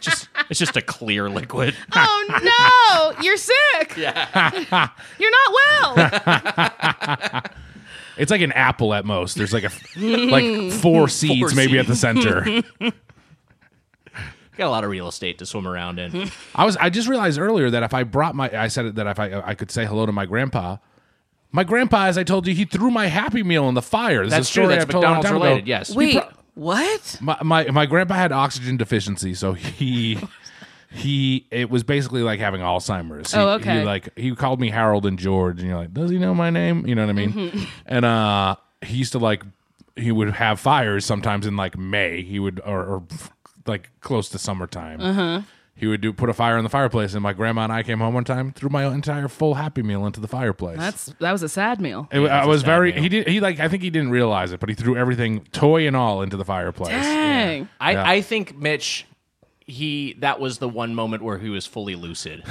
Speaker 2: just it's just a clear liquid.
Speaker 5: oh no! You're sick. Yeah. you're not well.
Speaker 3: It's like an apple at most. There's like a like four seeds maybe at the center.
Speaker 2: Got a lot of real estate to swim around in.
Speaker 3: I was I just realized earlier that if I brought my I said that if I I could say hello to my grandpa. My grandpa, as I told you, he threw my Happy Meal in the fire. This is
Speaker 2: That's
Speaker 3: a
Speaker 2: true.
Speaker 3: story
Speaker 2: That's
Speaker 3: I've told a long
Speaker 2: McDonald's
Speaker 3: time ago.
Speaker 2: related. Yes.
Speaker 5: Wait, what?
Speaker 3: my, my my grandpa had oxygen deficiency, so he he it was basically like having Alzheimer's. He-
Speaker 5: Oh, okay.
Speaker 3: He like he called me Harold and George, and you're like, does he know my name? You know what I mean?
Speaker 5: Mm-hmm.
Speaker 3: And uh, he used to like he would have
Speaker 5: Uh-huh.
Speaker 3: fires sometimes in like May. He would or, or like close to summertime. He would do put a fire in the fireplace, and my grandma and I came home one time, threw my entire full Happy Meal into the fireplace.
Speaker 5: That's that was a sad meal.
Speaker 3: It, I
Speaker 2: that's a
Speaker 3: was
Speaker 2: sad
Speaker 3: very.
Speaker 2: meal.
Speaker 3: He did. He like. I think he didn't realize it, but he threw everything, toy and all, into the fireplace.
Speaker 5: Dang.
Speaker 2: I, I think Mitch, he that was the one moment where he was fully lucid.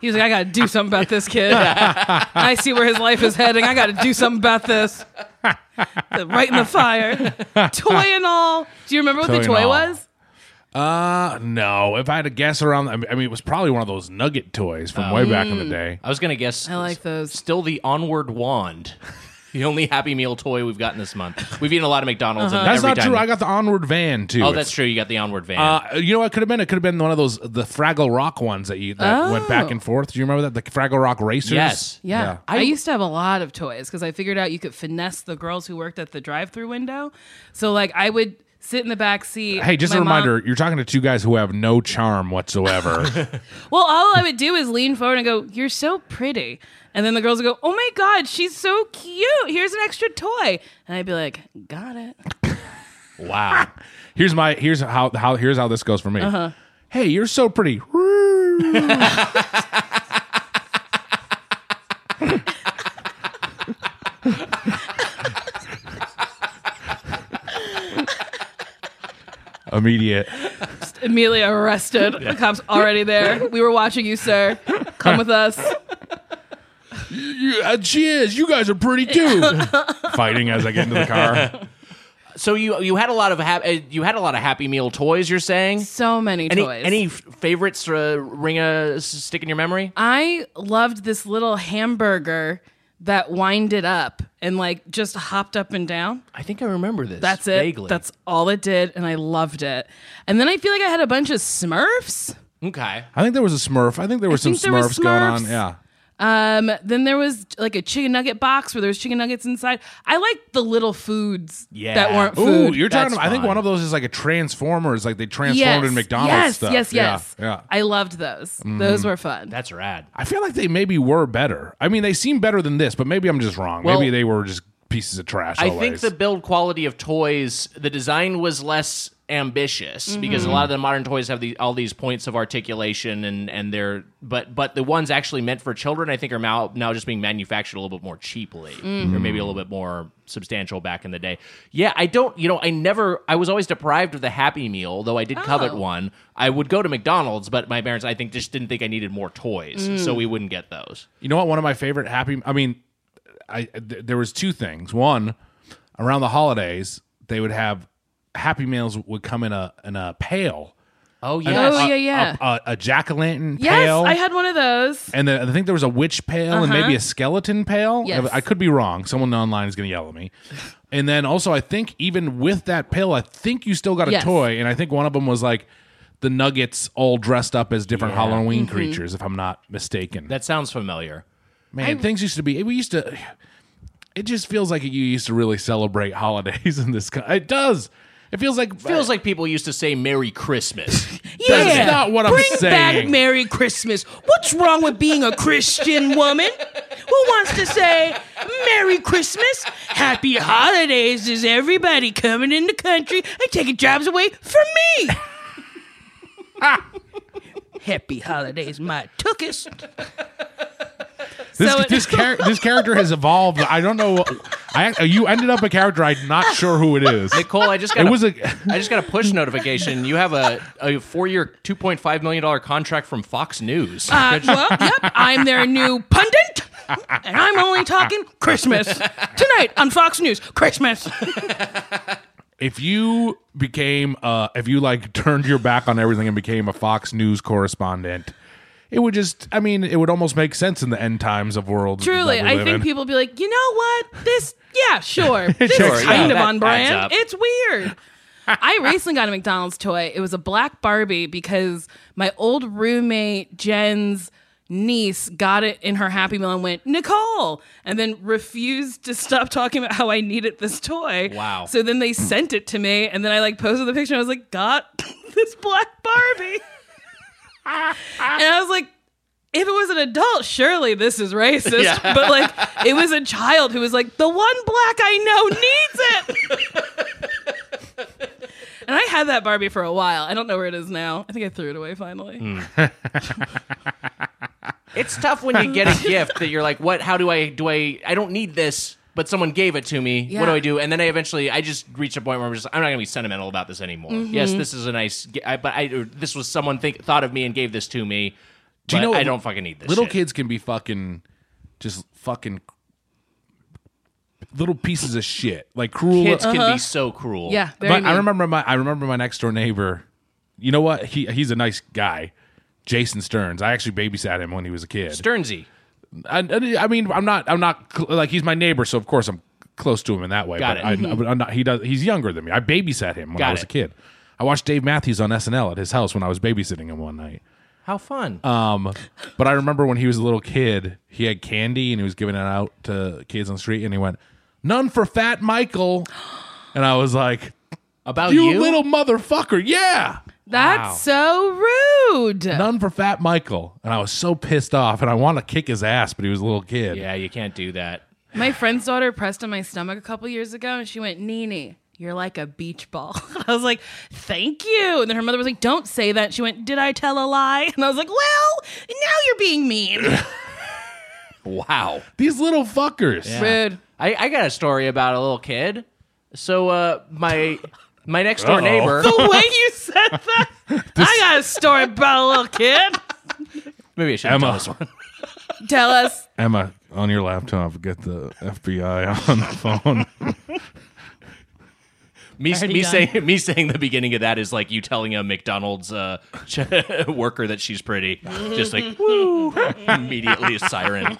Speaker 5: He was like, I got to do something about this kid. I see where his life is heading. I got to do something about this. The- right in the fire. Toy and all. Do you remember what
Speaker 3: Toy
Speaker 5: the
Speaker 3: and
Speaker 5: toy
Speaker 3: all.
Speaker 5: was?
Speaker 3: Uh, no. If I had to guess around, I mean, I mean, it was probably one of those nugget toys from way back
Speaker 2: Mm.
Speaker 3: in the day.
Speaker 2: I was gonna guess.
Speaker 5: I like those.
Speaker 2: Still the onward wand. The only Happy Meal toy we've gotten this month. We've eaten a lot of McDonald's.
Speaker 5: Uh-huh.
Speaker 2: And
Speaker 3: That's
Speaker 2: every
Speaker 3: not
Speaker 2: time
Speaker 3: true. I got the Onward van too.
Speaker 2: Oh,
Speaker 3: It's-
Speaker 2: that's true. You got the onward van.
Speaker 3: Uh, you know what could have been? It could have been one of those the Fraggle Rock ones that you that went back and forth. Do you remember that the Fraggle Rock racers?
Speaker 2: Oh. Yes.
Speaker 5: Yeah. I,
Speaker 2: I-
Speaker 5: used to have a lot of toys because I figured out you could finesse the girls who worked at the drive through window. So, like, I would sit in the back seat.
Speaker 3: Hey, just
Speaker 5: My
Speaker 3: a
Speaker 5: mom-
Speaker 3: reminder: you're talking to two guys who have no charm whatsoever.
Speaker 5: Well, all I would do is lean forward and go, You're so pretty. And then the girls would go, Oh my God, she's so cute. Here's an extra toy. And I'd be like, Got it.
Speaker 2: wow.
Speaker 3: here's my here's how how here's how this goes for me.
Speaker 5: Uh-huh.
Speaker 3: Hey, you're so pretty. Immediate.
Speaker 5: immediately arrested. The cops already there. We were watching you, sir. Come with us.
Speaker 3: Yeah, Uh, cheers. You guys are pretty too. Fighting as I get into the car.
Speaker 2: So you you had a lot of hap- uh, you had a lot of Happy Meal toys. You're saying
Speaker 5: So many
Speaker 2: any
Speaker 5: toys.
Speaker 2: any f- favorites uh, ring a s- stick in your memory?
Speaker 5: Uh, I loved this little hamburger that winded up and like just hopped up and down.
Speaker 2: I think I remember this.
Speaker 5: That's it.
Speaker 2: Vaguely.
Speaker 5: That's all it did, and I loved it. And then I feel like I had a bunch of Smurfs.
Speaker 2: okay.
Speaker 3: I think there was a Smurf. I think there were some
Speaker 5: think there was
Speaker 3: Smurfs, going on.
Speaker 5: Smurfs.
Speaker 3: Yeah.
Speaker 5: Um, then there was like a chicken nugget box where there was chicken nuggets inside. I liked the little foods
Speaker 2: Yeah.
Speaker 5: that weren't
Speaker 3: Ooh,
Speaker 5: food.
Speaker 3: you're
Speaker 2: That's
Speaker 3: talking. About, I think
Speaker 2: fun.
Speaker 3: one of those is like a Transformers, like they transformed in McDonald's
Speaker 5: yes,
Speaker 3: stuff.
Speaker 5: Yes,
Speaker 3: Yeah,
Speaker 5: yes,
Speaker 3: Yeah. Mm-hmm. I,
Speaker 5: I loved those. Those were fun.
Speaker 2: That's rad.
Speaker 3: feel like they maybe were better. I mean, they seem better than this, but maybe I'm just wrong.
Speaker 2: Well-
Speaker 3: maybe they were just pieces of trash.
Speaker 2: I think
Speaker 3: always.
Speaker 2: the build quality of toys, the design was less ambitious because a lot of the modern toys have the, all these points of articulation and and they're but but the ones actually meant for children, I think, are now now just being manufactured a little bit more cheaply or maybe a little bit more substantial back in the day. Yeah, I don't. You know, I never. I was always deprived of the Happy Meal, though I did covet one. I would go to McDonald's, but my parents, I think, just didn't think I needed more toys, so we wouldn't get those.
Speaker 3: You know what? One of my favorite happy. I mean, I th- there was two things. One, around the holidays, they would have happy meals would come in a in a pail.
Speaker 2: Oh
Speaker 3: An-
Speaker 2: yes.
Speaker 5: Oh,
Speaker 3: a,
Speaker 5: yeah, yeah.
Speaker 3: A, a, jack o' lantern
Speaker 5: Yes,
Speaker 3: pail.
Speaker 5: I had one of those.
Speaker 3: and then I think there was a witch pail and maybe a skeleton pail.
Speaker 5: Uh-huh. Yes.
Speaker 3: I could be wrong. Someone online is going to yell at me. And then also, I think even with that pail, I think you still got a
Speaker 5: Yes.
Speaker 3: toy. And I think one of them was like the Nuggets all dressed up as different Halloween
Speaker 5: Mm-hmm.
Speaker 3: creatures, if I'm not mistaken.
Speaker 2: That sounds familiar.
Speaker 3: Man, things used to be. We used to. It just feels like you used to really celebrate holidays in this. co- It does. It feels like
Speaker 2: Feels like people used to say "Merry Christmas."
Speaker 3: That's not what I'm
Speaker 5: Bring back
Speaker 3: saying.
Speaker 5: Merry Christmas. What's wrong with being a Christian woman? Who wants to say Merry Christmas? Happy holidays is everybody coming in the country and taking jobs away from me. Happy holidays, my tookus.
Speaker 3: This,
Speaker 5: So it-
Speaker 3: this, char- this character has evolved. I don't know. I you ended up a character. I'm not sure who it is.
Speaker 2: Nicole, I just
Speaker 3: It
Speaker 2: got
Speaker 3: was
Speaker 2: a,
Speaker 3: a-
Speaker 2: I just got a push notification. You have a, a four year, two point five million dollar contract from Fox News.
Speaker 5: Uh, well, yep, I'm their new pundit, and I'm only talking Christmas tonight on Fox News. Christmas.
Speaker 3: If you became, uh, if you like turned your back on everything and became a Fox News correspondent, it would just. I mean, it would almost make sense in the end times of world.
Speaker 5: Truly,
Speaker 3: that we
Speaker 5: I
Speaker 3: live
Speaker 5: think
Speaker 3: in.
Speaker 5: people be like, you know what? This, yeah, sure. This
Speaker 3: Sure,
Speaker 5: is
Speaker 3: yeah,
Speaker 5: kind of
Speaker 2: that
Speaker 5: on
Speaker 2: adds up.
Speaker 5: brand. It's weird. I recently got a McDonald's toy. It was a black Barbie because my old roommate Jen's niece got it in her Happy Meal and went, Nicole, and then refused to stop talking about how I needed this toy.
Speaker 2: Wow.
Speaker 5: So then they sent it to me, and then I like posted the picture. And I was like, got this black Barbie. and I was like, if it was an adult, surely this is racist. But like, it was a child who was like, the one black I know needs it. And I had that Barbie for a while. I don't know where it is now. I think I threw it away finally.
Speaker 2: It's tough when you get a gift that you're like, what? How do I do I? I don't need this, but someone gave it to me. What do
Speaker 5: Yeah.
Speaker 2: I do? And then I eventually, I just reach a point where I'm just, I'm not gonna be sentimental about this anymore. Yes, this is a nice, gi- I, but I or this was someone think thought of me and gave this to me.
Speaker 3: Do you
Speaker 2: but
Speaker 3: know-
Speaker 2: I don't fucking need this.
Speaker 3: Little
Speaker 2: shit.
Speaker 3: kids can be fucking just fucking little pieces of shit. Like cruel
Speaker 2: kids can be so cruel.
Speaker 5: Yeah, very
Speaker 3: but I
Speaker 5: mean.
Speaker 3: remember my I remember my next door neighbor. You know what? He he's a nice guy. Jason Stearns. I actually babysat him when he was a kid.
Speaker 2: Sternsy.
Speaker 3: I, I- I mean, I'm not I'm not cl- like he's my neighbor, so of course I'm close to him in that way.
Speaker 2: Got
Speaker 3: but
Speaker 2: it. Mm-hmm.
Speaker 3: I, but I'm not, he does. He's younger than me. I babysat him when
Speaker 2: Got
Speaker 3: I was
Speaker 2: it.
Speaker 3: a kid. I watched Dave Matthews on SNL at his house when I was babysitting him one night.
Speaker 2: How fun.
Speaker 3: Um, but I remember when he was a little kid, he had candy and he was giving it out to kids on the street, and he went, "None for Fat Michael," and I was like,
Speaker 2: about
Speaker 3: "You
Speaker 2: Oh, you,
Speaker 3: little motherfucker, yeah."
Speaker 5: That's so rude.
Speaker 3: None for Fat Michael, and I was so pissed off, and I want to kick his ass, but he was a little kid.
Speaker 2: Yeah, you can't do that.
Speaker 5: My friend's daughter pressed on my stomach a couple years ago and she went, Nini, you're like a beach ball. I was like, thank you. And then her mother was like, don't say that. She went, did I tell a lie? And I was like, well, now you're being mean.
Speaker 2: Wow.
Speaker 3: These little fuckers.
Speaker 5: Rude.
Speaker 2: I, I got a story about a little kid. So uh, my my next door
Speaker 3: Uh-oh.
Speaker 2: neighbor.
Speaker 5: The way you said that, I got a story about a little kid.
Speaker 2: Maybe I should tell
Speaker 3: Emma,
Speaker 2: this one.
Speaker 5: Tell us.
Speaker 3: Emma, on your laptop, get the FBI on the phone.
Speaker 2: Me,
Speaker 5: Already
Speaker 2: me
Speaker 5: done.
Speaker 2: saying me saying the beginning of that is like you telling a McDonald's uh, ch- worker that she's pretty, just like woo, immediately a siren.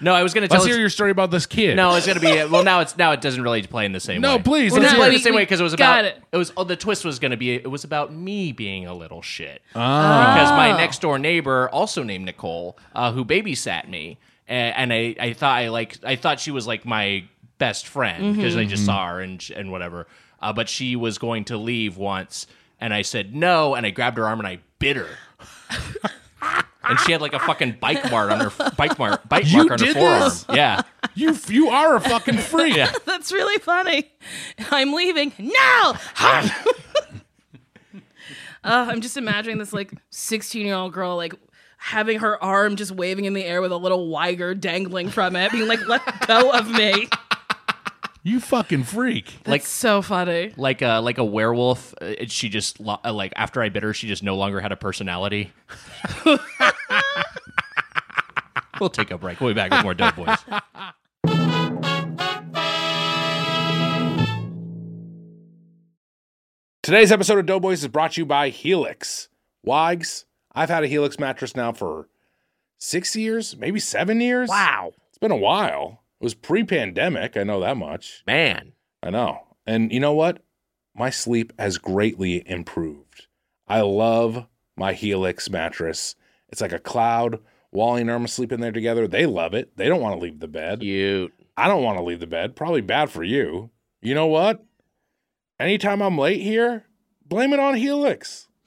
Speaker 2: No, I was gonna tell.
Speaker 3: Let's
Speaker 2: us-
Speaker 3: hear your story about this kid.
Speaker 2: no, it's gonna be well. Now it's now it doesn't really play in the same
Speaker 3: No,
Speaker 2: way.
Speaker 3: please,
Speaker 2: It
Speaker 3: let's
Speaker 2: doesn't
Speaker 3: hear
Speaker 2: play
Speaker 3: it.
Speaker 2: in the same
Speaker 5: We-
Speaker 2: way because it was
Speaker 5: got
Speaker 2: about
Speaker 5: it.
Speaker 2: it was oh, the twist was gonna be it was about me being a little shit.
Speaker 3: Ah.
Speaker 2: because my next door neighbor, also named Nicole, uh, who babysat me, a- and I, I thought I like I thought she was like my best friend because I
Speaker 3: Mm-hmm.
Speaker 2: just saw her and sh- and whatever. Uh, but she was going to leave once, and I said no, and I grabbed her arm and I bit her. and she had like a fucking bike mark on her bike mark bite
Speaker 3: You
Speaker 2: mark on her
Speaker 3: did
Speaker 2: forearm.
Speaker 3: this?
Speaker 2: Yeah,
Speaker 3: you you are a fucking freak.
Speaker 5: That's really funny. I'm leaving. No! Hop! uh, I'm just imagining this like 16 year old girl like having her arm just waving in the air with a little Weiger dangling from it, being like, let go of me.
Speaker 3: You fucking freak.
Speaker 5: That's so funny.
Speaker 2: like a like a werewolf. uh, it- She just lo- uh, like after I bit her, she just no longer had a personality. we'll take a break. We'll be back with more Dope Boys.
Speaker 3: Today's episode of Doughboys is brought to you by Helix. Wags, I've had a Helix mattress now for six years, maybe seven years. Wow. It's been a while. It was pre pandemic. I know that much.
Speaker 2: Man,
Speaker 3: I know. And you know what? My sleep has greatly improved. I love my Helix mattress. It's like a cloud. Wally and Irma sleep in there together. They love it. They don't want to leave the bed.
Speaker 2: cute.
Speaker 3: I don't want to leave the bed. Probably bad for you. You know what? Anytime I'm late here, blame it on Helix.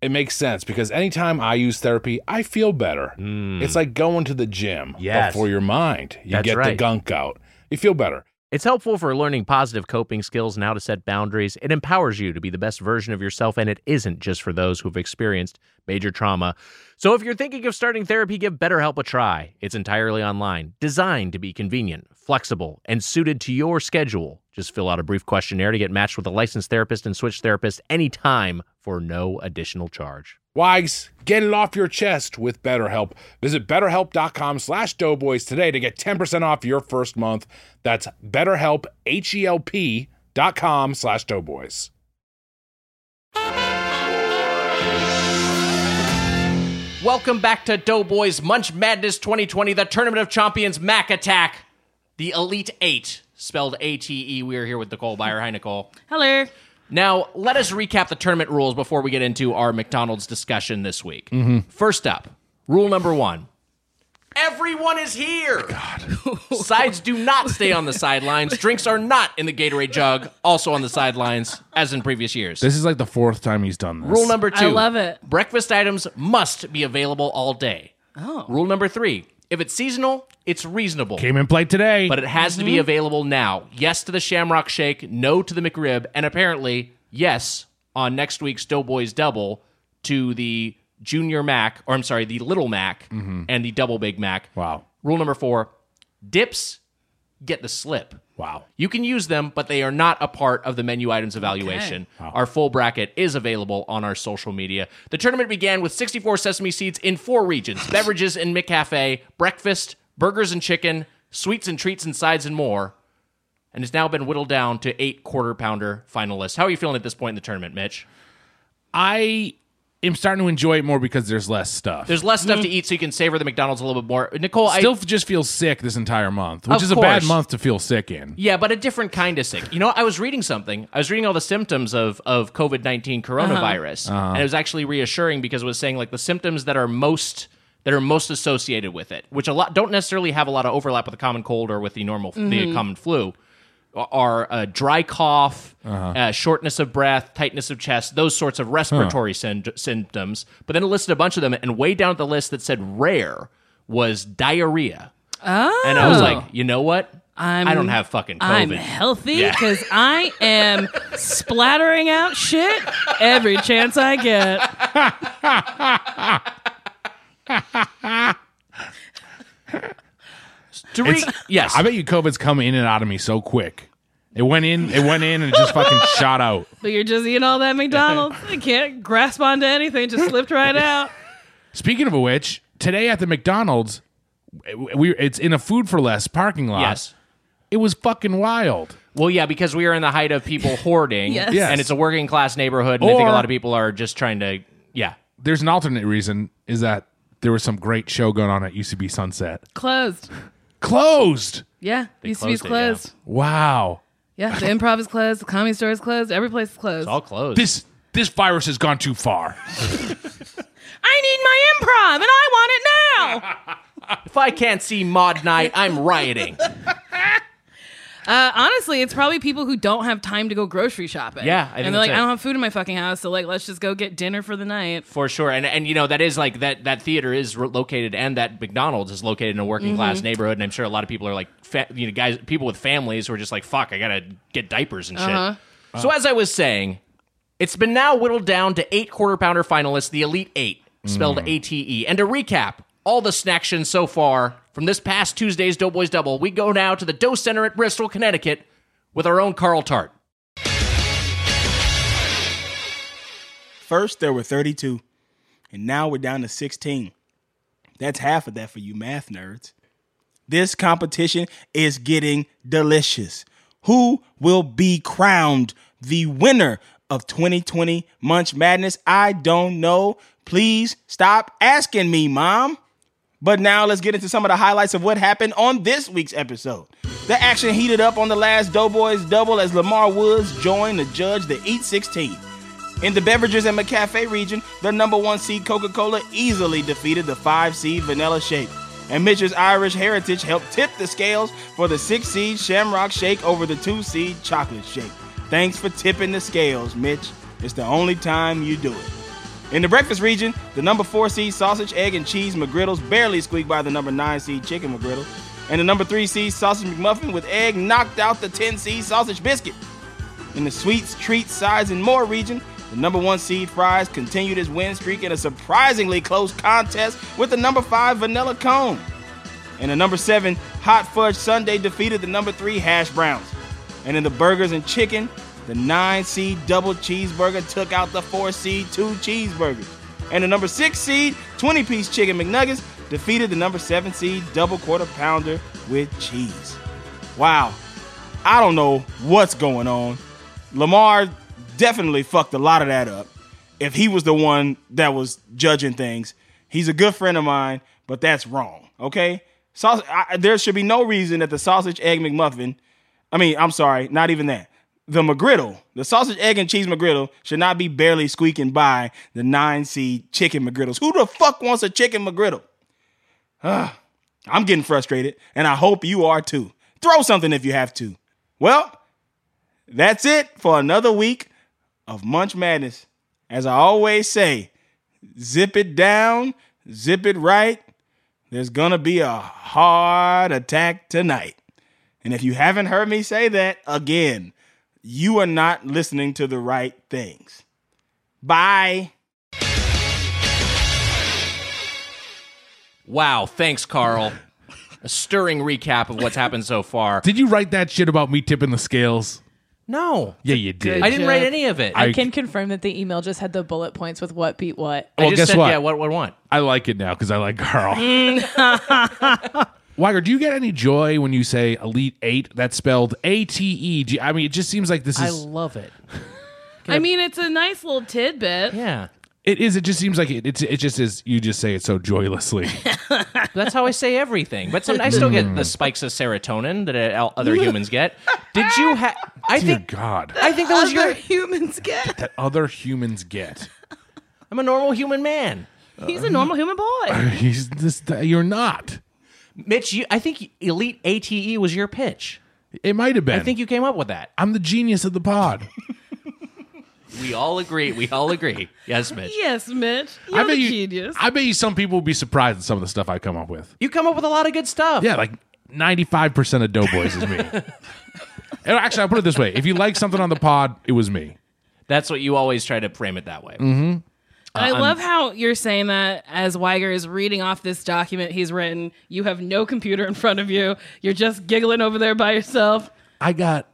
Speaker 3: It makes sense because anytime I use therapy, I feel better. It's like going to the gym
Speaker 2: Hmm. Yes.
Speaker 3: but for your mind. You
Speaker 2: That's
Speaker 3: get the
Speaker 2: right.
Speaker 3: gunk out. You feel better.
Speaker 2: It's helpful for learning positive coping skills and how to set boundaries. It empowers you to be the best version of yourself, and it isn't just for those who've experienced major trauma. So, if you're thinking of starting therapy, give BetterHelp a try. It's entirely online, designed to be convenient, flexible, and suited to your schedule. Just fill out a brief questionnaire to get matched with a licensed therapist and switch therapist anytime for no additional charge.
Speaker 3: Wags, get it off your chest with BetterHelp. Visit betterhelp.com slash doughboys today to get 10% off your first month. That's betterhelp, H-E-L-P dot com slash doughboys.
Speaker 2: Welcome back to Doughboys Munch Madness 2020, the Tournament of Champions Mac Attack, the Elite Eight, spelled A T E. We are here with Nicole Byer. Hi, Nicole.
Speaker 5: Hello.
Speaker 2: Now, let us recap the tournament rules before we get into our McDonald's discussion this week. First up, rule number one everyone is here. Sides do not stay on the sidelines. Drinks are not in the Gatorade jug, also on the sidelines, as in previous years.
Speaker 3: This is like the fourth time he's done this.
Speaker 2: Rule number two.
Speaker 5: I love it.
Speaker 2: Breakfast items must be available all day. Oh. Rule number three. If it's seasonal, it's reasonable.
Speaker 3: Came in play today.
Speaker 2: But it has to
Speaker 5: Mm-hmm.
Speaker 2: be available now. Yes to the Shamrock Shake, no to the McRib, and apparently, yes on next week's Doughboys Double to the Junior Mac, or I'm sorry, the Little Mac and the Double Big Mac.
Speaker 3: Mm-hmm. wow.
Speaker 2: Rule number four dips get the slip.
Speaker 3: Wow.
Speaker 2: You can use them, but they are not a part of the menu items evaluation. Our full bracket is available on our social media. The tournament began with 64 sesame seeds in four regions beverages in McCafe, breakfast, burgers and chicken, sweets and treats and sides and more. And it's now been whittled down to eight quarter pounder finalists. How are you feeling at this point in the tournament, Mitch?
Speaker 3: I am starting to enjoy it more because there's less stuff.
Speaker 2: There's less stuff to eat, so you can savor the McDonald's a little bit more. Nicole, I
Speaker 3: Still f- just feel sick this entire month, which
Speaker 2: Of
Speaker 3: is a bad
Speaker 2: course.
Speaker 3: month to feel sick in.
Speaker 2: Yeah, but a different kind of sick. You know, I was reading something. I was reading all the symptoms of of COVID nineteen coronavirus, and it was actually reassuring because it was saying like the symptoms that are most that are most associated with it, which a lot don't necessarily have a lot of overlap with the common cold or with the normal the common flu, are uh, dry cough, uh shortness of breath, tightness of chest, those sorts of respiratory syn- symptoms. But then it listed a bunch of them, and way down at the list that said rare was diarrhea. Oh. And I was like, you know what? I'm, I do not have fucking COVID.
Speaker 5: I'm healthy because I am splattering out shit every chance I get.
Speaker 2: To re- yes.
Speaker 3: I bet you COVID's come in and out of me so quick. It went in, it went in, and it just fucking shot out.
Speaker 5: But you're just eating all that McDonald's. I can't grasp onto anything. Just slipped right out.
Speaker 3: Speaking of which, today at the McDonald's, we it's in a food for less parking lot.
Speaker 2: yes.
Speaker 3: It was fucking wild.
Speaker 2: Well, yeah, because we are in the height of people hoarding,
Speaker 5: Yes.
Speaker 3: Yes.
Speaker 2: and it's a working class neighborhood, and I think a
Speaker 3: Or-
Speaker 2: lot of people are just trying to, yeah.
Speaker 3: There's an alternate reason is that there was some great show going on at UCB Sunset.
Speaker 5: Closed.
Speaker 3: Closed.
Speaker 5: Yeah. Used to be
Speaker 2: closed it, yeah.
Speaker 5: closed.
Speaker 3: Wow.
Speaker 5: yeah. the improv is closed. The comedy store is closed. Every place is closed.
Speaker 2: All closed.
Speaker 3: This this virus has gone too far.
Speaker 5: I need my improv and I want it now.
Speaker 2: if I can't see Mod Night, I'm rioting.
Speaker 5: Uh, honestly, it's probably people who don't have time to go grocery shopping.
Speaker 2: Yeah, I think
Speaker 5: and they're like,
Speaker 2: that's it.
Speaker 5: I don't have food in my fucking house, so like, let's just go get dinner for the night.
Speaker 2: For sure. And, and you know, that is like that, that theater is re- located and that McDonald's is located in a working class neighborhood. And I'm sure a lot of people are like, fa- you know, guys, people with families who are just like, fuck, I got to get diapers and shit. So, as I was saying, it's been now whittled down to eight quarter pounder finalists, the Elite Eight, spelled ATE. And to recap all the snacktions so far from this past Tuesday's Doughboys Double, we go now to the Dough Center at Bristol, Connecticut with our own Carl Tart.
Speaker 6: First, there were 32, and now we're down to 16. That's half of that for you math nerds. This competition is getting delicious. Who will be crowned the winner of 2020 Munch Madness? I don't know. Please stop asking me, Mom. But now let's get into some of the highlights of what happened on this week's episode. The action heated up on the last Doughboys double as Lamar Woods joined the judge the Eat 16. In the beverages and McCafe region, the number one seed Coca Cola easily defeated the five seed Vanilla Shake. And Mitch's Irish heritage helped tip the scales for the six seed Shamrock Shake over the two seed Chocolate Shake. Thanks for tipping the scales, Mitch. It's the only time you do it. In the breakfast region, the number four seed sausage, egg, and cheese McGriddles barely squeaked by the number nine seed chicken McGriddle. And the number three seed sausage McMuffin with egg knocked out the 10 seed sausage biscuit. In the sweets, treats, sides, and more region, the number one seed fries continued its win streak in a surprisingly close contest with the number five vanilla cone. And the number seven hot fudge sundae defeated the number three hash browns. And in the burgers and chicken, the nine seed double cheeseburger took out the four seed two cheeseburgers. And the number six seed 20 piece chicken McNuggets defeated the number seven seed double quarter pounder with cheese. Wow, I don't know what's going on. Lamar definitely fucked a lot of that up. If he was the one that was judging things, he's a good friend of mine, but that's wrong. Okay, Saus- I, there should be no reason that the sausage egg McMuffin. I mean, I'm sorry, not even that. The McGriddle, the sausage egg and cheese McGriddle, should not be barely squeaking by the nine seed chicken McGriddles. Who the fuck wants a chicken McGriddle? I'm getting frustrated, and I hope you are too. Throw something if you have to. Well, that's it for another week of Munch Madness. As I always say, zip it down, zip it right. There's going to be a hard attack tonight. And if you haven't heard me say that again, you are not listening to the right things. Bye.
Speaker 2: Wow. Thanks, Carl. A stirring recap of what's happened so far.
Speaker 3: Did you write that shit about me tipping the scales?
Speaker 2: No.
Speaker 3: Yeah, you did.
Speaker 2: I didn't write
Speaker 7: job.
Speaker 2: any of it.
Speaker 7: I
Speaker 3: I-
Speaker 7: can confirm that the email just had the bullet points with what beat what.
Speaker 2: I
Speaker 3: well,
Speaker 2: just
Speaker 3: guess
Speaker 2: said,
Speaker 3: what?
Speaker 2: Yeah, what would want?
Speaker 3: I like it now because I like Carl.
Speaker 2: Mm.
Speaker 3: Weiger, do you get any joy when you say Elite Eight? That's spelled A T E G. I mean, it just seems like this is.
Speaker 2: love it.
Speaker 5: I mean, it's a nice little tidbit.
Speaker 2: Yeah.
Speaker 3: It is. It just seems like it. It's, it just is. You just say it so joylessly.
Speaker 2: That's how I say everything. But some, I still
Speaker 3: Hmm.
Speaker 2: get the spikes of serotonin that uh, other humans get. Did you have? I
Speaker 3: Dear
Speaker 2: think
Speaker 3: God,
Speaker 2: I think that was
Speaker 5: Other
Speaker 2: your.
Speaker 5: humans get.
Speaker 3: that other humans get.
Speaker 2: I'm a normal human man.
Speaker 5: He's a normal human boy.
Speaker 3: He's this. You're not.
Speaker 2: Mitch, you, I think elite ATE was your pitch.
Speaker 3: It might have been.
Speaker 2: I think you came up with that.
Speaker 3: I'm the genius of the pod.
Speaker 2: We all agree. We all agree. Yes, Mitch.
Speaker 5: Yes, Mitch. You're
Speaker 3: I bet
Speaker 5: the
Speaker 3: you.
Speaker 5: genius.
Speaker 3: I bet you. Some people will be surprised at some of the stuff I come up with.
Speaker 2: You come up with a lot of good stuff.
Speaker 3: Yeah, like 95% of Doughboys is me. And Actually, I'll put it this way. If you like something on the pod, it was me.
Speaker 2: That's what you always try to frame it that way.
Speaker 3: Mm-hmm.
Speaker 5: I love how you're saying that as Weiger is reading off this document he's written. You have no computer in front of you. You're just giggling over there by yourself.
Speaker 3: I got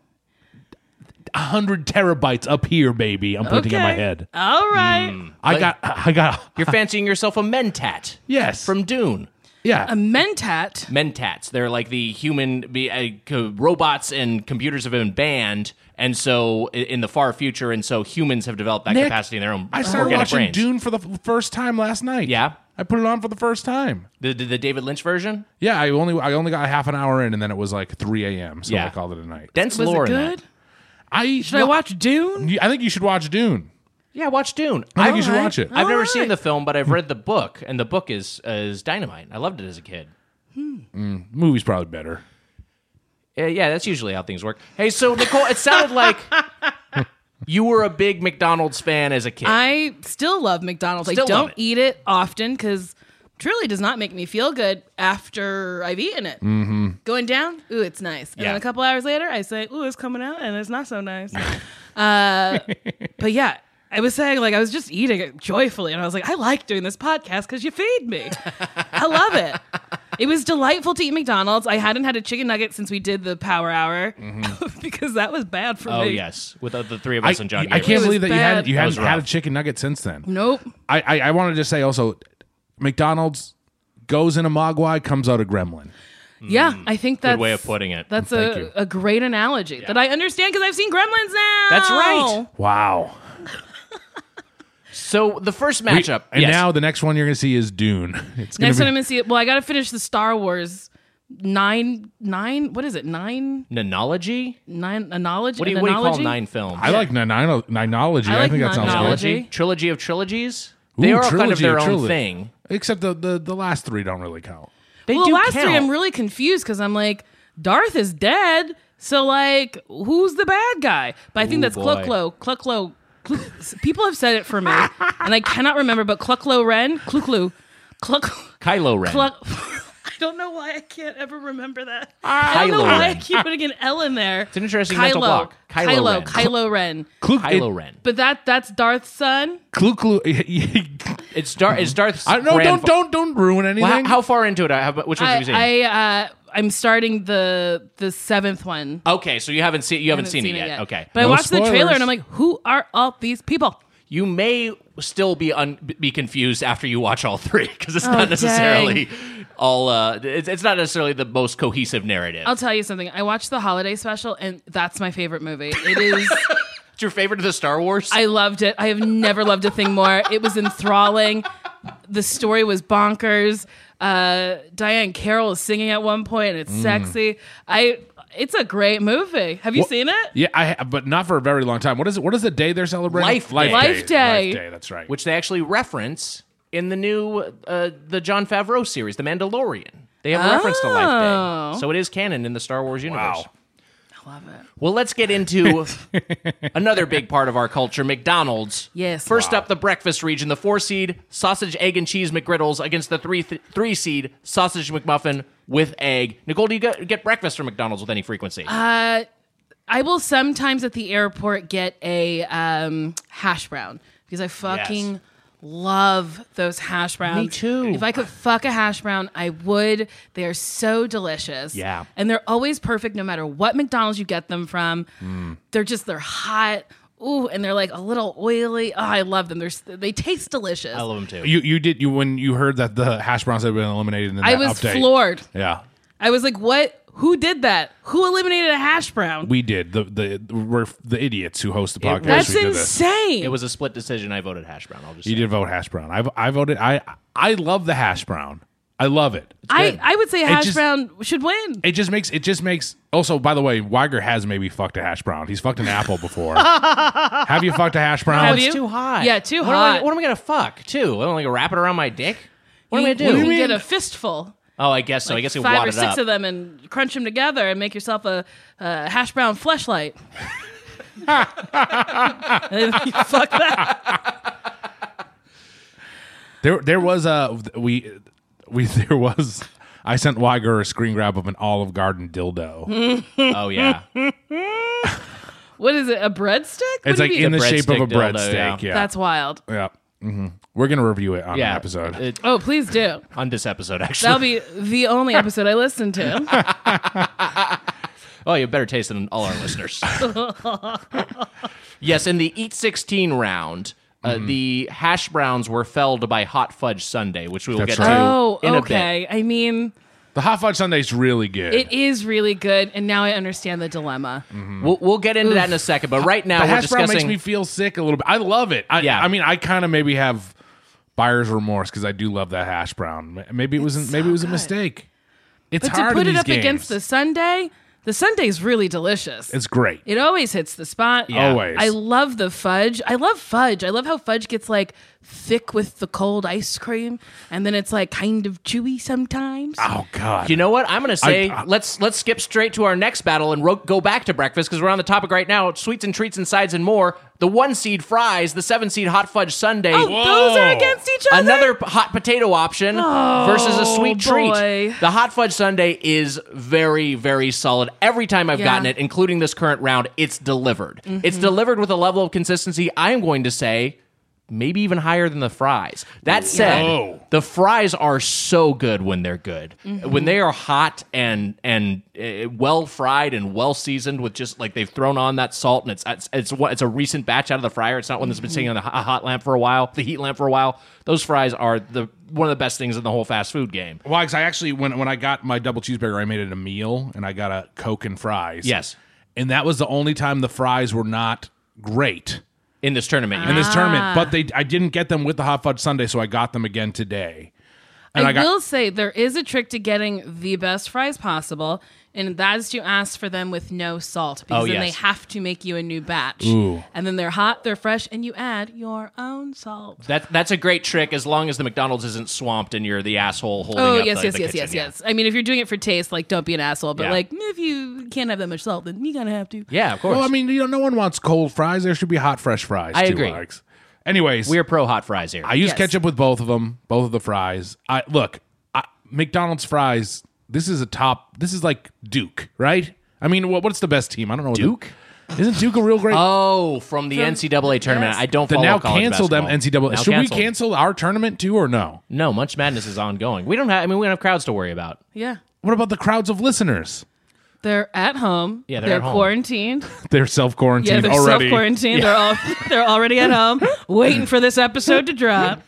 Speaker 3: 100 terabytes up here, baby. I'm putting in my
Speaker 5: Okay.
Speaker 3: head.
Speaker 5: All right.
Speaker 3: I got, I got,
Speaker 2: You're fancying yourself a mentat
Speaker 3: yes.
Speaker 2: from Dune.
Speaker 3: yeah.
Speaker 5: A mentat.
Speaker 2: Mentats. They're like the human be, uh, co- robots and computers have been banned, and so i- in the far future, and so humans have developed that
Speaker 3: Nick,
Speaker 2: capacity in their own
Speaker 3: I started
Speaker 2: organic
Speaker 3: watching
Speaker 2: brains.
Speaker 3: Dune for the f- first time last night.
Speaker 2: Yeah.
Speaker 3: I put it on for the first time.
Speaker 2: The, the, the David Lynch version.
Speaker 3: Yeah, I only I only got half an hour in, and then it was like 3 a.m. So
Speaker 2: Yeah.
Speaker 3: I called it a night.
Speaker 2: Dense
Speaker 5: Was
Speaker 2: lore
Speaker 5: it
Speaker 2: in that.
Speaker 5: good?
Speaker 3: I
Speaker 5: Should I watch Dune?
Speaker 3: I think you should watch Dune.
Speaker 2: Yeah, watch Dune.
Speaker 3: I think
Speaker 2: I've-
Speaker 3: you should
Speaker 5: Alright.
Speaker 3: watch it.
Speaker 2: I've never
Speaker 5: Alright.
Speaker 2: seen the film, but I've read the book, and the book is uh, is dynamite. I loved it as a kid.
Speaker 3: Movie's probably better.
Speaker 2: Uh, yeah, that's usually how things work. Hey, so Nicole, it sounded like you were a big McDonald's fan as a kid.
Speaker 5: I still love McDonald's.
Speaker 2: Still
Speaker 5: I
Speaker 2: love
Speaker 5: don't
Speaker 2: it.
Speaker 5: eat it often because truly does not make me feel good after I've eaten it. Mm-hmm. Going down, ooh, it's nice. And
Speaker 2: Yeah.
Speaker 5: then a couple hours later, I say, ooh, it's coming out and it's not so nice. uh, but yeah, I was saying, like, I was just eating it joyfully. And I was like, I like doing this podcast because you feed me. I love it. It was delightful to eat McDonald's. I hadn't had a chicken nugget since we did the power hour because that was bad for
Speaker 2: Mm-hmm. oh
Speaker 5: me.
Speaker 2: yes, with uh, the three of
Speaker 3: I,
Speaker 2: us and John.
Speaker 3: I
Speaker 2: Gabriel.
Speaker 3: can't
Speaker 5: It
Speaker 3: believe that
Speaker 5: was
Speaker 3: you
Speaker 5: bad.
Speaker 3: hadn't you
Speaker 2: was
Speaker 3: hadn't had a
Speaker 2: rough.
Speaker 3: chicken nugget since then.
Speaker 5: Nope.
Speaker 3: I, I, I wanted to say also, McDonald's goes in a Mogwai, comes out a Gremlin.
Speaker 5: Yeah, I think that's
Speaker 2: Mm-hmm. way of putting it.
Speaker 5: That's
Speaker 3: Thank you.
Speaker 5: a, a great analogy that I understand because I've seen Gremlins now.
Speaker 2: That's right.
Speaker 3: Wow.
Speaker 2: So the first matchup,
Speaker 3: and
Speaker 2: yes.
Speaker 3: now the next one you're going to see is Dune. It's gonna
Speaker 5: Next
Speaker 3: be,
Speaker 5: time I'm gonna see it. Well, I gotta finish the Star Wars nine nine. What is it? Nine
Speaker 2: Nanology.
Speaker 5: nine analogy.
Speaker 2: What do you
Speaker 5: an
Speaker 2: what do you call
Speaker 5: analogy?
Speaker 2: nine films?
Speaker 3: I like Nino- Ninology. I,
Speaker 5: I like
Speaker 3: think that sounds
Speaker 5: Ninology.
Speaker 3: good.
Speaker 2: trilogy, trilogy of trilogies. they
Speaker 3: Ooh,
Speaker 2: are all kind of
Speaker 3: trilogy
Speaker 2: their
Speaker 3: of
Speaker 2: own
Speaker 3: trilogy.
Speaker 2: thing.
Speaker 3: Except the, the, the last three don't really count.
Speaker 2: They
Speaker 5: Well,
Speaker 2: do
Speaker 5: last
Speaker 2: count.
Speaker 5: three I'm really confused because I'm like Darth is dead, so like who's the bad guy? But I think
Speaker 2: Ooh,
Speaker 5: that's
Speaker 2: boy.
Speaker 5: Clucklo. Clucklo. Clu- People have said it for me, and I cannot remember. But Clucklo Ren, Clucklo, Cluck.
Speaker 2: Kylo Ren.
Speaker 5: Cluck. I don't know why I can't ever remember that.
Speaker 2: I
Speaker 5: I don't know
Speaker 2: Kylo
Speaker 5: why I
Speaker 2: Ren.
Speaker 5: keep putting an L in there. It's
Speaker 2: an interesting mental block. Kylo Ren.
Speaker 5: Kylo, Kylo Ren.
Speaker 3: Clu-
Speaker 2: Kylo
Speaker 3: it-
Speaker 2: Ren.
Speaker 5: But that that's Darth's son.
Speaker 3: Clu Clu.
Speaker 2: It's Dar- it's Darth's.
Speaker 3: I, no, don't,
Speaker 2: grandfa-
Speaker 3: don't, don't ruin anything.
Speaker 2: Well, how, how far into it? I have, which ones have
Speaker 5: I,
Speaker 2: you seen?
Speaker 5: I uh, I'm starting the the seventh one.
Speaker 2: okay, so you haven't seen you haven't, seen, it yet. Okay,
Speaker 5: But I
Speaker 3: No
Speaker 5: watched the trailer
Speaker 3: spoilers.
Speaker 5: and I'm like, who are all these people?
Speaker 2: you may still be un- be confused after you watch all three because
Speaker 5: Oh,
Speaker 2: it's not necessarily all. Uh, it's, it's not necessarily the most cohesive narrative.
Speaker 5: I'll tell you something. I watched the holiday special and that's my favorite movie. It is
Speaker 2: it's your favorite of the Star Wars.
Speaker 5: I loved it. I have never loved a thing more. It was enthralling. The story was bonkers. Uh, Diane Carroll is singing at one point, and it's sexy. I. It's a great movie. Have you seen it?
Speaker 3: Yeah, I ha- but not for a very long time. What is it? What is the day they're celebrating?
Speaker 2: Life Day.
Speaker 5: Life Day.
Speaker 3: Life Day. That's right.
Speaker 2: which they actually reference in the new uh, the John Favreau series, The Mandalorian. They have a reference to Life Day, so it is canon in the Star Wars universe.
Speaker 3: Wow.
Speaker 5: Oh. I love it.
Speaker 2: Well, let's get into another big part of our culture, McDonald's.
Speaker 5: Yes.
Speaker 2: First up, the breakfast region, the four seed sausage, egg, and cheese McGriddles against the three th- three seed sausage McMuffin with egg. Nicole, do you get, get breakfast from McDonald's with any frequency?
Speaker 5: Uh, I will sometimes at the airport get a um, hash brown because I fucking
Speaker 2: Yes.
Speaker 5: love those hash browns.
Speaker 2: too.
Speaker 5: If I could fuck a hash brown, I would. They are so delicious.
Speaker 2: Yeah.
Speaker 5: And they're always perfect no matter what McDonald's you get them from. They're just, they're hot. Ooh, and they're like a little oily. Oh, I love them. They're, s- they taste delicious.
Speaker 2: I love them too.
Speaker 3: you you did you when you heard that the hash browns had been eliminated in that
Speaker 5: I was
Speaker 3: update.
Speaker 5: floored.
Speaker 3: Yeah.
Speaker 5: I was like, what? Who did that? Who eliminated a hash brown?
Speaker 3: We did the the we're f- the idiots who host the podcast.
Speaker 5: That's
Speaker 3: who did this.
Speaker 5: insane.
Speaker 2: It was a split decision. I voted hash brown. I'll just.
Speaker 3: You
Speaker 2: say.
Speaker 3: did vote hash brown. I I voted. I I love the hash brown. I love it.
Speaker 5: I, I would say hash
Speaker 3: just-
Speaker 5: brown should win.
Speaker 3: It just makes it just makes. Also, by the way, Weiger has maybe fucked a hash brown. He's fucked an apple before. Have you fucked a hash brown?
Speaker 5: Have
Speaker 2: It's
Speaker 5: you?
Speaker 2: too hot.
Speaker 5: Yeah, too
Speaker 2: What am I,
Speaker 5: hot.
Speaker 2: what am I gonna fuck too? What am I gonna wrap it around my dick? What am I
Speaker 5: you,
Speaker 2: gonna do?
Speaker 5: you can get a fistful.
Speaker 2: Oh, I guess so. I guess we
Speaker 5: five
Speaker 2: wad
Speaker 5: or
Speaker 2: it
Speaker 5: six
Speaker 2: up.
Speaker 5: of them and crunch them together and make yourself a, a hash brown fleshlight. And then you fuck that.
Speaker 3: There, there was a we, we there was. I sent Weiger a screen grab of an Olive Garden
Speaker 5: Hmm.
Speaker 3: dildo.
Speaker 2: Oh yeah.
Speaker 5: What is it? A breadstick? What
Speaker 3: It's
Speaker 5: do
Speaker 3: like
Speaker 5: you mean?
Speaker 3: in the shape of a
Speaker 2: breadstick dildo,
Speaker 3: breadstick.
Speaker 2: yeah.
Speaker 3: yeah. yeah,
Speaker 5: That's wild.
Speaker 3: hmm We're gonna review it on
Speaker 2: yeah.
Speaker 3: an episode.
Speaker 2: It-
Speaker 5: Oh, please do.
Speaker 2: on this episode, actually.
Speaker 5: That'll be the only episode I listen to.
Speaker 2: Oh, you have better taste than all our listeners. yes, in the Eat 16 round, uh,
Speaker 5: Mm-hmm.
Speaker 2: the hash browns were felled by Hot Fudge Sunday, which we will
Speaker 3: That's
Speaker 2: get
Speaker 3: right.
Speaker 2: to
Speaker 5: Oh,
Speaker 2: in a bit.
Speaker 5: okay. I mean,
Speaker 3: the hot fudge Sunday's really good.
Speaker 5: it is really good, and now I understand the dilemma.
Speaker 2: We'll, we'll get into that in a second, but right now
Speaker 3: the
Speaker 2: we're
Speaker 3: hash brown makes
Speaker 2: discussing.
Speaker 3: me feel sick a little bit. I love it. I,
Speaker 2: Yeah.
Speaker 3: I mean, I kind of maybe have buyer's remorse because I do love that hash brown. M- Maybe it wasn't. maybe it was a mistake. It's
Speaker 5: But
Speaker 3: hard
Speaker 5: to
Speaker 3: in
Speaker 5: put it
Speaker 3: these
Speaker 5: up against the
Speaker 3: games.
Speaker 5: Sunday, the Sunday's really delicious.
Speaker 3: It's great.
Speaker 5: It always hits the spot.
Speaker 3: Yeah. Always.
Speaker 5: I love the fudge. I love fudge. I love how fudge gets like thick with the cold ice cream, and then it's like kind of chewy sometimes.
Speaker 2: Ah,
Speaker 3: oh God.
Speaker 2: you know what? I'm going to say
Speaker 3: I- uh,
Speaker 2: let's let's skip straight to our next battle and ro- go back to breakfast because we're on the topic right now. Sweets and treats and sides and more. The one seed fries, the seven seed hot fudge Sunday.
Speaker 5: oh, those are
Speaker 3: Whoa.
Speaker 5: against each other. Oh,
Speaker 2: another p- hot potato option versus a sweet
Speaker 5: boy.
Speaker 2: treat. The hot fudge sundae is very, very solid. Every time I've
Speaker 5: Yeah. Mm-hmm.
Speaker 2: gotten it, including this current round, it's delivered. It's delivered with a level of consistency. I'm going to say. Maybe even higher than the fries. That said,
Speaker 5: Oh.
Speaker 3: Whoa.
Speaker 2: the fries are so good when they're good.
Speaker 5: Mm-hmm.
Speaker 2: When they are hot and and uh, well fried and well seasoned with just like they've thrown on that salt and it's it's it's, what- it's a recent batch out of the fryer. It's not one that's been sitting on
Speaker 5: Mm-hmm.
Speaker 2: the ho- hot lamp for a while, the heat lamp for a while. Those fries are the one of the best things in the whole fast food game.
Speaker 3: Well, 'cause I actually when when I got my double cheeseburger, I made it a meal, and I got a coke and fries.
Speaker 2: Yes.
Speaker 3: and that was the only time the fries were not great
Speaker 2: In this
Speaker 5: Ah.
Speaker 2: tournament,
Speaker 3: in this tournament. But they, I didn't get them with the hot fudge Sunday, so I got them again today. And
Speaker 5: I,
Speaker 3: I got-
Speaker 5: will say there is a trick to getting the best fries possible, and that is to ask for them with no salt because
Speaker 2: Oh, yes.
Speaker 5: then they have to make you a new batch. And then they're hot, they're fresh, and you add your own salt.
Speaker 2: that that's a great trick as long as the McDonald's isn't swamped and you're the asshole holding.
Speaker 5: Oh
Speaker 2: up
Speaker 5: yes,
Speaker 2: the,
Speaker 5: yes,
Speaker 2: the
Speaker 5: yes,
Speaker 2: kitchen,
Speaker 5: yes,
Speaker 2: yeah.
Speaker 5: yes. I mean, if you're doing it for taste, like don't be an asshole. But
Speaker 2: Yeah.
Speaker 5: like, if you can't have that much salt, then you gotta have to.
Speaker 2: Yeah, of course.
Speaker 3: well, I mean, you know, no one wants cold fries. There should be hot fresh fries.
Speaker 2: I
Speaker 3: too,
Speaker 2: agree.
Speaker 3: Alex. Anyways,
Speaker 2: we're pro hot fries here.
Speaker 3: I use
Speaker 5: Yes.
Speaker 3: ketchup with both of them, both of the fries. I look, I, McDonald's fries. This is a top. This is like Duke, right? I mean, what, what's the best team? I don't know. what the-
Speaker 2: Duke?
Speaker 3: isn't Duke a real great?
Speaker 2: Oh, from the NCAA tournament. I don't
Speaker 3: the
Speaker 2: follow
Speaker 3: now
Speaker 2: college
Speaker 3: cancel them
Speaker 2: basketball.
Speaker 3: NCAA.
Speaker 2: Now
Speaker 3: Should
Speaker 2: canceled.
Speaker 3: we cancel our tournament too or no?
Speaker 2: No, Munch Madness is ongoing. We don't have. I mean, we don't have crowds to worry about.
Speaker 5: Yeah.
Speaker 3: What about the crowds of listeners?
Speaker 5: They're at home.
Speaker 2: Yeah, they're at home.
Speaker 5: quarantined.
Speaker 3: They're self quarantined
Speaker 5: Yeah, they're
Speaker 3: already.
Speaker 5: self-quarantined. They're all they're already at home, waiting for this episode to drop.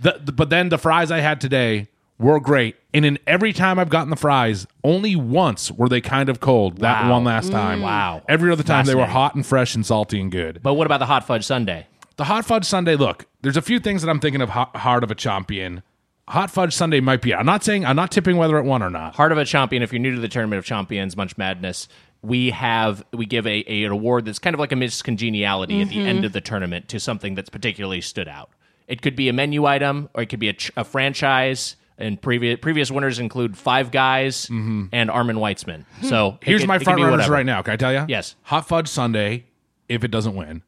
Speaker 3: The- the- but then the fries I had today were great, and in every time I've gotten the fries, only once were they kind of cold. That
Speaker 2: Wow. Mm.
Speaker 3: one last time.
Speaker 2: Wow.
Speaker 3: Every other time they were
Speaker 2: Fascinating.
Speaker 3: hot and fresh and salty and good.
Speaker 2: But what about the hot fudge Sunday?
Speaker 3: The hot fudge Sunday. Look, there's a few things that I'm thinking of hot, hard of a champion. Hot fudge Sunday might be. I'm not saying I'm not tipping whether it won or not.
Speaker 2: Heart of a Champion. If you're new to the Tournament of Champions, Munch Madness, we have we give a, a an award that's kind of like a Miss Congeniality at the
Speaker 3: Mm-hmm.
Speaker 2: end of the tournament to something that's particularly stood out. It could be a menu item, or it could be a, ch- a franchise. And previous previous winners include Five Guys and Armin Weitzman. So it
Speaker 3: Mm-hmm. Hmm. Here's
Speaker 2: could-
Speaker 3: my
Speaker 2: it could
Speaker 3: front
Speaker 2: be
Speaker 3: runners
Speaker 2: whatever.
Speaker 3: right now. Can I tell you?
Speaker 2: Yes.
Speaker 3: Hot fudge Sunday. If it doesn't win,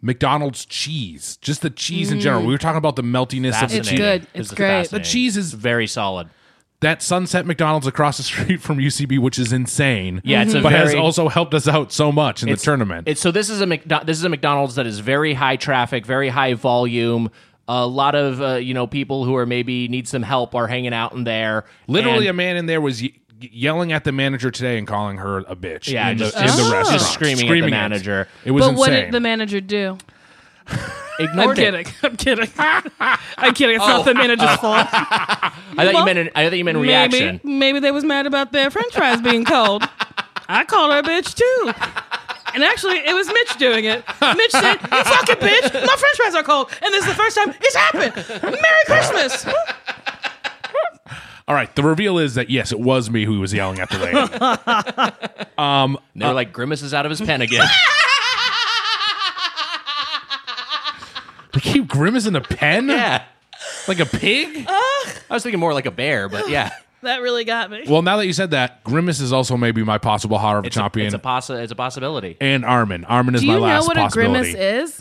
Speaker 3: McDonald's cheese. Just the cheese in general. We were talking about the meltiness of the
Speaker 2: Mm. Fascinating.
Speaker 3: cheese.
Speaker 5: good.
Speaker 2: This
Speaker 5: It's
Speaker 2: is
Speaker 5: great.
Speaker 3: The
Speaker 2: fascinating.
Speaker 3: cheese
Speaker 2: It's
Speaker 3: is
Speaker 2: very solid.
Speaker 3: that Sunset McDonald's across the street from UCB, which is insane.
Speaker 2: Yeah, it's a
Speaker 3: but has
Speaker 2: very-
Speaker 3: also helped us out so much in the
Speaker 2: It's-
Speaker 3: tournament.
Speaker 2: It's so this is a McDo- this is a McDonald's that is very high traffic, very high volume. A lot of uh, you know people who are maybe need some help are hanging out in there.
Speaker 3: Literally, a
Speaker 2: and,
Speaker 3: man in there was ye- yelling at the manager today and calling her a bitch.
Speaker 2: yeah,
Speaker 3: in
Speaker 2: just,
Speaker 3: the, in the
Speaker 2: just- just
Speaker 3: restaurant,
Speaker 2: screaming, at the
Speaker 3: it.
Speaker 2: manager.
Speaker 3: It was
Speaker 5: but
Speaker 3: insane.
Speaker 5: what did the manager do?
Speaker 2: Ignored
Speaker 5: I'm kidding.
Speaker 2: it.
Speaker 5: I'm kidding. I'm kidding. It's not the manager's fault.
Speaker 2: I thought you meant an, I thought you meant a reaction.
Speaker 3: Uh,
Speaker 5: Maybe, maybe they was mad about their french fries being cold. I called her a bitch too. And actually, it was Mitch doing it. Mitch said, You fucking bitch, my french fries are cold. And this is the first time it's happened. Merry Christmas.
Speaker 3: All right. The reveal is that yes, it was me who was yelling at the lady.
Speaker 2: They were like grimaces out of his pen again.
Speaker 3: we keep grimacing a pen.
Speaker 2: yeah.
Speaker 3: Like a pig.
Speaker 2: I was thinking more like a bear, but yeah.
Speaker 5: That really got me.
Speaker 3: Well, now that you said that, grimace is also maybe my possible horror
Speaker 2: It's a,
Speaker 3: champion.
Speaker 2: it's, a possi- it's a possibility.
Speaker 3: and Armin. Armin is my last possibility.
Speaker 5: is?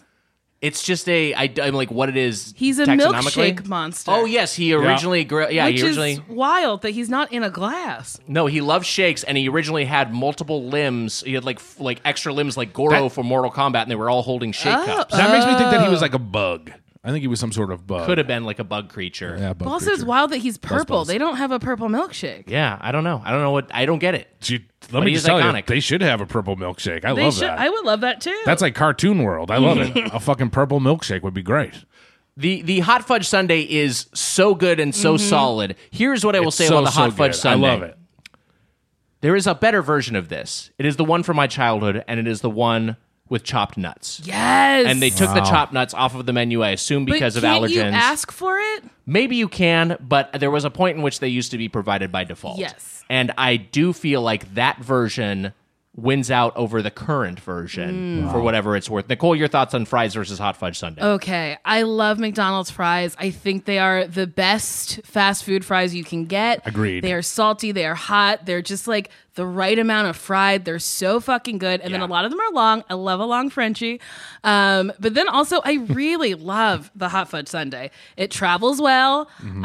Speaker 2: It's just a I, am like what it is.
Speaker 5: He's a
Speaker 2: taxonomically.
Speaker 5: milkshake monster.
Speaker 2: Oh yes, he originally grew. Yeah,
Speaker 5: Which
Speaker 2: he
Speaker 5: is
Speaker 2: originally.
Speaker 5: wild that he's not in a glass.
Speaker 2: No, he loved shakes, and he originally had multiple limbs. He had like f- like extra limbs, like Goro
Speaker 3: That-
Speaker 2: from Mortal Kombat, and they were all holding shake
Speaker 5: Oh.
Speaker 2: cups.
Speaker 3: That makes me think that he was like a bug. I think he was some sort of bug.
Speaker 2: Could have been like a bug creature.
Speaker 3: Yeah, bug
Speaker 5: But also, it's
Speaker 3: creature.
Speaker 5: wild that he's purple.
Speaker 3: balls.
Speaker 5: They don't have a purple milkshake.
Speaker 2: Yeah, I don't know. I don't know what I don't get it.
Speaker 3: Gee,
Speaker 2: But
Speaker 3: let me
Speaker 2: he
Speaker 3: just
Speaker 2: is
Speaker 3: tell you,
Speaker 2: iconic.
Speaker 3: they should have a purple milkshake. I
Speaker 5: They
Speaker 3: love
Speaker 5: should.
Speaker 3: that.
Speaker 5: I would love that too.
Speaker 3: That's like cartoon world. I love it. A fucking purple milkshake would be great.
Speaker 2: The the hot fudge sundae is so good and so
Speaker 5: Mm-hmm.
Speaker 2: solid. Here's what I will
Speaker 3: It's
Speaker 2: say
Speaker 3: so,
Speaker 2: about the
Speaker 3: so
Speaker 2: hot fudge
Speaker 3: good.
Speaker 2: sundae.
Speaker 3: I love it.
Speaker 2: There is a better version of this. It is the one from my childhood, and it is the one with chopped nuts.
Speaker 5: yes.
Speaker 2: And they took the chopped nuts off of the menu, I assume,
Speaker 5: But
Speaker 2: because
Speaker 5: can't
Speaker 2: of allergens.
Speaker 5: you ask for it?
Speaker 2: Maybe you can, but there was a point in which they used to be provided by default.
Speaker 5: Yes.
Speaker 2: And I do feel like that version wins out over the current version for whatever it's worth. Nicole, your thoughts on fries versus hot fudge sundae?
Speaker 5: Oh. Okay, I love McDonald's fries. I think they are the best fast food fries you can get.
Speaker 3: Agreed.
Speaker 5: They are salty, they are hot, they're just like the right amount of fried. They're so fucking good. And then a lot of them are long. I love a long Frenchie. Um, but then also, I really love the hot fudge sundae. It travels well, um,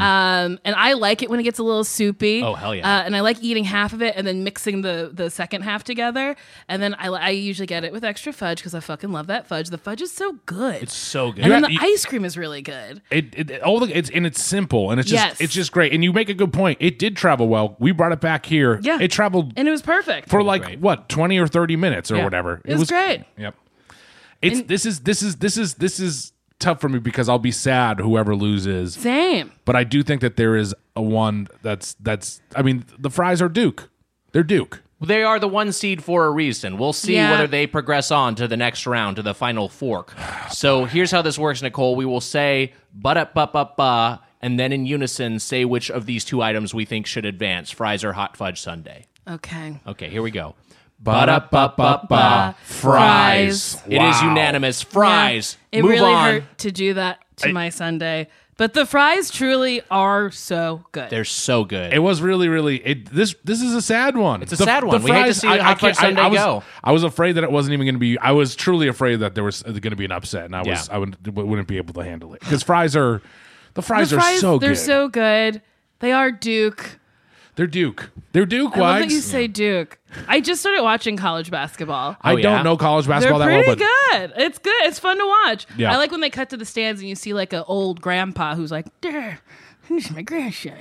Speaker 5: and I like it when it gets a little soupy.
Speaker 2: Mm-hmm. Oh, hell yeah.
Speaker 5: Uh, and I like eating half of it and then mixing the the second half together. And then I, I usually get it with extra fudge because I fucking love that fudge. The fudge is so good. It's
Speaker 2: So good.
Speaker 5: and then
Speaker 3: have-
Speaker 5: the
Speaker 3: you-
Speaker 5: ice cream is really good.
Speaker 3: It, it, it- all the it's and it's simple and it's just
Speaker 5: Yes.
Speaker 3: it's just great and you make a good point. It did travel well. We brought it back here.
Speaker 5: Yeah.
Speaker 3: it traveled
Speaker 5: And it was perfect.
Speaker 3: for like
Speaker 2: great.
Speaker 3: what twenty or thirty minutes or whatever.
Speaker 5: It was great.
Speaker 3: Yep. It's this is this is this is this is tough for me because I'll be sad whoever loses.
Speaker 5: Same.
Speaker 3: But I do think that there is a one that's that's. I mean, the fries are Duke. They're Duke.
Speaker 2: They are the one seed for a reason. We'll see
Speaker 5: Yeah.
Speaker 2: whether they progress on to the next round, to the final fork. So here's how this works, Nicole. We will say but up, but up, ba, and then in unison say which of these two items we think should advance fries or hot fudge sundae.
Speaker 5: Okay.
Speaker 2: Okay, here we go.
Speaker 3: Ba-da-ba-ba-ba.
Speaker 5: Fries.
Speaker 2: It is unanimous. Fries.
Speaker 5: Yeah, it
Speaker 2: Move
Speaker 5: really
Speaker 2: on.
Speaker 5: hurt to do that to my Sunday. But the fries truly are so good.
Speaker 2: They're so good.
Speaker 3: It was really, really. It, this this is a sad one. It's
Speaker 2: a sad one. We hate to see Hot Fudge Sunday
Speaker 3: I, was,
Speaker 2: go.
Speaker 3: I was afraid that it wasn't even going to be. I was truly afraid that there was going to be an upset, and I was
Speaker 2: Yeah.
Speaker 3: I would, wouldn't be able to handle it because fries are the fries,
Speaker 5: the fries,
Speaker 3: are so
Speaker 5: they're
Speaker 3: good.
Speaker 5: so good. They are Duke.
Speaker 3: they're Duke. They're Duke.
Speaker 5: I love that
Speaker 3: Wags.
Speaker 5: you say Duke. I just started watching college basketball.
Speaker 3: I
Speaker 2: Oh,
Speaker 3: don't
Speaker 2: yeah?
Speaker 3: know college
Speaker 5: They're
Speaker 3: basketball that well,
Speaker 5: pretty
Speaker 3: but
Speaker 5: good. It's good. It's fun to watch.
Speaker 3: Yeah.
Speaker 5: I like when they cut to the stands and you see like an old grandpa who's like, "There, who's my grandson?"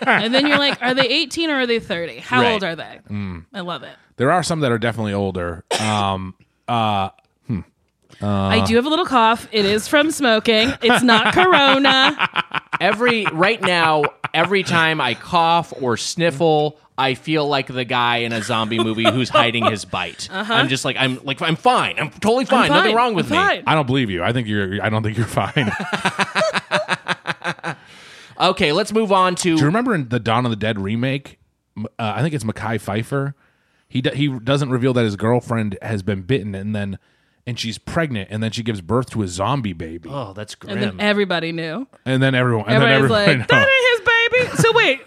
Speaker 5: and then you're like, "Are they 18 or are they 30? How
Speaker 2: Right.
Speaker 5: old are they?"
Speaker 3: Mm.
Speaker 5: I love it.
Speaker 3: there are some that are definitely older. Um, Uh.
Speaker 5: I do have a little cough. It is from smoking. It's not corona.
Speaker 2: every right now, every time I cough or sniffle, I feel like the guy in a zombie movie who's hiding his bite. I'm just like I'm like I'm fine. I'm totally fine. Nothing
Speaker 5: Uh-huh. fine.
Speaker 2: wrong with
Speaker 5: I'm
Speaker 2: me.
Speaker 5: fine.
Speaker 3: I don't believe you. I think you're. I don't think you're fine.
Speaker 2: Okay, let's move on to
Speaker 3: Do you remember in the Dawn of the Dead remake? m- Uh, I think it's Mackay Pfeiffer. He do, he doesn't reveal that his girlfriend has been bitten, and then and she's pregnant, and then she gives birth to a zombie baby,
Speaker 2: Oh, that's grim.
Speaker 5: And then everybody knew.
Speaker 3: and then everyone and
Speaker 5: Everybody's
Speaker 3: then everyone knows.
Speaker 5: like, "That ain't his baby." So wait.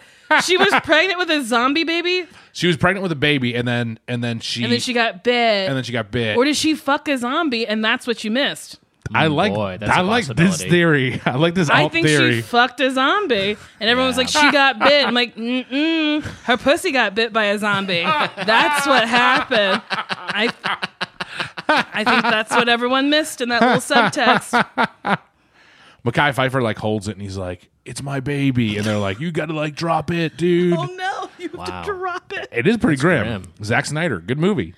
Speaker 5: She was pregnant with a zombie baby,
Speaker 3: she was pregnant with a baby, and then and then she
Speaker 5: and then she got bit.
Speaker 3: and then she got bit.
Speaker 5: or did she fuck a zombie, and that's what you missed?
Speaker 3: I like
Speaker 2: boy, that's
Speaker 3: I
Speaker 2: a
Speaker 3: like this
Speaker 2: possibility.
Speaker 3: theory. I like this
Speaker 5: I
Speaker 3: alt
Speaker 5: think
Speaker 3: theory.
Speaker 5: she fucked a zombie, and everyone's like, "She got bit." I'm like, "Mm-mm, her pussy got bit by a zombie. That's what happened." I, I think that's what everyone missed in that little subtext.
Speaker 3: Mackay Pfeiffer like holds it, and he's like, "It's my baby," and they're like, "You got to like drop it, dude."
Speaker 5: no, Oh, you have to drop it.
Speaker 3: It is pretty grim.
Speaker 2: grim.
Speaker 3: Zack Snyder, good movie.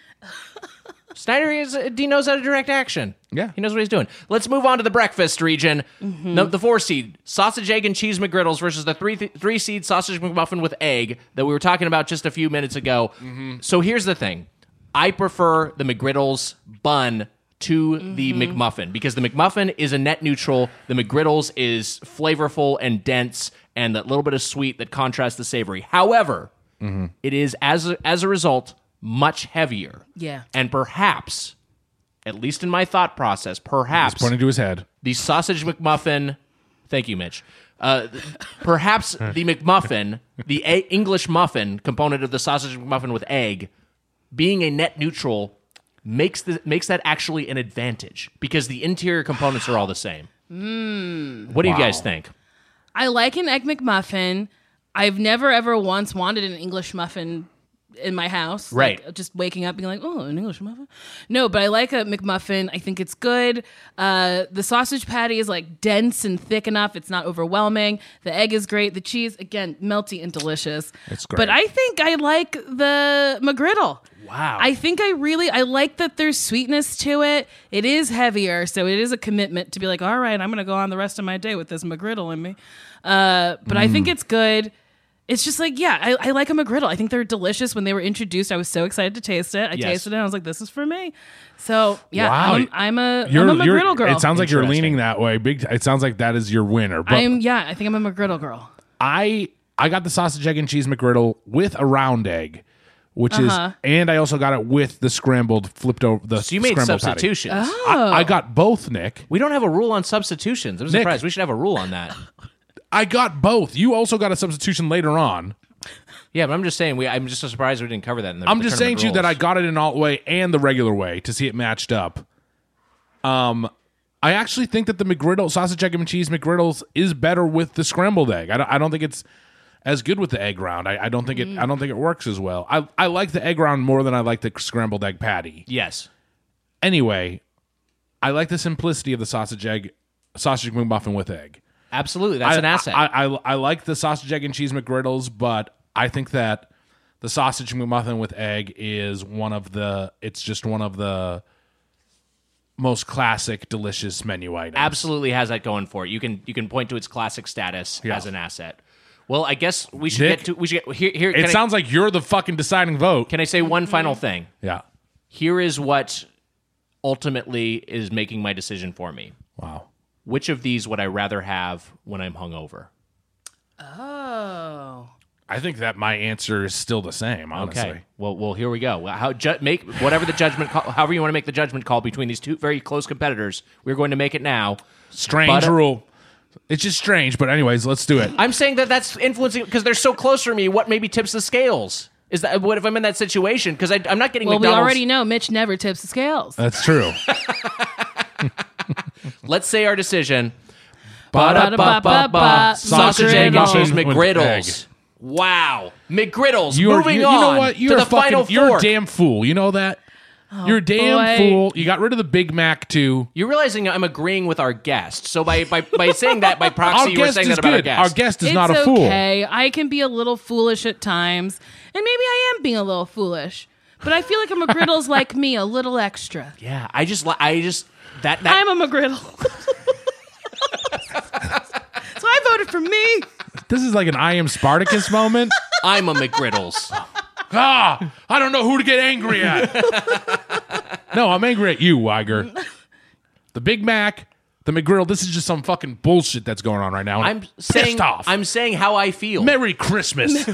Speaker 2: Snyder is he knows how to direct action.
Speaker 3: Yeah.
Speaker 2: he knows what he's doing. Let's move on to the breakfast region. No, the four seed sausage, egg, and cheese McGriddles versus the three three seed sausage McMuffin with egg that we were talking about just a few minutes ago. So here's the thing: I prefer the McGriddles bun to the McMuffin because the McMuffin is a net neutral. The McGriddles is flavorful and dense, and that little bit of sweet that contrasts the savory. However, it is as a, as a result much heavier.
Speaker 5: Yeah.
Speaker 2: And perhaps, at least in my thought process, perhaps
Speaker 3: Pointing to his head.
Speaker 2: the sausage McMuffin. Thank you, Mitch. Uh, th- perhaps the McMuffin, the a- English muffin component of the sausage McMuffin with egg, being a net neutral makes the makes that actually an advantage because the interior components are all the same. What do you guys think?
Speaker 5: I like an egg McMuffin. I've never ever once wanted an English muffin in my house. Like,
Speaker 2: Right.
Speaker 5: just waking up being like, oh, an English muffin. No, but I like a McMuffin. I think it's good. Uh, the sausage patty is like dense and thick enough. It's not overwhelming. The egg is great. The cheese, again, melty and delicious. It's
Speaker 3: great.
Speaker 5: But I think I like the McGriddle.
Speaker 2: Wow.
Speaker 5: I think I really I like that there's sweetness to it. It is heavier, so it is a commitment to be like, all right, I'm gonna go on the rest of my day with this McGriddle in me. Uh, but I
Speaker 3: Mm.
Speaker 5: think it's good. It's just like, yeah, I, I like a McGriddle. I think they're delicious. When they were introduced, I was so excited to taste it. I
Speaker 2: Yes.
Speaker 5: tasted it and I was like, this is for me. So yeah,
Speaker 3: Wow.
Speaker 5: I'm, I'm a I'm
Speaker 3: You're,
Speaker 5: a
Speaker 3: you're-
Speaker 5: McGriddle girl.
Speaker 3: It sounds like you're
Speaker 2: Interesting.
Speaker 3: leaning that way. Big. It sounds like that is your winner. But
Speaker 5: I'm yeah, I think I'm a McGriddle girl.
Speaker 3: I I got the sausage egg and cheese McGriddle with a round egg, which
Speaker 5: Uh-huh.
Speaker 3: is, and I also got it with the scrambled flipped over the.
Speaker 2: So you made
Speaker 3: scrambled patty.
Speaker 2: substitutions.
Speaker 5: Oh.
Speaker 3: I, I got both, Nick.
Speaker 2: We don't have a rule on substitutions. I'm
Speaker 3: Nick.
Speaker 2: surprised. We should have a rule on that.
Speaker 3: I got both. You also got a substitution later on.
Speaker 2: Yeah, but I'm just saying. We I'm just so surprised we didn't cover that. in the
Speaker 3: I'm
Speaker 2: the
Speaker 3: just saying
Speaker 2: tournament
Speaker 3: to you that I
Speaker 2: rules.
Speaker 3: got it in alt way and the regular way to see it matched up. Um, I actually think that the McGriddle sausage egg and cheese McGriddles is better with the scrambled egg. I don't, I don't think it's as good with the egg round. I, I don't think
Speaker 2: Mm.
Speaker 3: it. I don't think it works as well. I I like the egg round more than I like the scrambled egg patty.
Speaker 2: yes.
Speaker 3: Anyway, I like the simplicity of the sausage egg sausage McMuffin with egg.
Speaker 2: Absolutely, that's
Speaker 3: I-
Speaker 2: an asset.
Speaker 3: I, I, I like the sausage, egg, and cheese McGriddles, but I think that the sausage McMuffin with egg is one of the. It's just one of the most classic, delicious menu items.
Speaker 2: absolutely has that going for it. You can you can point to its classic status
Speaker 3: Yeah.
Speaker 2: as an asset. Well, I guess we should
Speaker 3: Nick,
Speaker 2: get to we should get here. here
Speaker 3: It
Speaker 2: can,
Speaker 3: sounds like you're the fucking deciding vote.
Speaker 2: I, can I say one final thing?
Speaker 3: yeah.
Speaker 2: Here is what ultimately is making my decision for me.
Speaker 3: Wow.
Speaker 2: Which of these would I rather have when I'm hungover?
Speaker 5: Oh.
Speaker 3: I think that my answer is still the same. Honestly.
Speaker 2: Okay. Well, well, here we go. Well, How ju- make whatever the judgment call, however you want to make the judgment call between these two very close competitors. We're going to make it now.
Speaker 3: Strange
Speaker 2: But-
Speaker 3: rule. It's just strange, but anyways, let's do it.
Speaker 2: I'm saying that that's influencing because they're so close for me. What maybe tips the scales? Is that what if I'm in that situation? Because I'm not getting
Speaker 5: Well, we
Speaker 2: McDonald's.
Speaker 5: already know Mitch never tips the scales.
Speaker 3: That's true.
Speaker 2: Let's say our decision.
Speaker 5: Ba-da-ba-ba-ba.
Speaker 2: Sausage, egg, and cheese
Speaker 3: McGriddles.
Speaker 2: McGriddles. Wow. McGriddles.
Speaker 3: You are,
Speaker 2: moving
Speaker 3: you,
Speaker 2: on
Speaker 3: you know what?
Speaker 2: to
Speaker 3: You're a
Speaker 2: the
Speaker 3: fucking,
Speaker 2: final
Speaker 3: You're
Speaker 2: four. Oh,
Speaker 3: a damn fool. You know that. you're a damn
Speaker 5: boy.
Speaker 3: fool. You got rid of the Big Mac too.
Speaker 2: You're realizing I'm agreeing with our guest. So by by, by saying that by proxy,
Speaker 3: Our
Speaker 2: you were
Speaker 3: guest
Speaker 2: saying
Speaker 3: is
Speaker 2: that about
Speaker 3: good.
Speaker 2: our guest.
Speaker 3: is
Speaker 5: it's
Speaker 3: not a
Speaker 5: okay.
Speaker 3: fool.
Speaker 5: I can be a little foolish at times, and maybe I am being a little foolish. But I feel like a McGriddle's like me, a little extra.
Speaker 2: Yeah, I just li- I just that that
Speaker 5: I'm a McGriddle. so I voted for me.
Speaker 3: This is like an I am Spartacus moment.
Speaker 2: I'm, a McGriddles.
Speaker 3: ah, I don't know who to get angry at. no, I'm angry at you, Weiger. The Big Mac, the McGriddle. This is just some fucking bullshit that's going on right now. and
Speaker 2: I'm saying
Speaker 3: pissed off.
Speaker 2: I'm saying how I feel.
Speaker 3: Merry Christmas.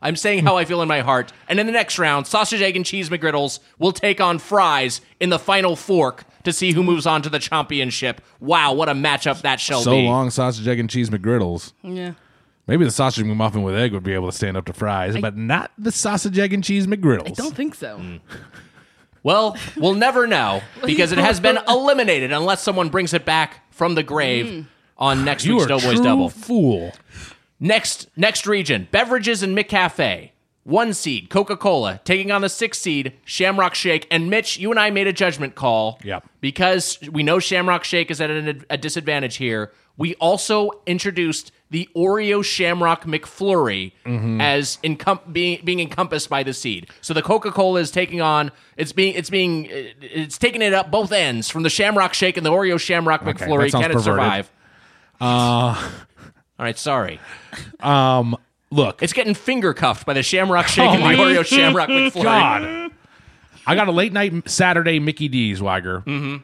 Speaker 2: I'm saying how I feel in my heart. And in the next round, sausage, egg, and cheese McGriddles will take on fries in the final fork to see who moves on to the championship. Wow, what a matchup that shall
Speaker 3: so
Speaker 2: be.
Speaker 3: long, sausage, egg, and cheese McGriddles.
Speaker 5: Yeah.
Speaker 3: Maybe the sausage McMuffin with egg would be able to stand up to fries, but not the sausage, egg, and cheese McGriddles.
Speaker 5: I don't think so.
Speaker 2: Mm. Well, we'll never know because it has been eliminated unless someone brings it back from the grave on next
Speaker 3: you
Speaker 2: week's
Speaker 3: are
Speaker 2: Doughboys
Speaker 3: true
Speaker 2: Double.
Speaker 3: fool.
Speaker 2: Next, next region: beverages and McCafe. One seed, Coca Cola, taking on the six seed, Shamrock Shake. And Mitch, you and I made a judgment call.
Speaker 3: Yep.
Speaker 2: Because we know Shamrock Shake is at an, a disadvantage here. We also introduced the Oreo Shamrock McFlurry
Speaker 3: Mm-hmm.
Speaker 2: as encom- being being encompassed by the seed. So the Coca Cola is taking on it's being it's being it's taking it up both ends from the Shamrock Shake and the Oreo Shamrock
Speaker 3: that
Speaker 2: McFlurry.
Speaker 3: sounds
Speaker 2: Can it
Speaker 3: perverted. Uh,
Speaker 2: survive? All right, sorry.
Speaker 3: Look,
Speaker 2: It's getting finger cuffed by the Shamrock Shake and the
Speaker 3: my
Speaker 2: Oreo Shamrock McFlurry.
Speaker 3: God. "Hmm." I got a late night Saturday Mickey D's Wagger. Mm-hmm.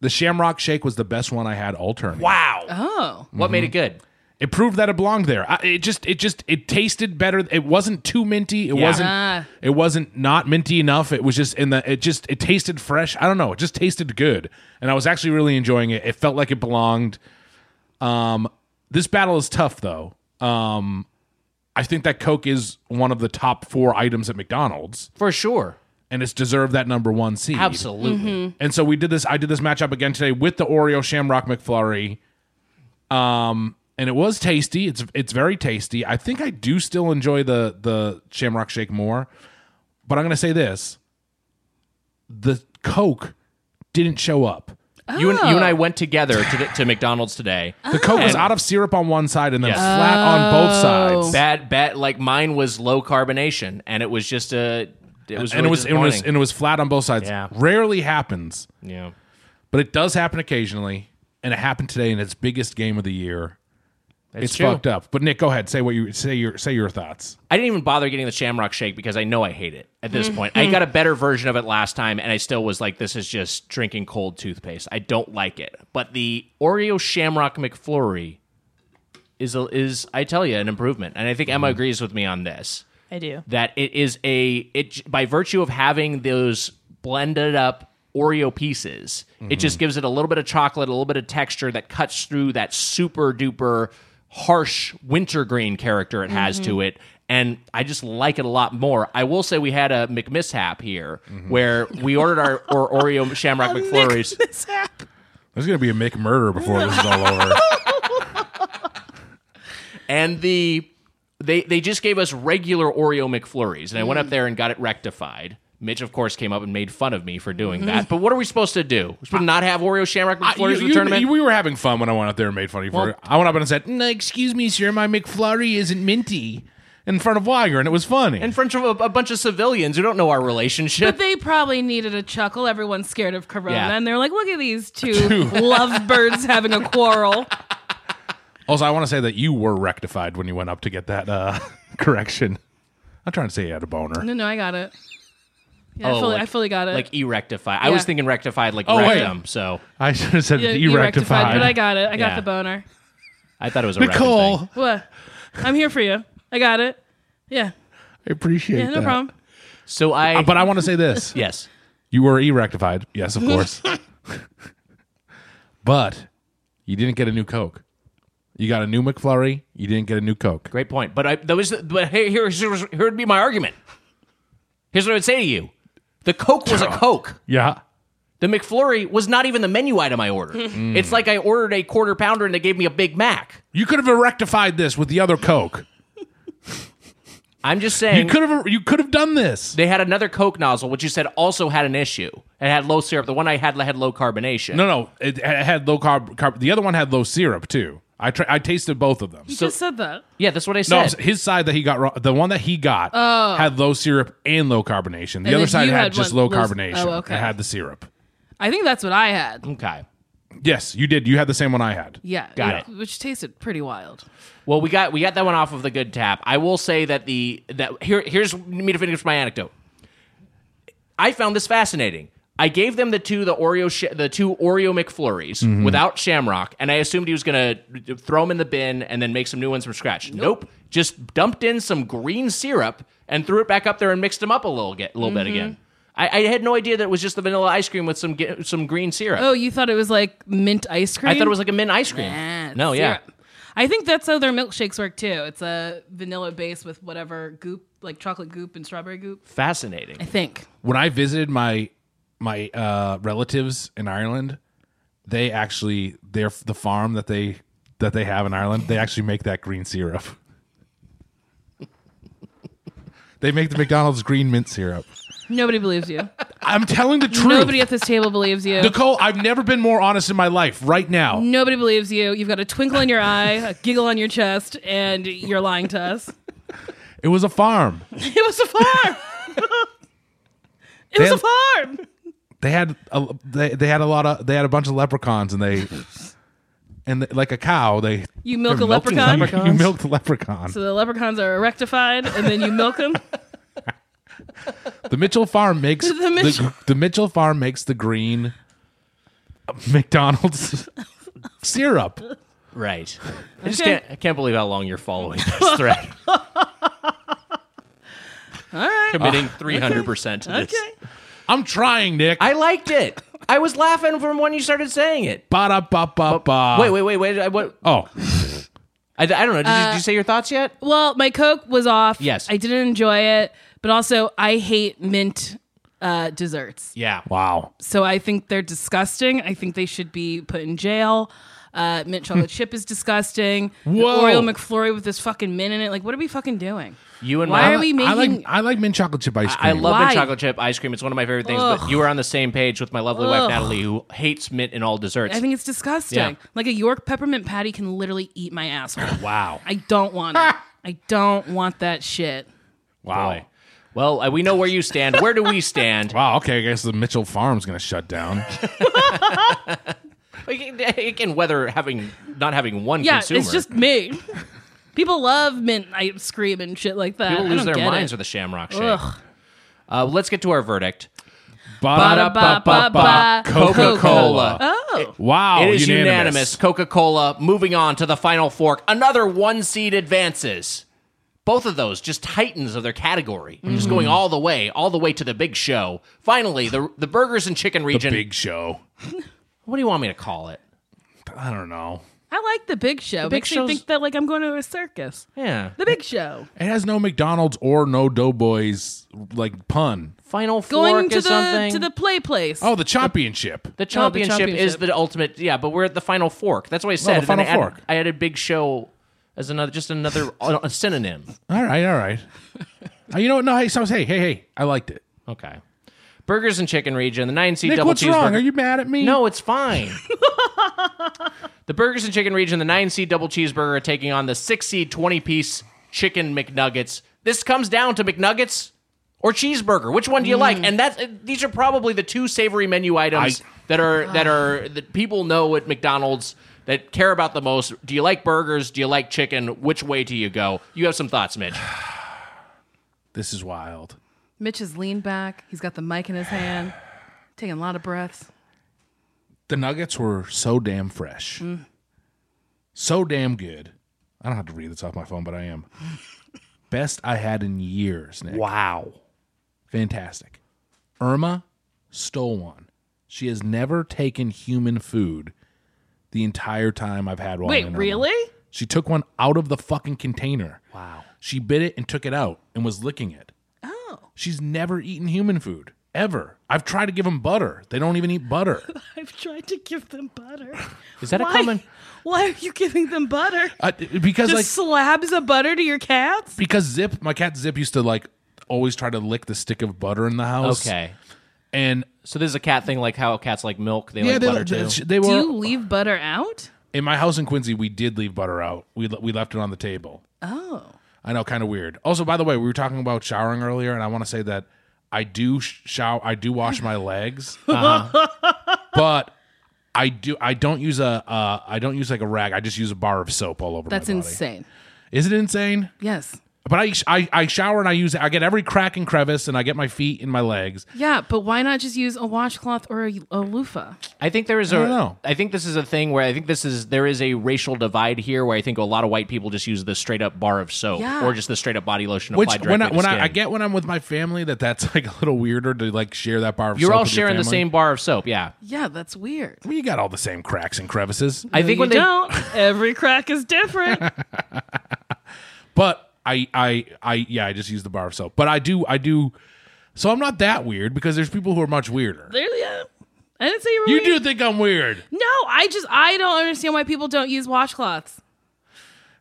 Speaker 3: The Shamrock Shake was the best one I had all turn.
Speaker 2: Wow.
Speaker 5: Oh,
Speaker 2: What made it good?
Speaker 3: It proved that it belonged there. I, it just, it just, it tasted better. It wasn't too minty. It
Speaker 2: Yeah.
Speaker 3: wasn't,
Speaker 5: Ah.
Speaker 3: it wasn't not minty enough. It was just in the, it just, it tasted fresh. I don't know. It just tasted good, and I was actually really enjoying it. It felt like it belonged. Um, this battle is tough though. Um, I think that Coke is one of the top four items at McDonald's.
Speaker 2: For sure.
Speaker 3: and it's deserved that number one seed.
Speaker 2: Mm-hmm. Absolutely.
Speaker 3: And so we did this. I did this matchup again today with the Oreo Shamrock McFlurry. Um, and it was tasty. It's it's very tasty. I think I do still enjoy the the Shamrock Shake more, but I'm gonna say this: the Coke didn't show up.
Speaker 2: You and you and I went together to, to McDonald's today.
Speaker 3: The Coke was out of syrup on one side and then flat on both sides.
Speaker 2: Oh. Bad, bad. Like mine was low carbonation, and it was just a. It was really
Speaker 3: and it was and it was
Speaker 2: disappointing.
Speaker 3: and it was flat on both sides.
Speaker 2: Yeah.
Speaker 3: Rarely happens.
Speaker 2: yeah.
Speaker 3: but it does happen occasionally, and it happened today in its biggest game of the year.
Speaker 2: It's
Speaker 3: It's,
Speaker 2: true.
Speaker 3: fucked up. But Nick, go ahead. Say what you say. Your say your thoughts.
Speaker 2: I didn't even bother getting the Shamrock Shake because I know I hate it at this point. I got a better version of it last time, and I still was like, "This is just drinking cold toothpaste." I don't like it. But the Oreo Shamrock McFlurry is a, is I tell you an improvement, and I think Emma agrees with me on this.
Speaker 7: I do.
Speaker 2: that it is a it by virtue of having those blended up Oreo pieces, it just gives it a little bit of chocolate, a little bit of texture that cuts through that super duper harsh wintergreen character it has to it. And I just like it a lot more. I will say we had a McMishap here where we ordered our or Oreo Shamrock McFlurries.
Speaker 5: mishap.
Speaker 3: There's gonna be a Mick murder before this is all over.
Speaker 2: and the they they just gave us regular Oreo McFlurries, and I
Speaker 3: Mm.
Speaker 2: went up there and got it rectified. Mitch, of course, came up and made fun of me for doing that. But what are we supposed to do? We're supposed to not have Oreo Shamrock
Speaker 3: Mm. I-
Speaker 2: McFlurries
Speaker 3: you-
Speaker 2: in the
Speaker 3: you-
Speaker 2: tournament?
Speaker 3: you- we were having fun when I went up there and made fun of you. for it. I went up and said, "No, "Excuse me, sir, my McFlurry isn't minty," in front of Weiger, and it was funny.
Speaker 2: in front of a, a bunch of civilians who don't know our relationship.
Speaker 5: But they probably needed a chuckle. Everyone's scared of Corona,
Speaker 2: Yeah.
Speaker 5: and they're like, "Look at these two lovebirds having a quarrel."
Speaker 3: also, I want to say that you were rectified when you went up to get that uh, correction. I'm trying to say you had a boner.
Speaker 5: No, no, I got it. Yeah,
Speaker 2: Oh,
Speaker 5: I, fully,
Speaker 2: like-
Speaker 5: I fully got it.
Speaker 2: like e rectify. I was
Speaker 5: Yeah.
Speaker 2: thinking rectified like
Speaker 3: Oh, wait.
Speaker 2: rectum. So
Speaker 3: I should have said
Speaker 5: Yeah,
Speaker 3: that you, rectified.
Speaker 5: but I got it. I got
Speaker 2: Yeah.
Speaker 5: the boner.
Speaker 2: I thought it was a rectum
Speaker 3: Nicole,
Speaker 2: thing.
Speaker 5: What? I'm here for you. I got it. Yeah.
Speaker 3: I appreciate
Speaker 5: Yeah, no
Speaker 3: that.
Speaker 5: problem.
Speaker 2: So I.
Speaker 3: Uh, but I want to say this.
Speaker 2: yes.
Speaker 3: You were erectified. Yes, of course. but you didn't get a new Coke. You got a new McFlurry. You didn't get a new Coke.
Speaker 2: Great point. But I that was but here here's, here's- here would be my argument. Here's what I would say to you: the Coke was a Coke.
Speaker 3: Yeah.
Speaker 2: The McFlurry was not even the menu item I ordered.
Speaker 3: Mm.
Speaker 2: It's like I ordered a quarter pounder and they gave me a Big Mac.
Speaker 3: You could have erectified this with the other Coke.
Speaker 2: I'm just
Speaker 3: You
Speaker 2: saying
Speaker 3: could have you could have done this.
Speaker 2: they had another Coke nozzle, which you said also had an issue. It had low syrup. The one I had had low carbonation.
Speaker 3: No, no. It, it had low carb, carb. The other one had low syrup too. I tr- I tasted both of them.
Speaker 5: You just said that.
Speaker 2: Yeah, that's what I
Speaker 3: No,
Speaker 2: said.
Speaker 3: his side that he got wrong, the one that he got had low syrup and low carbonation. The
Speaker 5: Oh. And
Speaker 3: other
Speaker 5: then
Speaker 3: side
Speaker 5: you
Speaker 3: had,
Speaker 5: had
Speaker 3: just
Speaker 5: one-
Speaker 3: low
Speaker 5: low- oh,
Speaker 3: carbonation.
Speaker 5: okay.
Speaker 3: It had the syrup.
Speaker 5: I think that's what I had.
Speaker 2: okay.
Speaker 3: Yes, you did. You had the same one I had.
Speaker 5: Yeah.
Speaker 2: Mm-hmm. Got
Speaker 5: it. Which tasted pretty wild.
Speaker 2: Well, we got we got that one off of the good tap. I will say that the that here here's me to finish my anecdote. I found this fascinating. I gave them the two the Oreo sh- the two Oreo McFlurries
Speaker 5: Mm-hmm.
Speaker 2: without Shamrock, and I assumed he was gonna throw them in the bin and then make some new ones from scratch. Nope, just dumped in some green syrup and threw it back up there and mixed them up a little get, a little
Speaker 5: Mm-hmm.
Speaker 2: bit again. I, I had no idea that it was just the vanilla ice cream with some ge- some green syrup.
Speaker 5: Oh, you thought it was like mint ice cream?
Speaker 2: I thought it was like a mint ice cream.
Speaker 5: Nah, it's
Speaker 2: no, yeah.
Speaker 5: syrup. I think that's how their milkshakes work too. It's a vanilla base with whatever goop, like chocolate goop and strawberry goop.
Speaker 2: Fascinating.
Speaker 5: I think.
Speaker 3: when I visited my my uh, relatives in Ireland, they actually their the farm that they that they have in Ireland, they actually make that green syrup. they make the McDonald's green mint syrup.
Speaker 5: Nobody believes you.
Speaker 3: I'm telling the truth.
Speaker 5: Nobody at this table believes you.
Speaker 3: Nicole, I've never been more honest in my life. Right now,
Speaker 5: Nobody believes you. You've got a twinkle in your eye, a giggle on your chest, and you're lying to us.
Speaker 3: it was a farm.
Speaker 5: It was a farm. it was
Speaker 3: Damn.
Speaker 5: a farm.
Speaker 3: They had a, they, they had a lot of they had a bunch of leprechauns and they and they- like a cow they
Speaker 5: You milk a
Speaker 3: They're milking
Speaker 5: leprechaun?
Speaker 3: leprechauns? You milk the leprechaun.
Speaker 5: So the leprechauns are rectified, and then you milk them.
Speaker 3: The Mitchell farm makes
Speaker 5: The
Speaker 3: the
Speaker 5: Mitchell-
Speaker 3: Mitchell, the, Mitchell farm makes the green McDonald's syrup.
Speaker 2: Right. I just
Speaker 5: Okay.
Speaker 2: can't. I can't believe how long you're following this thread. All right. Committing three hundred percent to this.
Speaker 5: Okay.
Speaker 3: I'm trying, Nick.
Speaker 2: I liked it. I was laughing from when you started saying it.
Speaker 3: ba da ba ba ba.
Speaker 2: wait, wait, wait, wait. I, what?
Speaker 3: Oh,
Speaker 2: I, I don't know. Did,
Speaker 5: Uh,
Speaker 2: you, did you say your thoughts yet?
Speaker 5: Well, my Coke was off.
Speaker 2: Yes.
Speaker 5: I didn't enjoy it, but also I hate mint uh, desserts.
Speaker 2: Yeah.
Speaker 3: wow.
Speaker 5: So I think they're disgusting. I think they should be put in jail. Uh, mint
Speaker 2: Hmm.
Speaker 5: chocolate chip is disgusting. The
Speaker 3: Whoa.
Speaker 5: Oreo McFlurry with this fucking mint in it. Like, what are we fucking doing?
Speaker 2: You and
Speaker 5: Why
Speaker 2: my.
Speaker 5: are we
Speaker 3: I like
Speaker 5: making?
Speaker 3: I like mint chocolate chip ice
Speaker 2: I
Speaker 3: cream.
Speaker 2: love
Speaker 5: Why?
Speaker 2: mint chocolate chip ice cream. It's one of my favorite things. But
Speaker 5: Ugh.
Speaker 2: you were on the same page with my lovely
Speaker 5: Ugh.
Speaker 2: wife Natalie, who hates mint in all desserts.
Speaker 5: I think it's disgusting.
Speaker 2: Yeah.
Speaker 5: Like a York peppermint patty can literally eat my asshole.
Speaker 2: wow.
Speaker 5: I don't want it. I don't want that shit.
Speaker 2: Wow. Well, uh, we know where you stand. Where do we stand?
Speaker 3: wow. Okay, I guess the Mitchell farm's gonna shut down.
Speaker 2: Again, whether having not having one
Speaker 5: Yeah,
Speaker 2: consumer,
Speaker 5: it's just me. People love mint ice cream and shit like that.
Speaker 2: people
Speaker 5: I
Speaker 2: lose
Speaker 5: don't
Speaker 2: their
Speaker 5: get
Speaker 2: minds
Speaker 5: it.
Speaker 2: with a Shamrock Shake.
Speaker 5: Ugh.
Speaker 2: Uh, let's get to our verdict.
Speaker 5: Ba-da-ba-ba-ba.
Speaker 3: Coca
Speaker 2: Coca-Cola.
Speaker 3: Cola.
Speaker 5: Oh,
Speaker 3: Wow,
Speaker 2: it is unanimous. Coca Cola moving on to the final fork. Another one seed advances. Both of those just titans of their category,
Speaker 5: Mm-hmm.
Speaker 2: just going all the way, all the way to the big show. Finally, the the burgers and chicken
Speaker 3: The
Speaker 2: region.
Speaker 3: big show.
Speaker 2: what do you want me to call it?
Speaker 3: I don't know.
Speaker 5: I like the Big Show.
Speaker 2: Big
Speaker 5: Makes me
Speaker 2: Show's-
Speaker 5: think that like I'm going to a circus.
Speaker 2: Yeah,
Speaker 5: The Big Show.
Speaker 3: It has no McDonald's or no Doughboys like pun.
Speaker 2: final
Speaker 5: Going
Speaker 2: fork
Speaker 5: to
Speaker 2: is
Speaker 5: the
Speaker 2: something.
Speaker 5: to the play place.
Speaker 3: Oh, the championship.
Speaker 2: The
Speaker 5: No, the
Speaker 2: championship, is
Speaker 5: championship.
Speaker 2: the ultimate. Yeah, but we're at the final fork. That's what I said.
Speaker 3: the
Speaker 2: and then
Speaker 3: final
Speaker 2: I added,
Speaker 3: fork.
Speaker 2: I added big show as another, just another a synonym.
Speaker 3: All right, all right. Uh, you know what? No, hey, so hey, hey, hey. I liked it.
Speaker 2: Okay. Burgers and chicken region. The nine seed
Speaker 3: Nick,
Speaker 2: double
Speaker 3: what's
Speaker 2: cheeseburger.
Speaker 3: wrong? Are you mad at me?
Speaker 2: No, it's fine. the burgers and chicken region. The nine seed double cheeseburger are taking on the six seed twenty piece chicken McNuggets. This comes down to McNuggets or cheeseburger. Which one do you
Speaker 3: Mm.
Speaker 2: like? And that's these are probably the two savory menu items that are that are that people know at McDonald's that care about the most. Do you like burgers? Do you like chicken? Which way do you go? You have some thoughts, Mitch.
Speaker 3: This is wild.
Speaker 5: Mitch is leaned back. He's got the mic in his hand, taking a lot of breaths.
Speaker 3: The nuggets were so damn fresh.
Speaker 2: Mm.
Speaker 3: So damn good. I don't have to read this off my phone, but I am. Best I had in years, Nick.
Speaker 2: Wow.
Speaker 3: Fantastic. Irma stole one. She has never taken human food the entire time I've had one.
Speaker 5: Wait,
Speaker 3: in Irma.
Speaker 5: really?
Speaker 3: She took one out of the fucking container. Wow. She bit it and took it out and was licking it.
Speaker 5: Oh,
Speaker 3: She's never eaten human food ever. I've tried to give them butter. They don't even eat butter.
Speaker 5: I've tried to give them butter.
Speaker 2: Is that
Speaker 5: Why?
Speaker 2: a common?
Speaker 5: Why are you giving them butter?
Speaker 3: Uh, because
Speaker 5: Just
Speaker 3: like
Speaker 5: slabs of butter to your cats?
Speaker 3: because Zip, my cat Zip used to like always try to lick the stick of butter in the house.
Speaker 2: Okay.
Speaker 3: And
Speaker 2: So this is a cat thing, like how cats like milk. They
Speaker 3: yeah,
Speaker 2: like
Speaker 3: they,
Speaker 2: butter
Speaker 3: they,
Speaker 2: too.
Speaker 3: they
Speaker 5: Do
Speaker 3: were
Speaker 5: you leave butter out?
Speaker 3: in my house in Quincy. We did leave butter out. We le- we left it on the table.
Speaker 5: Oh,
Speaker 3: I know, kind of weird. Also, by the way, we were talking about showering earlier, and I want to say that I do sh- shower. I do wash my legs,
Speaker 5: Uh-huh.
Speaker 3: but I do. I don't use a. Uh, I don't use like a rag. I just use a bar of soap all over.
Speaker 5: that's
Speaker 3: my body.
Speaker 5: insane.
Speaker 3: Is it insane?
Speaker 5: Yes.
Speaker 3: But I, sh- I I shower and I use. I get every crack and crevice, and I get my feet and my legs.
Speaker 5: Yeah, but why not just use a washcloth or a, a loofah?
Speaker 2: I think there is
Speaker 3: I
Speaker 2: a.
Speaker 3: don't know.
Speaker 2: I think this is a thing where I think this is there is a racial divide here where I think a lot of white people just use the straight up bar of soap
Speaker 5: Yeah.
Speaker 2: or just the straight up body lotion
Speaker 3: Which
Speaker 2: applied directly
Speaker 3: when I,
Speaker 2: to
Speaker 3: when
Speaker 2: skin.
Speaker 3: I, I get when I'm with my family that that's like a little weirder to like share that bar of
Speaker 2: you're
Speaker 3: soap
Speaker 2: all
Speaker 3: with your
Speaker 2: sharing the
Speaker 3: family.
Speaker 2: same bar of soap. Yeah,
Speaker 5: Yeah, that's weird.
Speaker 3: Well, you got all the same cracks and crevices.
Speaker 2: I think
Speaker 5: you
Speaker 2: when they
Speaker 5: don't, every crack is different.
Speaker 3: But I, I, I, yeah, I just use the bar of soap. But I do, I do. So I'm not that weird because there's people who are much weirder.
Speaker 5: there, yeah. I didn't say you were.
Speaker 3: You
Speaker 5: weird.
Speaker 3: do think I'm weird?
Speaker 5: No, I just I don't understand why people don't use washcloths.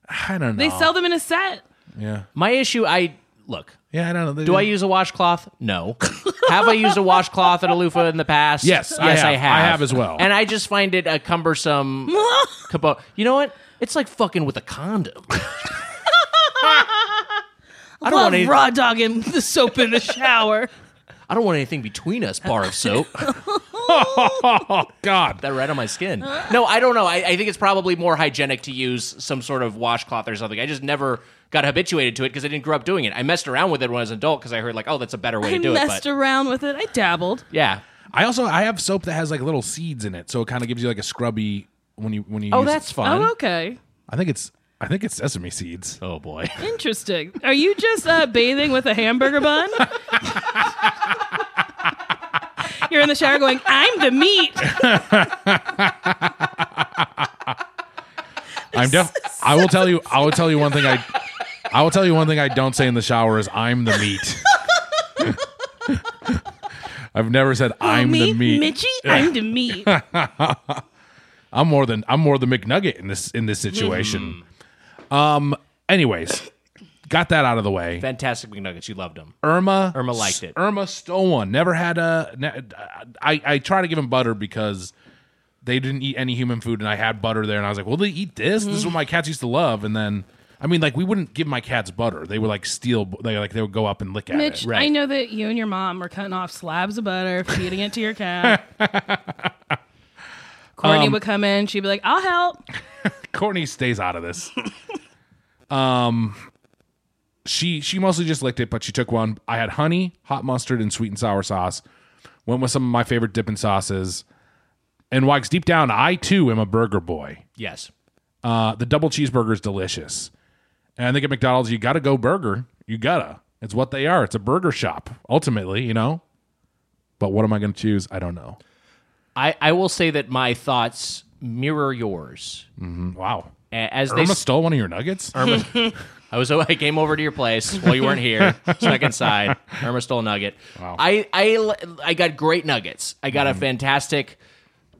Speaker 3: I don't know.
Speaker 2: Oh.
Speaker 5: They sell them in a set.
Speaker 3: Yeah.
Speaker 2: my issue I look.
Speaker 3: Yeah, I don't know. They-
Speaker 2: Do I use a washcloth? No. have I used a washcloth and a loofah in the past?
Speaker 3: Yes, I
Speaker 2: yes,
Speaker 3: have.
Speaker 2: I have.
Speaker 3: I have as well.
Speaker 2: And I just find it a cumbersome. compo- you know what? It's like fucking with a condom. I don't
Speaker 5: Love
Speaker 2: want any,
Speaker 5: raw dogging the soap in the shower.
Speaker 2: I don't want anything between us. Bar of soap.
Speaker 3: Oh God.
Speaker 2: that red on my skin. No, I don't know. I, I think it's probably more hygienic to use some sort of washcloth or something. I just never got habituated to it because I didn't grow up doing it. I messed around with it when I was an adult because I heard like, oh, that's a better way
Speaker 5: I
Speaker 2: to do it.
Speaker 5: messed
Speaker 2: But
Speaker 5: around with it. I dabbled.
Speaker 2: yeah,
Speaker 3: I also I have soap that has like little seeds in it, so it kind of gives you like a scrubby when you when you.
Speaker 2: oh,
Speaker 3: use it.
Speaker 2: that's fun.
Speaker 5: Oh, okay.
Speaker 3: I think it's I think it's sesame seeds.
Speaker 2: Oh boy.
Speaker 5: Interesting. Are you just uh, bathing with a hamburger bun? You're in the shower going, I'm the meat.
Speaker 3: I'm def- I will tell you. I will tell you one thing. I I will tell you one thing. I don't say in the shower is I'm the meat. I've never said
Speaker 2: Oh,
Speaker 3: I'm the
Speaker 5: me,
Speaker 3: meat.
Speaker 5: Mitchy, I'm the meat.
Speaker 3: I'm more than I'm more the McNugget in this in this situation.
Speaker 2: Mm-hmm.
Speaker 3: Um. Anyways, got that out of the way.
Speaker 2: Fantastic McNuggets. You loved them.
Speaker 3: Irma.
Speaker 2: Irma liked it.
Speaker 3: Irma stole one. Never had a. ne- I I try to give him butter because they didn't eat any human food, and I had butter there, and I was like, "Well, they eat this. This is what
Speaker 2: Mm-hmm.
Speaker 3: my cats used to love." And then, I mean, like we wouldn't give my cats butter. They would like steal. They like they would go up and lick at
Speaker 5: Mitch,
Speaker 3: it.
Speaker 5: I know that you and your mom were cutting off slabs of butter, feeding it to your cat. Courtney would come in. She'd be like, I'll help.
Speaker 3: Courtney stays out of this. um, she she mostly just licked it, but she took one. I had honey, hot mustard, and sweet and sour sauce. Went with some of my favorite dipping sauces. And Wags, deep down, I too am a burger boy.
Speaker 2: Yes.
Speaker 3: Uh, the double cheeseburger is delicious. And I think at McDonald's, you got to go burger. You got to. It's what they are. It's a burger shop, ultimately, you know? But what am I going to choose? I don't know.
Speaker 2: I, I will say that my thoughts mirror yours.
Speaker 3: Wow.
Speaker 2: A- As they,
Speaker 3: Irma
Speaker 2: s-
Speaker 3: stole one of your nuggets?
Speaker 2: I was I came over to your place while you weren't here. snuck inside. Irma stole a nugget. I I l- I got great nuggets. I got a fantastic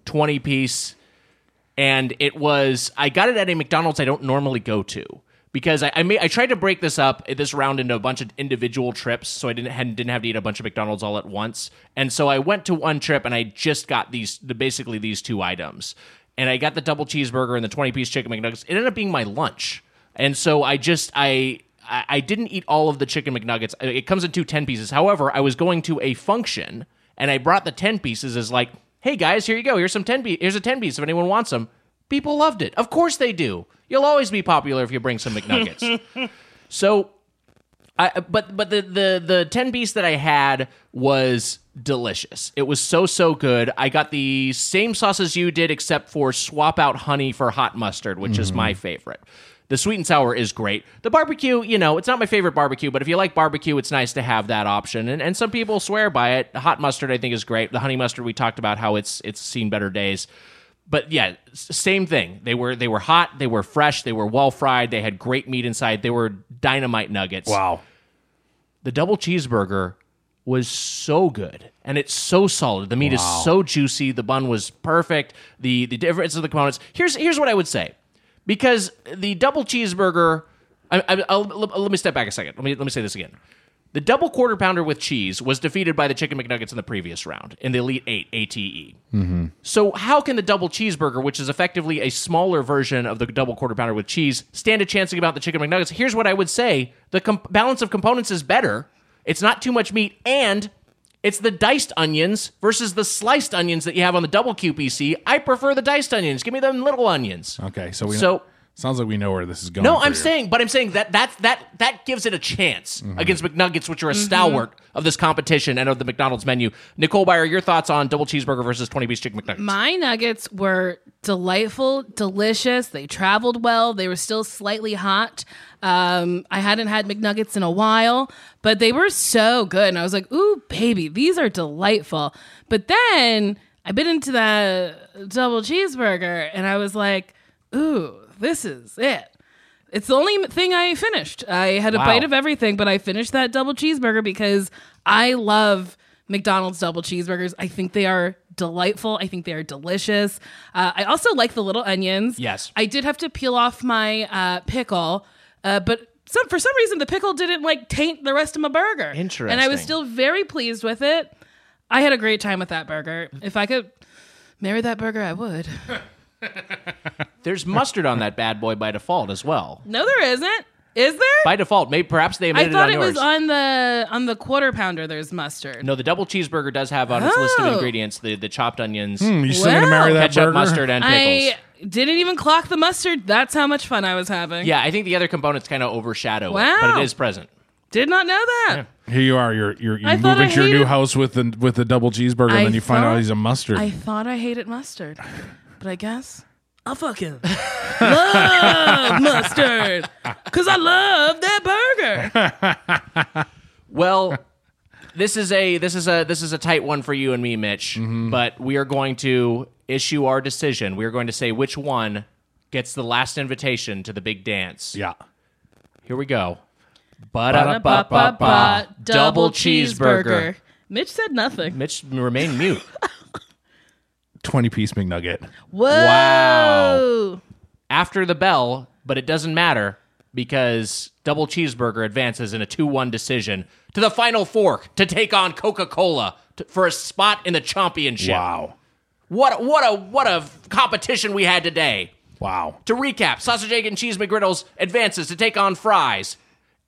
Speaker 2: twenty piece, and it was I got it at a McDonald's I don't normally go to because I I, ma- I tried to break this up this round into a bunch of individual trips, so I didn't hadn't, didn't have to eat a bunch of McDonald's all at once. And so I went to one trip and I just got these the, basically these two items. And I got the double cheeseburger and the twenty piece chicken McNuggets. It ended up being my lunch. And so I just I I I didn't eat all of the chicken McNuggets. Uh, It comes in two 10 pieces. However, I was going to a function and I brought the 10 pieces as like, "Hey guys, here you go. Here's some 10 piece. Here's a 10 piece if anyone wants them." People loved it. Of course they do. You'll always be popular if you bring some McNuggets. so I, but but the, the the ten piece that I had was delicious. It was so so good. I got the same sauce as you did, except for swap out honey for hot mustard, which is my favorite. The sweet and sour is great. The barbecue, you know, it's not my favorite barbecue, but if you like barbecue, it's nice to have that option. And and some people swear by it. The hot mustard, I think, is great. The honey mustard, we talked about how it's it's seen better days but yeah, s- same thing. They were they were hot, they were fresh, they were well fried, they had great meat inside, they were dynamite nuggets.
Speaker 3: wow.
Speaker 2: The double cheeseburger was so good and it's so solid. The meat is so juicy, the bun was perfect, the the difference of the components. Here's here's what I would say. Because the double cheeseburger I, I, I'll, let let me step back a second. Let me let me say this again. The double quarter pounder with cheese was defeated by the chicken McNuggets in the previous round in the Elite 8 ATE. So how can the double cheeseburger, which is effectively a smaller version of the double quarter pounder with cheese, stand a chance about the chicken McNuggets? Here's what I would say: the comp- balance of components is better. It's not too much meat, and it's the diced onions versus the sliced onions that you have on the double QPC. I prefer the diced onions. Give me them little onions.
Speaker 3: Okay, so we
Speaker 2: So-
Speaker 3: sounds like we know where this is going.
Speaker 2: No,
Speaker 3: for
Speaker 2: I'm
Speaker 3: you. Mm-hmm.
Speaker 2: saying, but I'm saying that that that that gives it a chance against McNuggets, which are a stalwart of this competition and of the McDonald's menu. Nicole Byer, your thoughts on double cheeseburger versus twenty piece chicken McNuggets?
Speaker 5: My nuggets were delightful, delicious. They traveled well. They were still slightly hot. Um, I hadn't had McNuggets in a while, but they were so good. And I was like, ooh, baby, these are delightful. But then I bit into that double cheeseburger and I was like, ooh, this is it. It's the only thing I finished. I had a
Speaker 2: Wow.
Speaker 5: bite of everything, but I finished that double cheeseburger because I love McDonald's double cheeseburgers. I think they are delightful. I think they are delicious. Uh, I also like the little onions.
Speaker 2: Yes.
Speaker 5: I did have to peel off my uh, pickle, uh, but some for some reason the pickle didn't like taint the rest of my burger. And I
Speaker 2: Interesting.
Speaker 5: was still very pleased with it. I had a great time with that burger. If I could marry that burger, I would.
Speaker 2: There's mustard on that bad boy by default as well.
Speaker 5: No, there isn't. Is there?
Speaker 2: By default, maybe perhaps they
Speaker 5: I
Speaker 2: omitted
Speaker 5: thought
Speaker 2: it
Speaker 5: it
Speaker 2: on yours.
Speaker 5: was on the on the quarter pounder. There's mustard.
Speaker 2: no, the double cheeseburger does have on its list of
Speaker 5: Oh.
Speaker 2: ingredients the, the chopped onions,
Speaker 3: Hmm, You still gonna
Speaker 5: Well,
Speaker 3: marry that
Speaker 2: ketchup,
Speaker 3: burger?
Speaker 2: mustard, and pickles.
Speaker 5: I didn't even clock the mustard. That's how much fun I was having.
Speaker 2: yeah, I think the other components kind of overshadow it, but
Speaker 5: Wow.
Speaker 2: it is present.
Speaker 5: Did not know that.
Speaker 3: Here you are. You're you're you
Speaker 5: I
Speaker 3: move
Speaker 5: thought I
Speaker 3: into your new
Speaker 5: hated-
Speaker 3: house with the with the double cheeseburger,
Speaker 5: I
Speaker 3: and then you find out
Speaker 5: thought-
Speaker 3: he's a mustard.
Speaker 5: I thought I hated mustard, but I guess I fucking love mustard because I love that burger.
Speaker 2: Well, this is a this is a this is a tight one for you and me, Mitch.
Speaker 3: Mm-hmm.
Speaker 2: But we are going to issue our decision. We are going to say which one gets the last invitation to the big dance.
Speaker 3: yeah.
Speaker 2: Here we go.
Speaker 5: Ba-da-ba-ba-ba,
Speaker 2: Ba-da-ba-ba-ba, double cheeseburger.
Speaker 5: Mitch said nothing.
Speaker 2: Mitch remain mute.
Speaker 3: Twenty piece McNugget.
Speaker 5: Whoa.
Speaker 2: Wow. After the bell, but it doesn't matter because double cheeseburger advances in a 2-1 decision to the final fork to take on Coca-Cola t- for a spot in the championship.
Speaker 3: Wow.
Speaker 2: What what a what a competition we had today.
Speaker 3: Wow.
Speaker 2: To recap, sausage egg and cheese McGriddles advances to take on fries,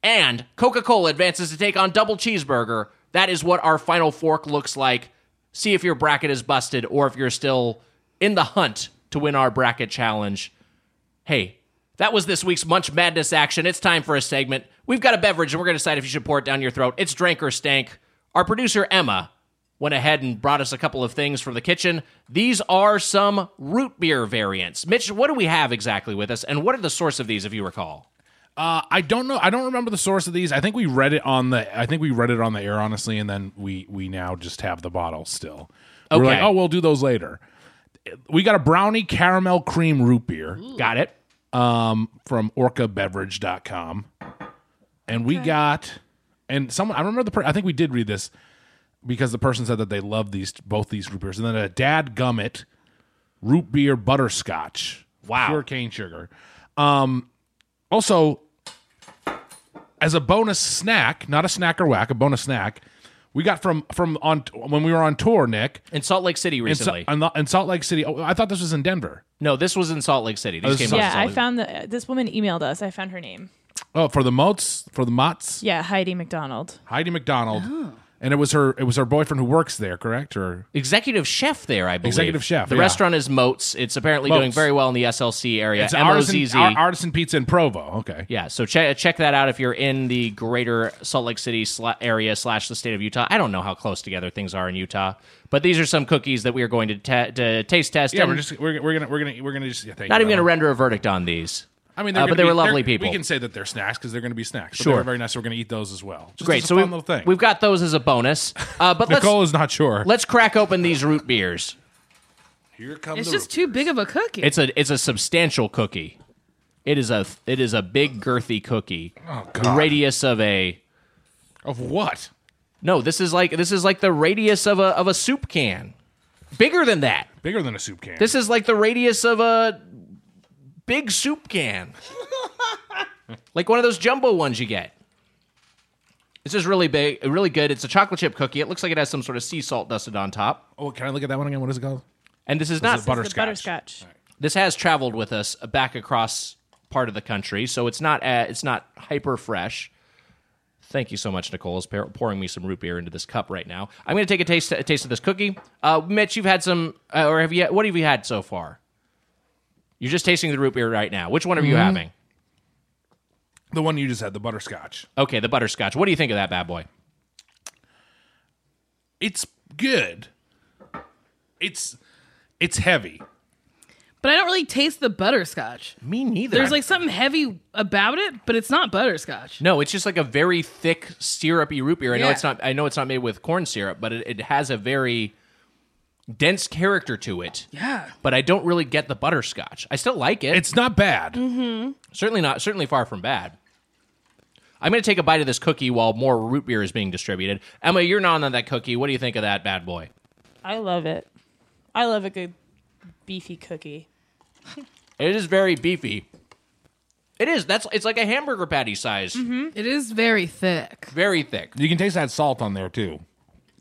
Speaker 2: and Coca-Cola advances to take on double cheeseburger. That is what our final fork looks like. See if your bracket is busted or if you're still in the hunt to win our bracket challenge. Hey, that was this week's Munch Madness action. It's time for a segment. We've got a beverage and we're going to decide if you should pour it down your throat. It's drink or stank. Our producer, Emma, went ahead and brought us a couple of things from the kitchen. These are some root beer variants. Mitch, what do we have exactly with us and what are the source of these, if you recall?
Speaker 3: Uh, I don't know. I don't remember the source of these. I think we read it on the. I think we read it on the air, honestly, and then we we now just have the bottle still. We're
Speaker 2: Okay.
Speaker 3: like, oh, we'll do those later. We got a brownie caramel cream root beer
Speaker 2: Got it.
Speaker 3: um, from orcabeverage.com. And we got, and someone, I remember the, per- I think we did read this because the person said that they love these, both these root beers. And then a dad gummit root beer butterscotch.
Speaker 2: Wow.
Speaker 3: Pure cane sugar. Um, also, as a bonus snack, not a snack or whack, a bonus snack. We got from from on when we were on tour, Nick,
Speaker 2: In Salt Lake City
Speaker 3: in, Sa- uh,
Speaker 2: recently.
Speaker 3: in Lo- in Salt Lake City. Oh, I thought this was in Denver.
Speaker 2: no, this was in Salt Lake City. These came
Speaker 3: this is-
Speaker 2: out of
Speaker 7: Yeah,
Speaker 2: Salt
Speaker 7: I
Speaker 2: Lake-
Speaker 7: found that this woman emailed us. I found her name.
Speaker 3: Oh, for the moats, for the mots.
Speaker 7: Yeah, Heidi McDonald.
Speaker 3: Heidi McDonald, and it was her it was her boyfriend who works there, correct? Or
Speaker 2: executive chef there, I believe.
Speaker 3: Executive chef,
Speaker 2: The
Speaker 3: yeah.
Speaker 2: restaurant is Moats. It's apparently doing
Speaker 3: Moats.
Speaker 2: very well in the SLC area.
Speaker 3: it's
Speaker 2: M-O-Z-Z.
Speaker 3: artisan, ar- artisan pizza in Provo. Okay,
Speaker 2: Yeah, so check check that out if you're in the greater Salt Lake City sla- area slash the state of Utah. I don't know how close together things are in Utah, but these are some cookies that we are going to, ta- to taste test.
Speaker 3: yeah,
Speaker 2: and
Speaker 3: we're just we're, we're gonna we're gonna we're gonna just yeah, thank
Speaker 2: not
Speaker 3: you,
Speaker 2: even going to
Speaker 3: Ellen.
Speaker 2: render a verdict on these.
Speaker 3: I mean,
Speaker 2: uh,
Speaker 3: they're
Speaker 2: but
Speaker 3: gonna
Speaker 2: they
Speaker 3: be-
Speaker 2: were lovely
Speaker 3: they're-
Speaker 2: people.
Speaker 3: We can say that they're snacks because they're gonna be snacks. But
Speaker 2: Sure.
Speaker 3: they're very nice. So we're gonna eat those as well. Just
Speaker 2: Great,
Speaker 3: as a
Speaker 2: so
Speaker 3: fun
Speaker 2: we've,
Speaker 3: little thing.
Speaker 2: we've got those as a bonus. Uh, but let's
Speaker 3: Nicole is not sure.
Speaker 2: let's crack open these root beers.
Speaker 8: Here comes
Speaker 5: It's just too big of a cookie.
Speaker 2: It's a it's a substantial cookie. It is a it is a big girthy cookie. The radius of a
Speaker 3: Oh, of what?
Speaker 2: no. This is like this is like the radius of a of a soup can. Bigger than that.
Speaker 3: Bigger than a soup can.
Speaker 2: This is like the radius of a big soup can. like one of those jumbo ones you get. This is really big, really good. It's a chocolate chip cookie. It looks like it has some sort of sea salt dusted on top.
Speaker 3: oh, can I look at that one again? What is it called?
Speaker 2: And this is not
Speaker 7: This
Speaker 3: is
Speaker 7: is
Speaker 3: Butterscotch.
Speaker 7: the butterscotch.
Speaker 2: this has traveled with us back across part of the country, so it's not uh, it's not hyper fresh. Thank you so much, Nicole, is pour- pouring me some root beer into this cup right now. I'm going to take a taste a taste of this cookie. Uh, Mitch, you've had some, uh, or have you? What have you had so far? You're just tasting the root beer right now. Which one are you having?
Speaker 3: The one you just had, the butterscotch.
Speaker 2: Okay, the butterscotch. What do you think of that bad boy?
Speaker 3: It's good. It's it's heavy.
Speaker 5: but I don't really taste the butterscotch.
Speaker 2: Me neither.
Speaker 5: There's like something heavy about it, but it's not butterscotch.
Speaker 2: no, it's just like a very thick syrupy root beer. I know
Speaker 5: Yeah.
Speaker 2: it's not. I know it's not made with corn syrup, but it, it has a very dense character to it.
Speaker 5: Yeah.
Speaker 2: but I don't really get the butterscotch. I still like it. It's
Speaker 3: It's not bad.
Speaker 2: Mm-hmm. certainly not certainly far from bad. I'm going to take a bite of this cookie while more root beer is being distributed. Emma, you're not on that cookie. What do you think of that bad boy?
Speaker 7: I love it. I love a good beefy cookie.
Speaker 2: It is very beefy. It is. That's it's like a hamburger patty size.
Speaker 3: Mm-hmm.
Speaker 5: It is very thick.
Speaker 2: Very thick.
Speaker 3: You can taste that salt on there too.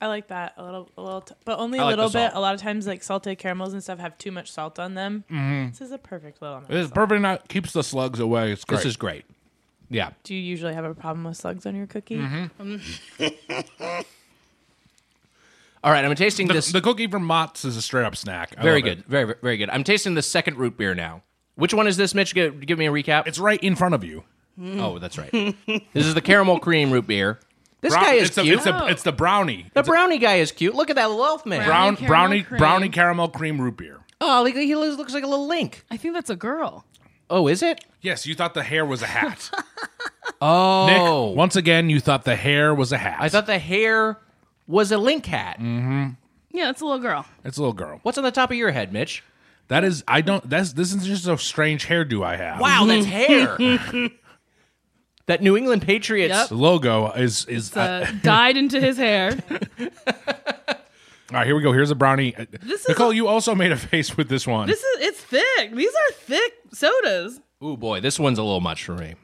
Speaker 7: I like that a little, a little, t- but only
Speaker 2: I
Speaker 7: a
Speaker 2: like the
Speaker 7: little bit.
Speaker 2: salt.
Speaker 7: A lot of times, like salted caramels and stuff have too much salt on them.
Speaker 2: Mm-hmm.
Speaker 7: This is a perfect little. amount.
Speaker 3: It's perfect. Not keeps the slugs away. It's great.
Speaker 2: This is great. Yeah.
Speaker 7: Do you usually have a problem with slugs on your cookie?
Speaker 2: Mm-hmm. All right, I'm tasting
Speaker 3: the,
Speaker 2: this
Speaker 3: the cookie from Mott's is a straight up snack. I
Speaker 2: very
Speaker 3: love it.
Speaker 2: good. Very very good. I'm tasting the second root beer now. Which one is this, Mitch? Give, give me a recap.
Speaker 3: It's right in front of you.
Speaker 2: oh, that's right. this is the caramel cream root beer. This guy is
Speaker 3: it's a-
Speaker 2: cute.
Speaker 3: it's, a, it's the brownie.
Speaker 2: the brownie guy is cute. Look at that little elf man.
Speaker 3: Brown
Speaker 5: Brownie
Speaker 3: brownie
Speaker 5: caramel
Speaker 3: brownie
Speaker 5: cream.
Speaker 3: caramel cream root beer.
Speaker 2: Oh, he, he looks looks like a little link.
Speaker 5: I think that's a girl.
Speaker 2: Oh, is it?
Speaker 3: Yes, you thought the hair was a hat. Nick,
Speaker 2: Oh,
Speaker 3: once again, you thought the hair was a hat.
Speaker 2: I thought the hair was a link hat.
Speaker 5: Yeah, it's a little girl.
Speaker 3: it's a little girl.
Speaker 2: What's on the top of your head, Mitch?
Speaker 3: That is, I don't. That's this is just a strange hairdo I have.
Speaker 2: Wow,
Speaker 5: Mm-hmm.
Speaker 2: that's hair. that New England Patriots.
Speaker 5: Yep.
Speaker 3: The logo is is. Uh,
Speaker 5: Uh, dyed into his hair.
Speaker 3: all right, here we go. Here's a brownie. Uh,
Speaker 5: This is
Speaker 3: Nicole,
Speaker 5: a-
Speaker 3: you also made a face with this one.
Speaker 5: This is it's thick. These are thick sodas,
Speaker 2: Ooh boy, this one's a little much for me.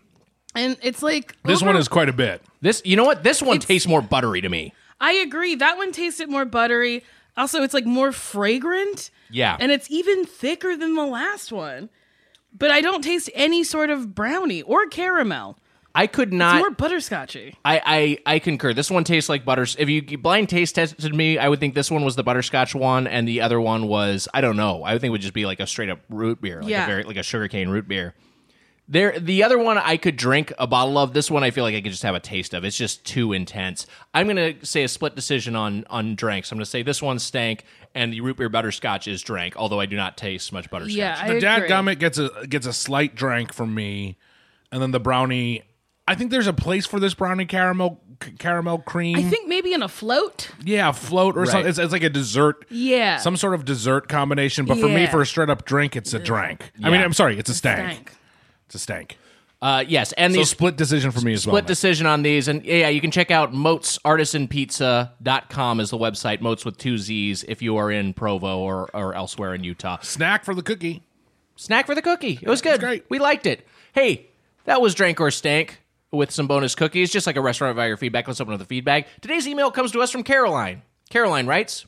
Speaker 5: and it's like oh,
Speaker 3: This
Speaker 5: over-
Speaker 3: one is quite a bit.
Speaker 2: This, you know what? This one tastes more buttery to me.
Speaker 5: I agree. That one tasted more buttery. Also, it's like more fragrant.
Speaker 2: Yeah.
Speaker 5: and it's even thicker than the last one. But I don't taste any sort of brownie or caramel.
Speaker 2: I could
Speaker 5: It's
Speaker 2: not.
Speaker 5: more butterscotchy.
Speaker 2: I, I I concur. This one tastes like butters. If you blind taste tested me, I would think this one was the butterscotch one, and the other one was I don't know. I would think it would just be like a straight up root beer, like a
Speaker 5: Yeah.
Speaker 2: very like a sugarcane root beer. There, the other one I could drink a bottle of. This one I feel like I could just have a taste of. It's just too intense. I'm gonna say a split decision on on drinks. I'm gonna say this one stank, and the root beer butterscotch is drank. Although I do not taste much butterscotch.
Speaker 5: Yeah, I
Speaker 3: The dad
Speaker 5: agree.
Speaker 3: gummit gets a gets a slight drink from me, and then the brownie. I think there's a place for this brownie caramel c- caramel cream.
Speaker 5: I think maybe in a float.
Speaker 3: yeah, float or something. It's, it's like a dessert.
Speaker 5: Yeah.
Speaker 3: some sort of dessert combination. But for me,
Speaker 5: Yeah.
Speaker 3: for a straight up drink, it's a drink. I mean, I'm sorry, it's a stank.
Speaker 5: Thank.
Speaker 3: It's a stank.
Speaker 2: Uh, yes, and
Speaker 3: So
Speaker 2: these
Speaker 3: split decision for me as well.
Speaker 2: split decision on these and yeah you can check out moatsartisanpizza.com is the website moats with two z's if you are in provo or, or elsewhere in utah
Speaker 3: Snack for the cookie.
Speaker 2: snack for the cookie it was good
Speaker 3: great.
Speaker 2: we liked it hey that was drank or stank with some bonus cookies just like a restaurant via your feedback let's open up the feedback today's email comes to us from caroline caroline writes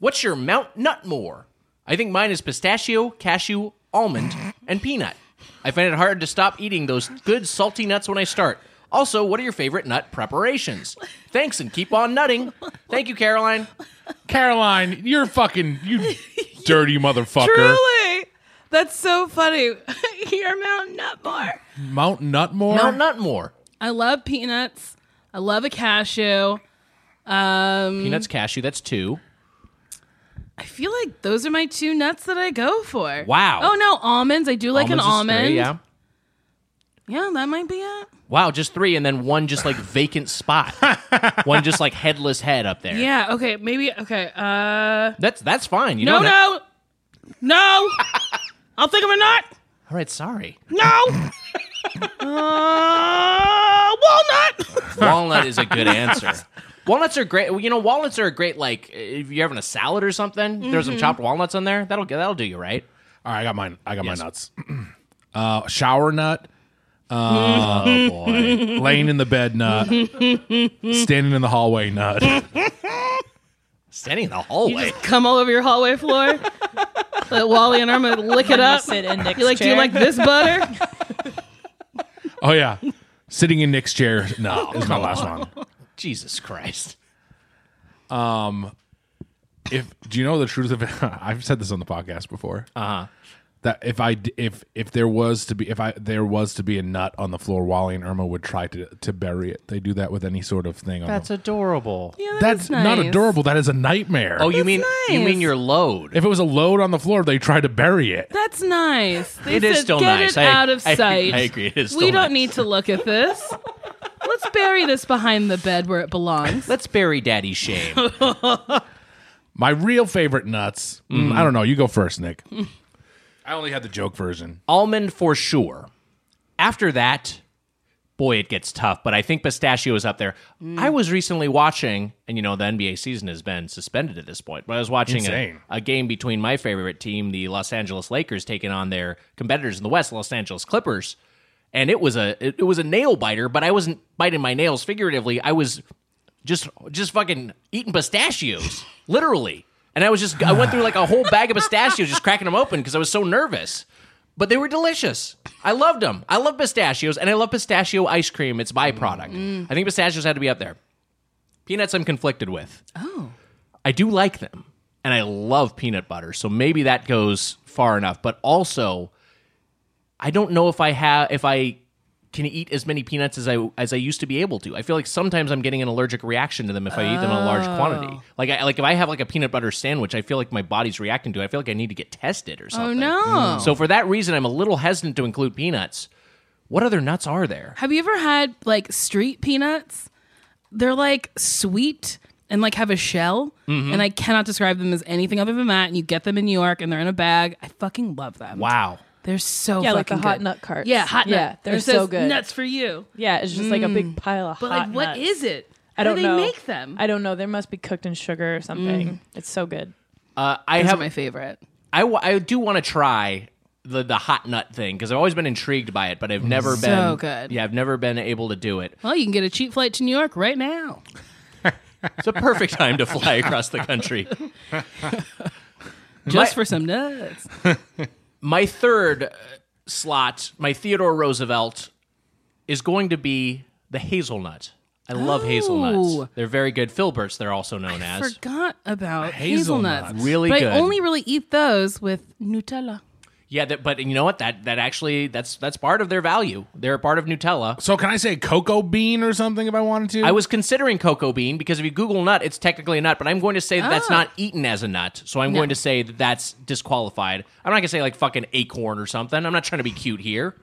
Speaker 2: what's your mount nutmore i think mine is pistachio cashew almond and peanut i find it hard to stop eating those good salty nuts when i start also what are your favorite nut preparations thanks and keep on nutting thank you caroline
Speaker 3: Caroline, you're fucking you dirty motherfucker.
Speaker 5: Truly, that's so funny. Your Mount Nutmore.
Speaker 3: Mount Nutmore.
Speaker 2: mount nutmore
Speaker 5: I love peanuts. I love a cashew. Um,
Speaker 2: peanuts cashew that's two
Speaker 5: I feel like those are my two nuts that I go for.
Speaker 2: Wow.
Speaker 5: Oh no, almonds. I do like an
Speaker 2: Almonds is
Speaker 5: almond.
Speaker 2: three, yeah
Speaker 5: Yeah, that might be it.
Speaker 2: Wow, just three, and then one just like vacant spot, one just like headless head up there.
Speaker 5: Yeah. Okay. Maybe. Okay. Uh.
Speaker 2: that's that's fine. You
Speaker 5: No.
Speaker 2: don't have-
Speaker 5: No. No. I'll think of a nut.
Speaker 2: All right, sorry.
Speaker 5: No. uh, walnut.
Speaker 2: Walnut is a good answer. Walnuts are great. You know, walnuts are a great like if you're having a salad or something. There's
Speaker 5: Mm-hmm.
Speaker 2: some chopped walnuts on there. That'll that'll do you right.
Speaker 3: All right, I got mine. I got my nuts. uh, shower nut,
Speaker 2: Oh boy,
Speaker 3: laying in the bed nut, standing in the hallway nut.
Speaker 2: standing in the hallway.
Speaker 5: Come all over your hallway floor. Let Wally and Irma lick it
Speaker 7: You
Speaker 5: up.
Speaker 7: sit in Nick's
Speaker 5: You like? Do you
Speaker 7: chair.
Speaker 5: like this butter?
Speaker 3: Oh yeah, sitting in Nick's chair. No, it's my last one.
Speaker 2: Jesus Christ.
Speaker 3: If do you know the truth of it? I've said this on the podcast before. Uh huh. That if I d- if if there was to be if I there was to be a nut on the floor, Wally and Irma would try to to bury it. They do that with any sort of thing. On the-
Speaker 2: adorable.
Speaker 5: Yeah,
Speaker 3: that's not
Speaker 5: Oh, nice.
Speaker 3: adorable. That is a nightmare.
Speaker 2: Oh, you mean you
Speaker 5: nice.
Speaker 2: mean your load?
Speaker 3: If it was a load on the floor, they tried to bury it.
Speaker 5: That's nice. They
Speaker 2: It is
Speaker 5: said,
Speaker 2: still
Speaker 5: Get
Speaker 2: nice.
Speaker 5: It
Speaker 2: I-
Speaker 5: out of
Speaker 2: I-
Speaker 5: sight.
Speaker 2: I agree. It is
Speaker 5: we
Speaker 2: still
Speaker 5: don't
Speaker 2: nice.
Speaker 5: need to look at this. Let's bury this behind the bed where it belongs.
Speaker 2: Let's bury Daddy's shame.
Speaker 3: My real favorite nuts. Mm,
Speaker 2: Mm-hmm.
Speaker 3: I don't know. You go first, Nick. I only had the joke version.
Speaker 2: almond for sure. After that, boy, it gets tough. But I think pistachio is up there. I was recently watching, and you know the NBA season has been suspended at this point. But I was watching a,
Speaker 3: Insane.
Speaker 2: a game between my favorite team, the Los Angeles Lakers, taking on their competitors in the West, Los Angeles Clippers. and it was a it, it was a nail biter, but I wasn't biting my nails figuratively. I was just just fucking eating pistachios, literally. And I was just I went through like a whole bag of pistachios, just cracking them open because I was so nervous. But they were delicious. I loved them. I love pistachios, and I love pistachio ice cream. It's byproduct. I think pistachios had to be up there. Peanuts, I'm conflicted with. I do like them and I love peanut butter, so maybe that goes far enough. But also, I don't know if I have if I can eat as many peanuts as I as I used to be able to. I feel like sometimes I'm getting an allergic reaction to them if I eat them in a large
Speaker 5: Oh.
Speaker 2: quantity. Like I, like if I have like a peanut butter sandwich, I feel like my body's reacting to it. I feel like I need to get tested or
Speaker 5: Oh
Speaker 2: something. Mm.
Speaker 5: no.
Speaker 2: So for that reason, I'm a little hesitant to include peanuts. What other nuts are there?
Speaker 5: Have you ever had like street peanuts? They're like sweet and like have a shell,
Speaker 2: Mm-hmm.
Speaker 5: and I cannot describe them as anything other than that. And you get them in New York, and they're in a bag. I fucking love them.
Speaker 2: Wow.
Speaker 5: they're so
Speaker 7: Yeah, like
Speaker 5: fucking
Speaker 7: the hot
Speaker 5: good.
Speaker 7: nut carts.
Speaker 5: Yeah, hot nut.
Speaker 7: Yeah, they're
Speaker 5: It says,
Speaker 7: so good.
Speaker 5: Nuts for you,
Speaker 7: Yeah, it's just like a big pile of
Speaker 5: but
Speaker 7: hot
Speaker 5: like, what
Speaker 7: nuts.
Speaker 5: is it?
Speaker 7: I
Speaker 5: How
Speaker 7: don't
Speaker 5: do they
Speaker 7: know.
Speaker 5: make them?
Speaker 7: I don't know. They must be cooked in sugar or something. It's so good.
Speaker 2: Uh, I
Speaker 5: Those are
Speaker 2: have
Speaker 5: my favorite.
Speaker 2: I, w- I do want to try the the hot nut thing because I've always been intrigued by it, but I've never been
Speaker 5: So good.
Speaker 2: Yeah, I've never been able to do it.
Speaker 5: Well, you can get a cheap flight to New York right now.
Speaker 2: It's a perfect time to fly across the country.
Speaker 5: Just for some nuts.
Speaker 2: My third uh, slot, my Theodore Roosevelt, is going to be the hazelnut. I love
Speaker 5: Oh.
Speaker 2: hazelnuts. They're very good. Filberts, they're also known as.
Speaker 5: Forgot about
Speaker 3: Hazelnuts.
Speaker 5: hazelnuts.
Speaker 2: Really
Speaker 5: but
Speaker 2: good.
Speaker 5: I only really eat those with Nutella.
Speaker 2: Yeah, that, but you know what? That that actually that's that's part of their value. They're a part of Nutella.
Speaker 3: So can I say cocoa bean or something if I wanted to?
Speaker 2: I was considering cocoa bean because if you Google nut, it's technically a nut, but I'm going to say that that's not eaten as a nut. So I'm going to say that that's disqualified. I'm not going to say like fucking acorn or something. I'm not trying to be cute here.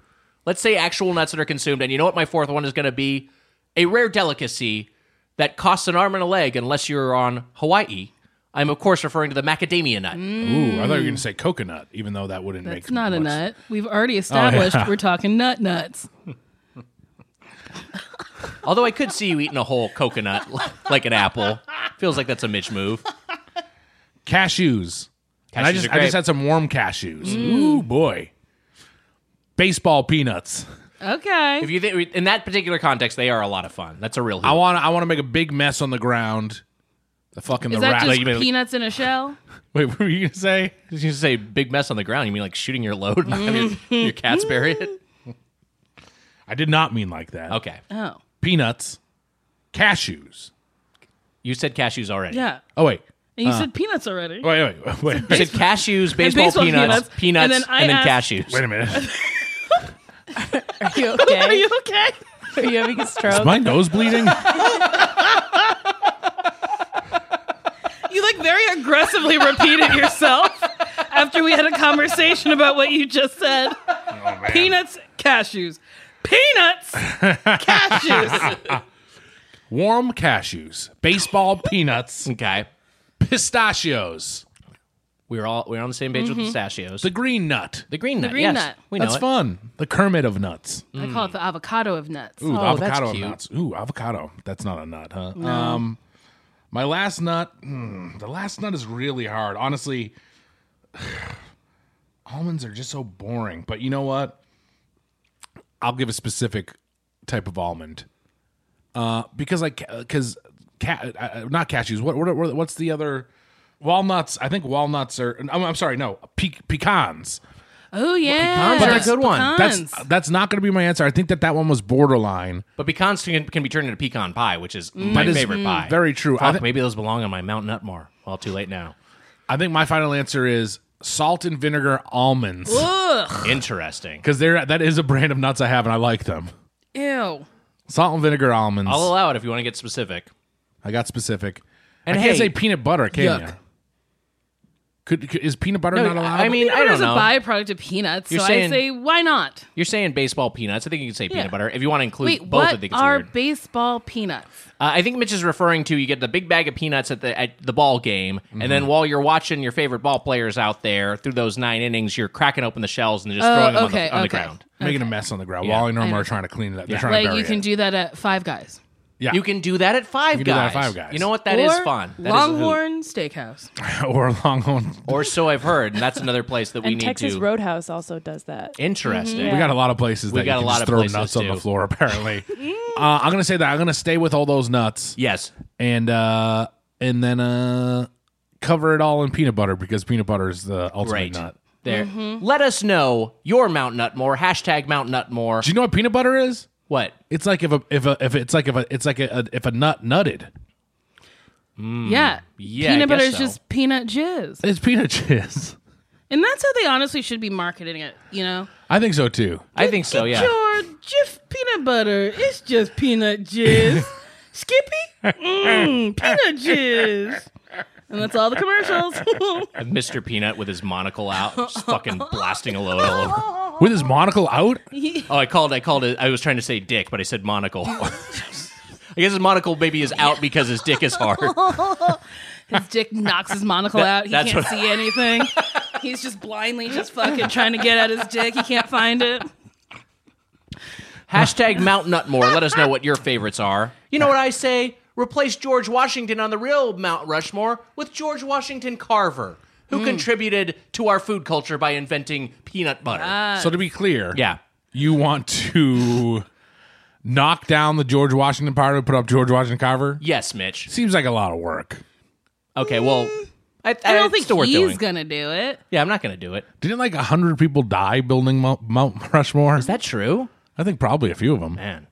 Speaker 2: Let's say actual nuts that are consumed. And you know what? My fourth one is going to be a rare delicacy that costs an arm and a leg unless you're on Hawaii. I'm, of course, referring to the macadamia nut.
Speaker 3: Ooh, I
Speaker 2: Mm.
Speaker 3: thought you were going to say coconut, even though that wouldn't make
Speaker 5: That's not a
Speaker 3: much-
Speaker 5: nut. We've already established we're talking nut nuts.
Speaker 2: Although I could see you eating a whole coconut like an apple. Feels like that's a Mitch move.
Speaker 3: Cashews. and I
Speaker 2: Cashews
Speaker 3: just
Speaker 2: are
Speaker 3: I
Speaker 2: great.
Speaker 3: just had some warm cashews.
Speaker 5: Mm.
Speaker 3: Ooh boy. Baseball peanuts.
Speaker 5: Okay.
Speaker 2: If you think in that particular context, they are a lot of fun. That's a real.
Speaker 3: I
Speaker 2: hoot.
Speaker 3: want to I want to make a big mess on the ground. The fucking
Speaker 5: Is
Speaker 3: the
Speaker 5: that
Speaker 3: rat.
Speaker 5: just
Speaker 3: like, you mean-
Speaker 5: peanuts in a shell?
Speaker 3: wait, what were you gonna say?
Speaker 2: Did you say big mess on the ground? You mean like shooting your load and having your, your cats bury it?
Speaker 3: I did not mean like that.
Speaker 2: Okay.
Speaker 5: Oh,
Speaker 3: Peanuts, cashews.
Speaker 2: You said cashews already.
Speaker 5: yeah.
Speaker 3: Oh wait,
Speaker 5: And you said peanuts already.
Speaker 3: wait, wait, wait, wait,
Speaker 2: You
Speaker 3: wait,
Speaker 2: said cashews, baseball,
Speaker 5: baseball
Speaker 2: peanuts,
Speaker 5: peanuts,
Speaker 2: peanuts,
Speaker 5: and then I
Speaker 2: and then,
Speaker 5: asked-
Speaker 2: cashews.
Speaker 3: a minute.
Speaker 7: Are you okay?
Speaker 5: Are you okay?
Speaker 7: Are you having a
Speaker 3: Is
Speaker 7: stroke?
Speaker 3: my nose bleeding?
Speaker 5: You like very aggressively repeated yourself after we had a conversation about what you just said. Peanuts, cashews. Peanuts, cashews.
Speaker 3: Warm cashews, baseball peanuts,
Speaker 2: Okay.
Speaker 3: pistachios,
Speaker 2: We were all we were on the same page with pistachios.
Speaker 3: the green nut.
Speaker 2: The green nut.
Speaker 5: Mm-hmm. green
Speaker 2: yes.
Speaker 5: nut.
Speaker 2: We know
Speaker 3: That's
Speaker 2: it.
Speaker 3: fun. The Kermit of nuts.
Speaker 5: I call it the avocado of nuts.
Speaker 3: Ooh, the
Speaker 2: Oh, that's
Speaker 3: avocado of
Speaker 2: cute.
Speaker 3: nuts. Ooh, avocado. That's not a nut, huh? Um, my last nut. hmm, the last nut is really hard, honestly. almonds are just so boring. But you know what? I'll give a specific type of almond. Uh, because like, because ca- uh, uh, not cashews. What, what, are- what's the other? Walnuts. I think walnuts are. I'm, I'm sorry. No, pe- pecans.
Speaker 5: Oh, yeah.
Speaker 2: Pecans are a good one.
Speaker 5: Pecans.
Speaker 3: That's that's not going to be my answer. I think that that one was borderline.
Speaker 2: But pecans can, can be turned into pecan pie, which is my
Speaker 5: Mm-hmm.
Speaker 3: That is Mm.
Speaker 2: favorite pie.
Speaker 3: Very true. I,
Speaker 2: Fuck,
Speaker 3: thi-
Speaker 2: maybe those belong on my Mount Nutmar. Well, too late now.
Speaker 3: I think my final answer is salt and vinegar almonds
Speaker 5: Ugh.
Speaker 2: Interesting.
Speaker 3: because they're that is a brand of nuts I have and I like them.
Speaker 5: Ew.
Speaker 3: Salt and vinegar almonds.
Speaker 2: I'll allow it if you want to get specific.
Speaker 3: I got specific.
Speaker 2: And
Speaker 3: I can't
Speaker 2: hey-
Speaker 3: say peanut butter, can
Speaker 2: Yuck.
Speaker 3: you? Could, could is peanut butter not allowed?
Speaker 2: oh, I mean, I
Speaker 5: Peanut
Speaker 2: don't
Speaker 5: butter's
Speaker 2: know.
Speaker 5: a byproduct of peanuts,
Speaker 2: You're
Speaker 5: so
Speaker 2: saying-
Speaker 5: I say why not?
Speaker 2: You're saying baseball peanuts. I think you can say peanut
Speaker 5: Yeah.
Speaker 2: butter if you want to include
Speaker 5: Wait,
Speaker 2: both. I
Speaker 5: what
Speaker 2: think it's
Speaker 5: are
Speaker 2: weird.
Speaker 5: baseball peanuts?
Speaker 2: Uh, I think Mitch is referring to you get the big bag of peanuts at the at the ball game, and
Speaker 3: Mhm.
Speaker 2: then while you're watching your favorite ball players out there through those nine innings, you're cracking open the shells and just throwing them
Speaker 5: Oh,
Speaker 2: on,
Speaker 5: okay,
Speaker 2: the, on the
Speaker 5: okay.
Speaker 2: ground.
Speaker 3: making a mess on the ground. Wally and Norma are trying to clean it up. They're trying to
Speaker 5: Like
Speaker 3: bury
Speaker 5: you can
Speaker 3: it.
Speaker 5: do that at Five Guys.
Speaker 3: Yeah.
Speaker 2: You can do that at Five
Speaker 3: You can do that
Speaker 2: Guys.
Speaker 3: at Five Guys.
Speaker 2: You know what? That is
Speaker 5: Or
Speaker 2: fun. That is a hoot.
Speaker 5: Longhorn Steakhouse.
Speaker 3: or Longhorn.
Speaker 2: Or so I've heard. And that's another place that we
Speaker 7: and
Speaker 2: need
Speaker 7: Texas
Speaker 2: to.
Speaker 7: Roadhouse also does that.
Speaker 2: Interesting.
Speaker 5: Mm-hmm.
Speaker 3: We got a lot of places
Speaker 2: We
Speaker 3: that
Speaker 2: got
Speaker 3: you
Speaker 2: a
Speaker 3: can
Speaker 2: lot
Speaker 3: just
Speaker 2: of
Speaker 3: throw
Speaker 2: places
Speaker 3: nuts on the
Speaker 2: too.
Speaker 3: floor. Apparently, uh, I'm gonna say that I'm gonna stay with all those nuts
Speaker 2: Yes.
Speaker 3: and uh, and then uh, cover it all in peanut butter because peanut butter is the ultimate
Speaker 2: Right.
Speaker 3: nut.
Speaker 2: There.
Speaker 5: Mm-hmm.
Speaker 2: Let us know your Mount Nutmore. Hashtag Mount Nutmore.
Speaker 3: Do you know what peanut butter is?
Speaker 2: what?
Speaker 3: It's like if a if a if it's like if a it's like a, a if a nut nutted.
Speaker 5: Yeah.
Speaker 2: Hmm. Yeah, I
Speaker 5: Peanut butter
Speaker 2: guess
Speaker 5: is
Speaker 2: so.
Speaker 5: just peanut jizz.
Speaker 3: It's peanut jizz.
Speaker 5: And that's how they honestly should be marketing it, you know?
Speaker 3: I think so too.
Speaker 2: I think so, yeah.
Speaker 5: Your Jif peanut butter. It's just peanut jizz. Skippy? Mmm, peanut jizz. And that's all the commercials.
Speaker 2: Mr. Peanut with his monocle out, just fucking blasting a load all over.
Speaker 3: With his monocle out,
Speaker 2: Oh, I called. I called it. I was trying to say dick, but I said monocle. I guess his monocle maybe is out because his dick is hard.
Speaker 5: his dick knocks his monocle out. He
Speaker 2: that's
Speaker 5: can't
Speaker 2: what-
Speaker 5: see anything. He's just blindly just fucking trying to get at his dick. He can't find it.
Speaker 2: Hashtag Mount Nutmore. Let us know what your favorites are. You know what I say? Replace George Washington on the real Mount Rushmore with George Washington Carver, who contributed to our food culture by inventing peanut butter.
Speaker 3: so to be clear,
Speaker 2: yeah.
Speaker 3: you want to knock down the George Washington part and put up George Washington Carver.
Speaker 2: Yes, Mitch.
Speaker 3: Seems like a lot of work.
Speaker 2: Okay, well, Mm. I,
Speaker 5: I don't think
Speaker 2: it's worth
Speaker 5: he's
Speaker 2: doing.
Speaker 5: gonna do it.
Speaker 2: yeah, I'm not going to do it.
Speaker 3: Didn't like a hundred people die building Mount, Mount Rushmore?
Speaker 2: Is that true?
Speaker 3: I think probably a few of them.
Speaker 2: Man.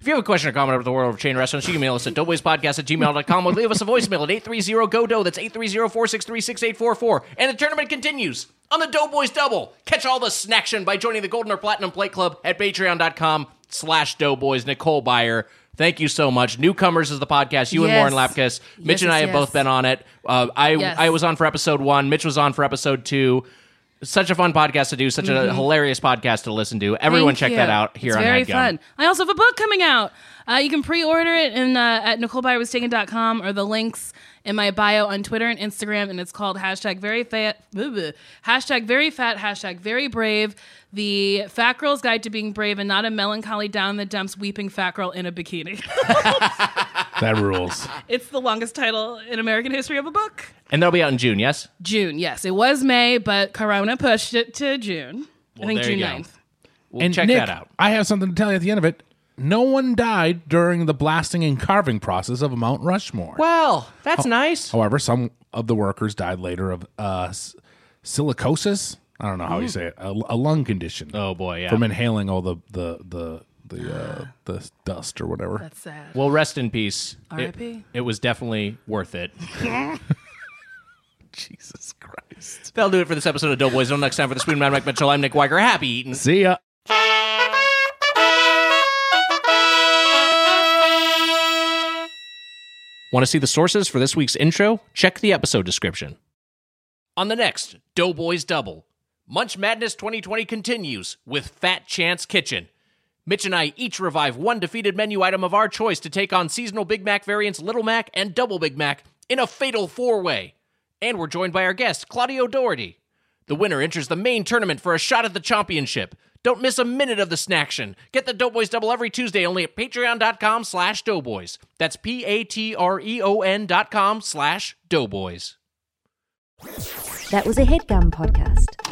Speaker 2: If you have a question or comment about the world of chain restaurants, you can email us at doughboyspodcast at gmail.com or leave us a voicemail at 830-GO-DOUGH. That's 830-463-6844. And the tournament continues on the Doughboys Double. Catch all the snaction by joining the Golden or Platinum Plate Club at patreon.com slash doughboys. Nicole Byer, thank you so much. Newcomers is the podcast. You
Speaker 5: Yes.
Speaker 2: and Warren Lapkus. Mitch
Speaker 5: Yes,
Speaker 2: and I
Speaker 5: yes,
Speaker 2: have both
Speaker 5: yes.
Speaker 2: been on it. Uh, I,
Speaker 5: Yes.
Speaker 2: I was on for episode one. Mitch was on for episode two. Such a fun podcast to do. Such a hilarious podcast to listen to. Everyone
Speaker 5: Mm-hmm. Thank
Speaker 2: check
Speaker 5: you.
Speaker 2: that out here
Speaker 5: it's
Speaker 2: on
Speaker 5: very
Speaker 2: HeadGum.
Speaker 5: fun. I also have a book coming out. Uh, you can pre-order it in, uh, at NicoleByerWasTaken.com or the links in my bio on Twitter and Instagram, and it's called hashtag very fat blah, blah. hashtag very fat hashtag very brave. The fat girl's guide to being brave and not a melancholy down in the dumps weeping fat girl in a bikini.
Speaker 3: That rules.
Speaker 5: it's the longest title in American history of a book.
Speaker 2: And that'll be out in June, yes?
Speaker 5: June, yes, it was May, but Corona pushed it to June. I think
Speaker 2: there
Speaker 5: June
Speaker 2: you go.
Speaker 5: 9th.
Speaker 2: We'll check that out.
Speaker 3: I have something to tell you at the end of it. No one died during the blasting and carving process of Mount Rushmore.
Speaker 2: Well, that's nice.
Speaker 3: However, some of the workers died later of uh, s- silicosis. I don't know how you say it. A, a lung condition.
Speaker 2: Mm. Oh, boy, yeah.
Speaker 3: From inhaling all the the the the uh, the dust or whatever.
Speaker 5: Sad.
Speaker 2: Well, rest in peace. It,
Speaker 5: R.I.P..
Speaker 2: it was definitely worth it.
Speaker 3: Jesus Christ.
Speaker 2: That'll do it for this episode of Doughboys. Until next time for the Spoon Man, Mike Mitchell. I'm Nick Weiger. Happy eating.
Speaker 3: See ya.
Speaker 2: Want to see the sources for this week's intro? Check the episode description. On the next Doughboys Double, Munch Madness 2020 continues with Fat Chance Kitchen. Mitch and I each revive one defeated menu item of our choice to take on seasonal Big Mac variants Little Mac and Double Big Mac in a fatal four way. And we're joined by our guest, Claudio Doherty. The winner enters the main tournament for a shot at the championship. Don't miss a minute of the snaction. Get the Doughboys Double every Tuesday only at patreon.com slash doughboys. That's P-A-T-R-E-O-N dot com slash doughboys.
Speaker 9: That was a headgum podcast.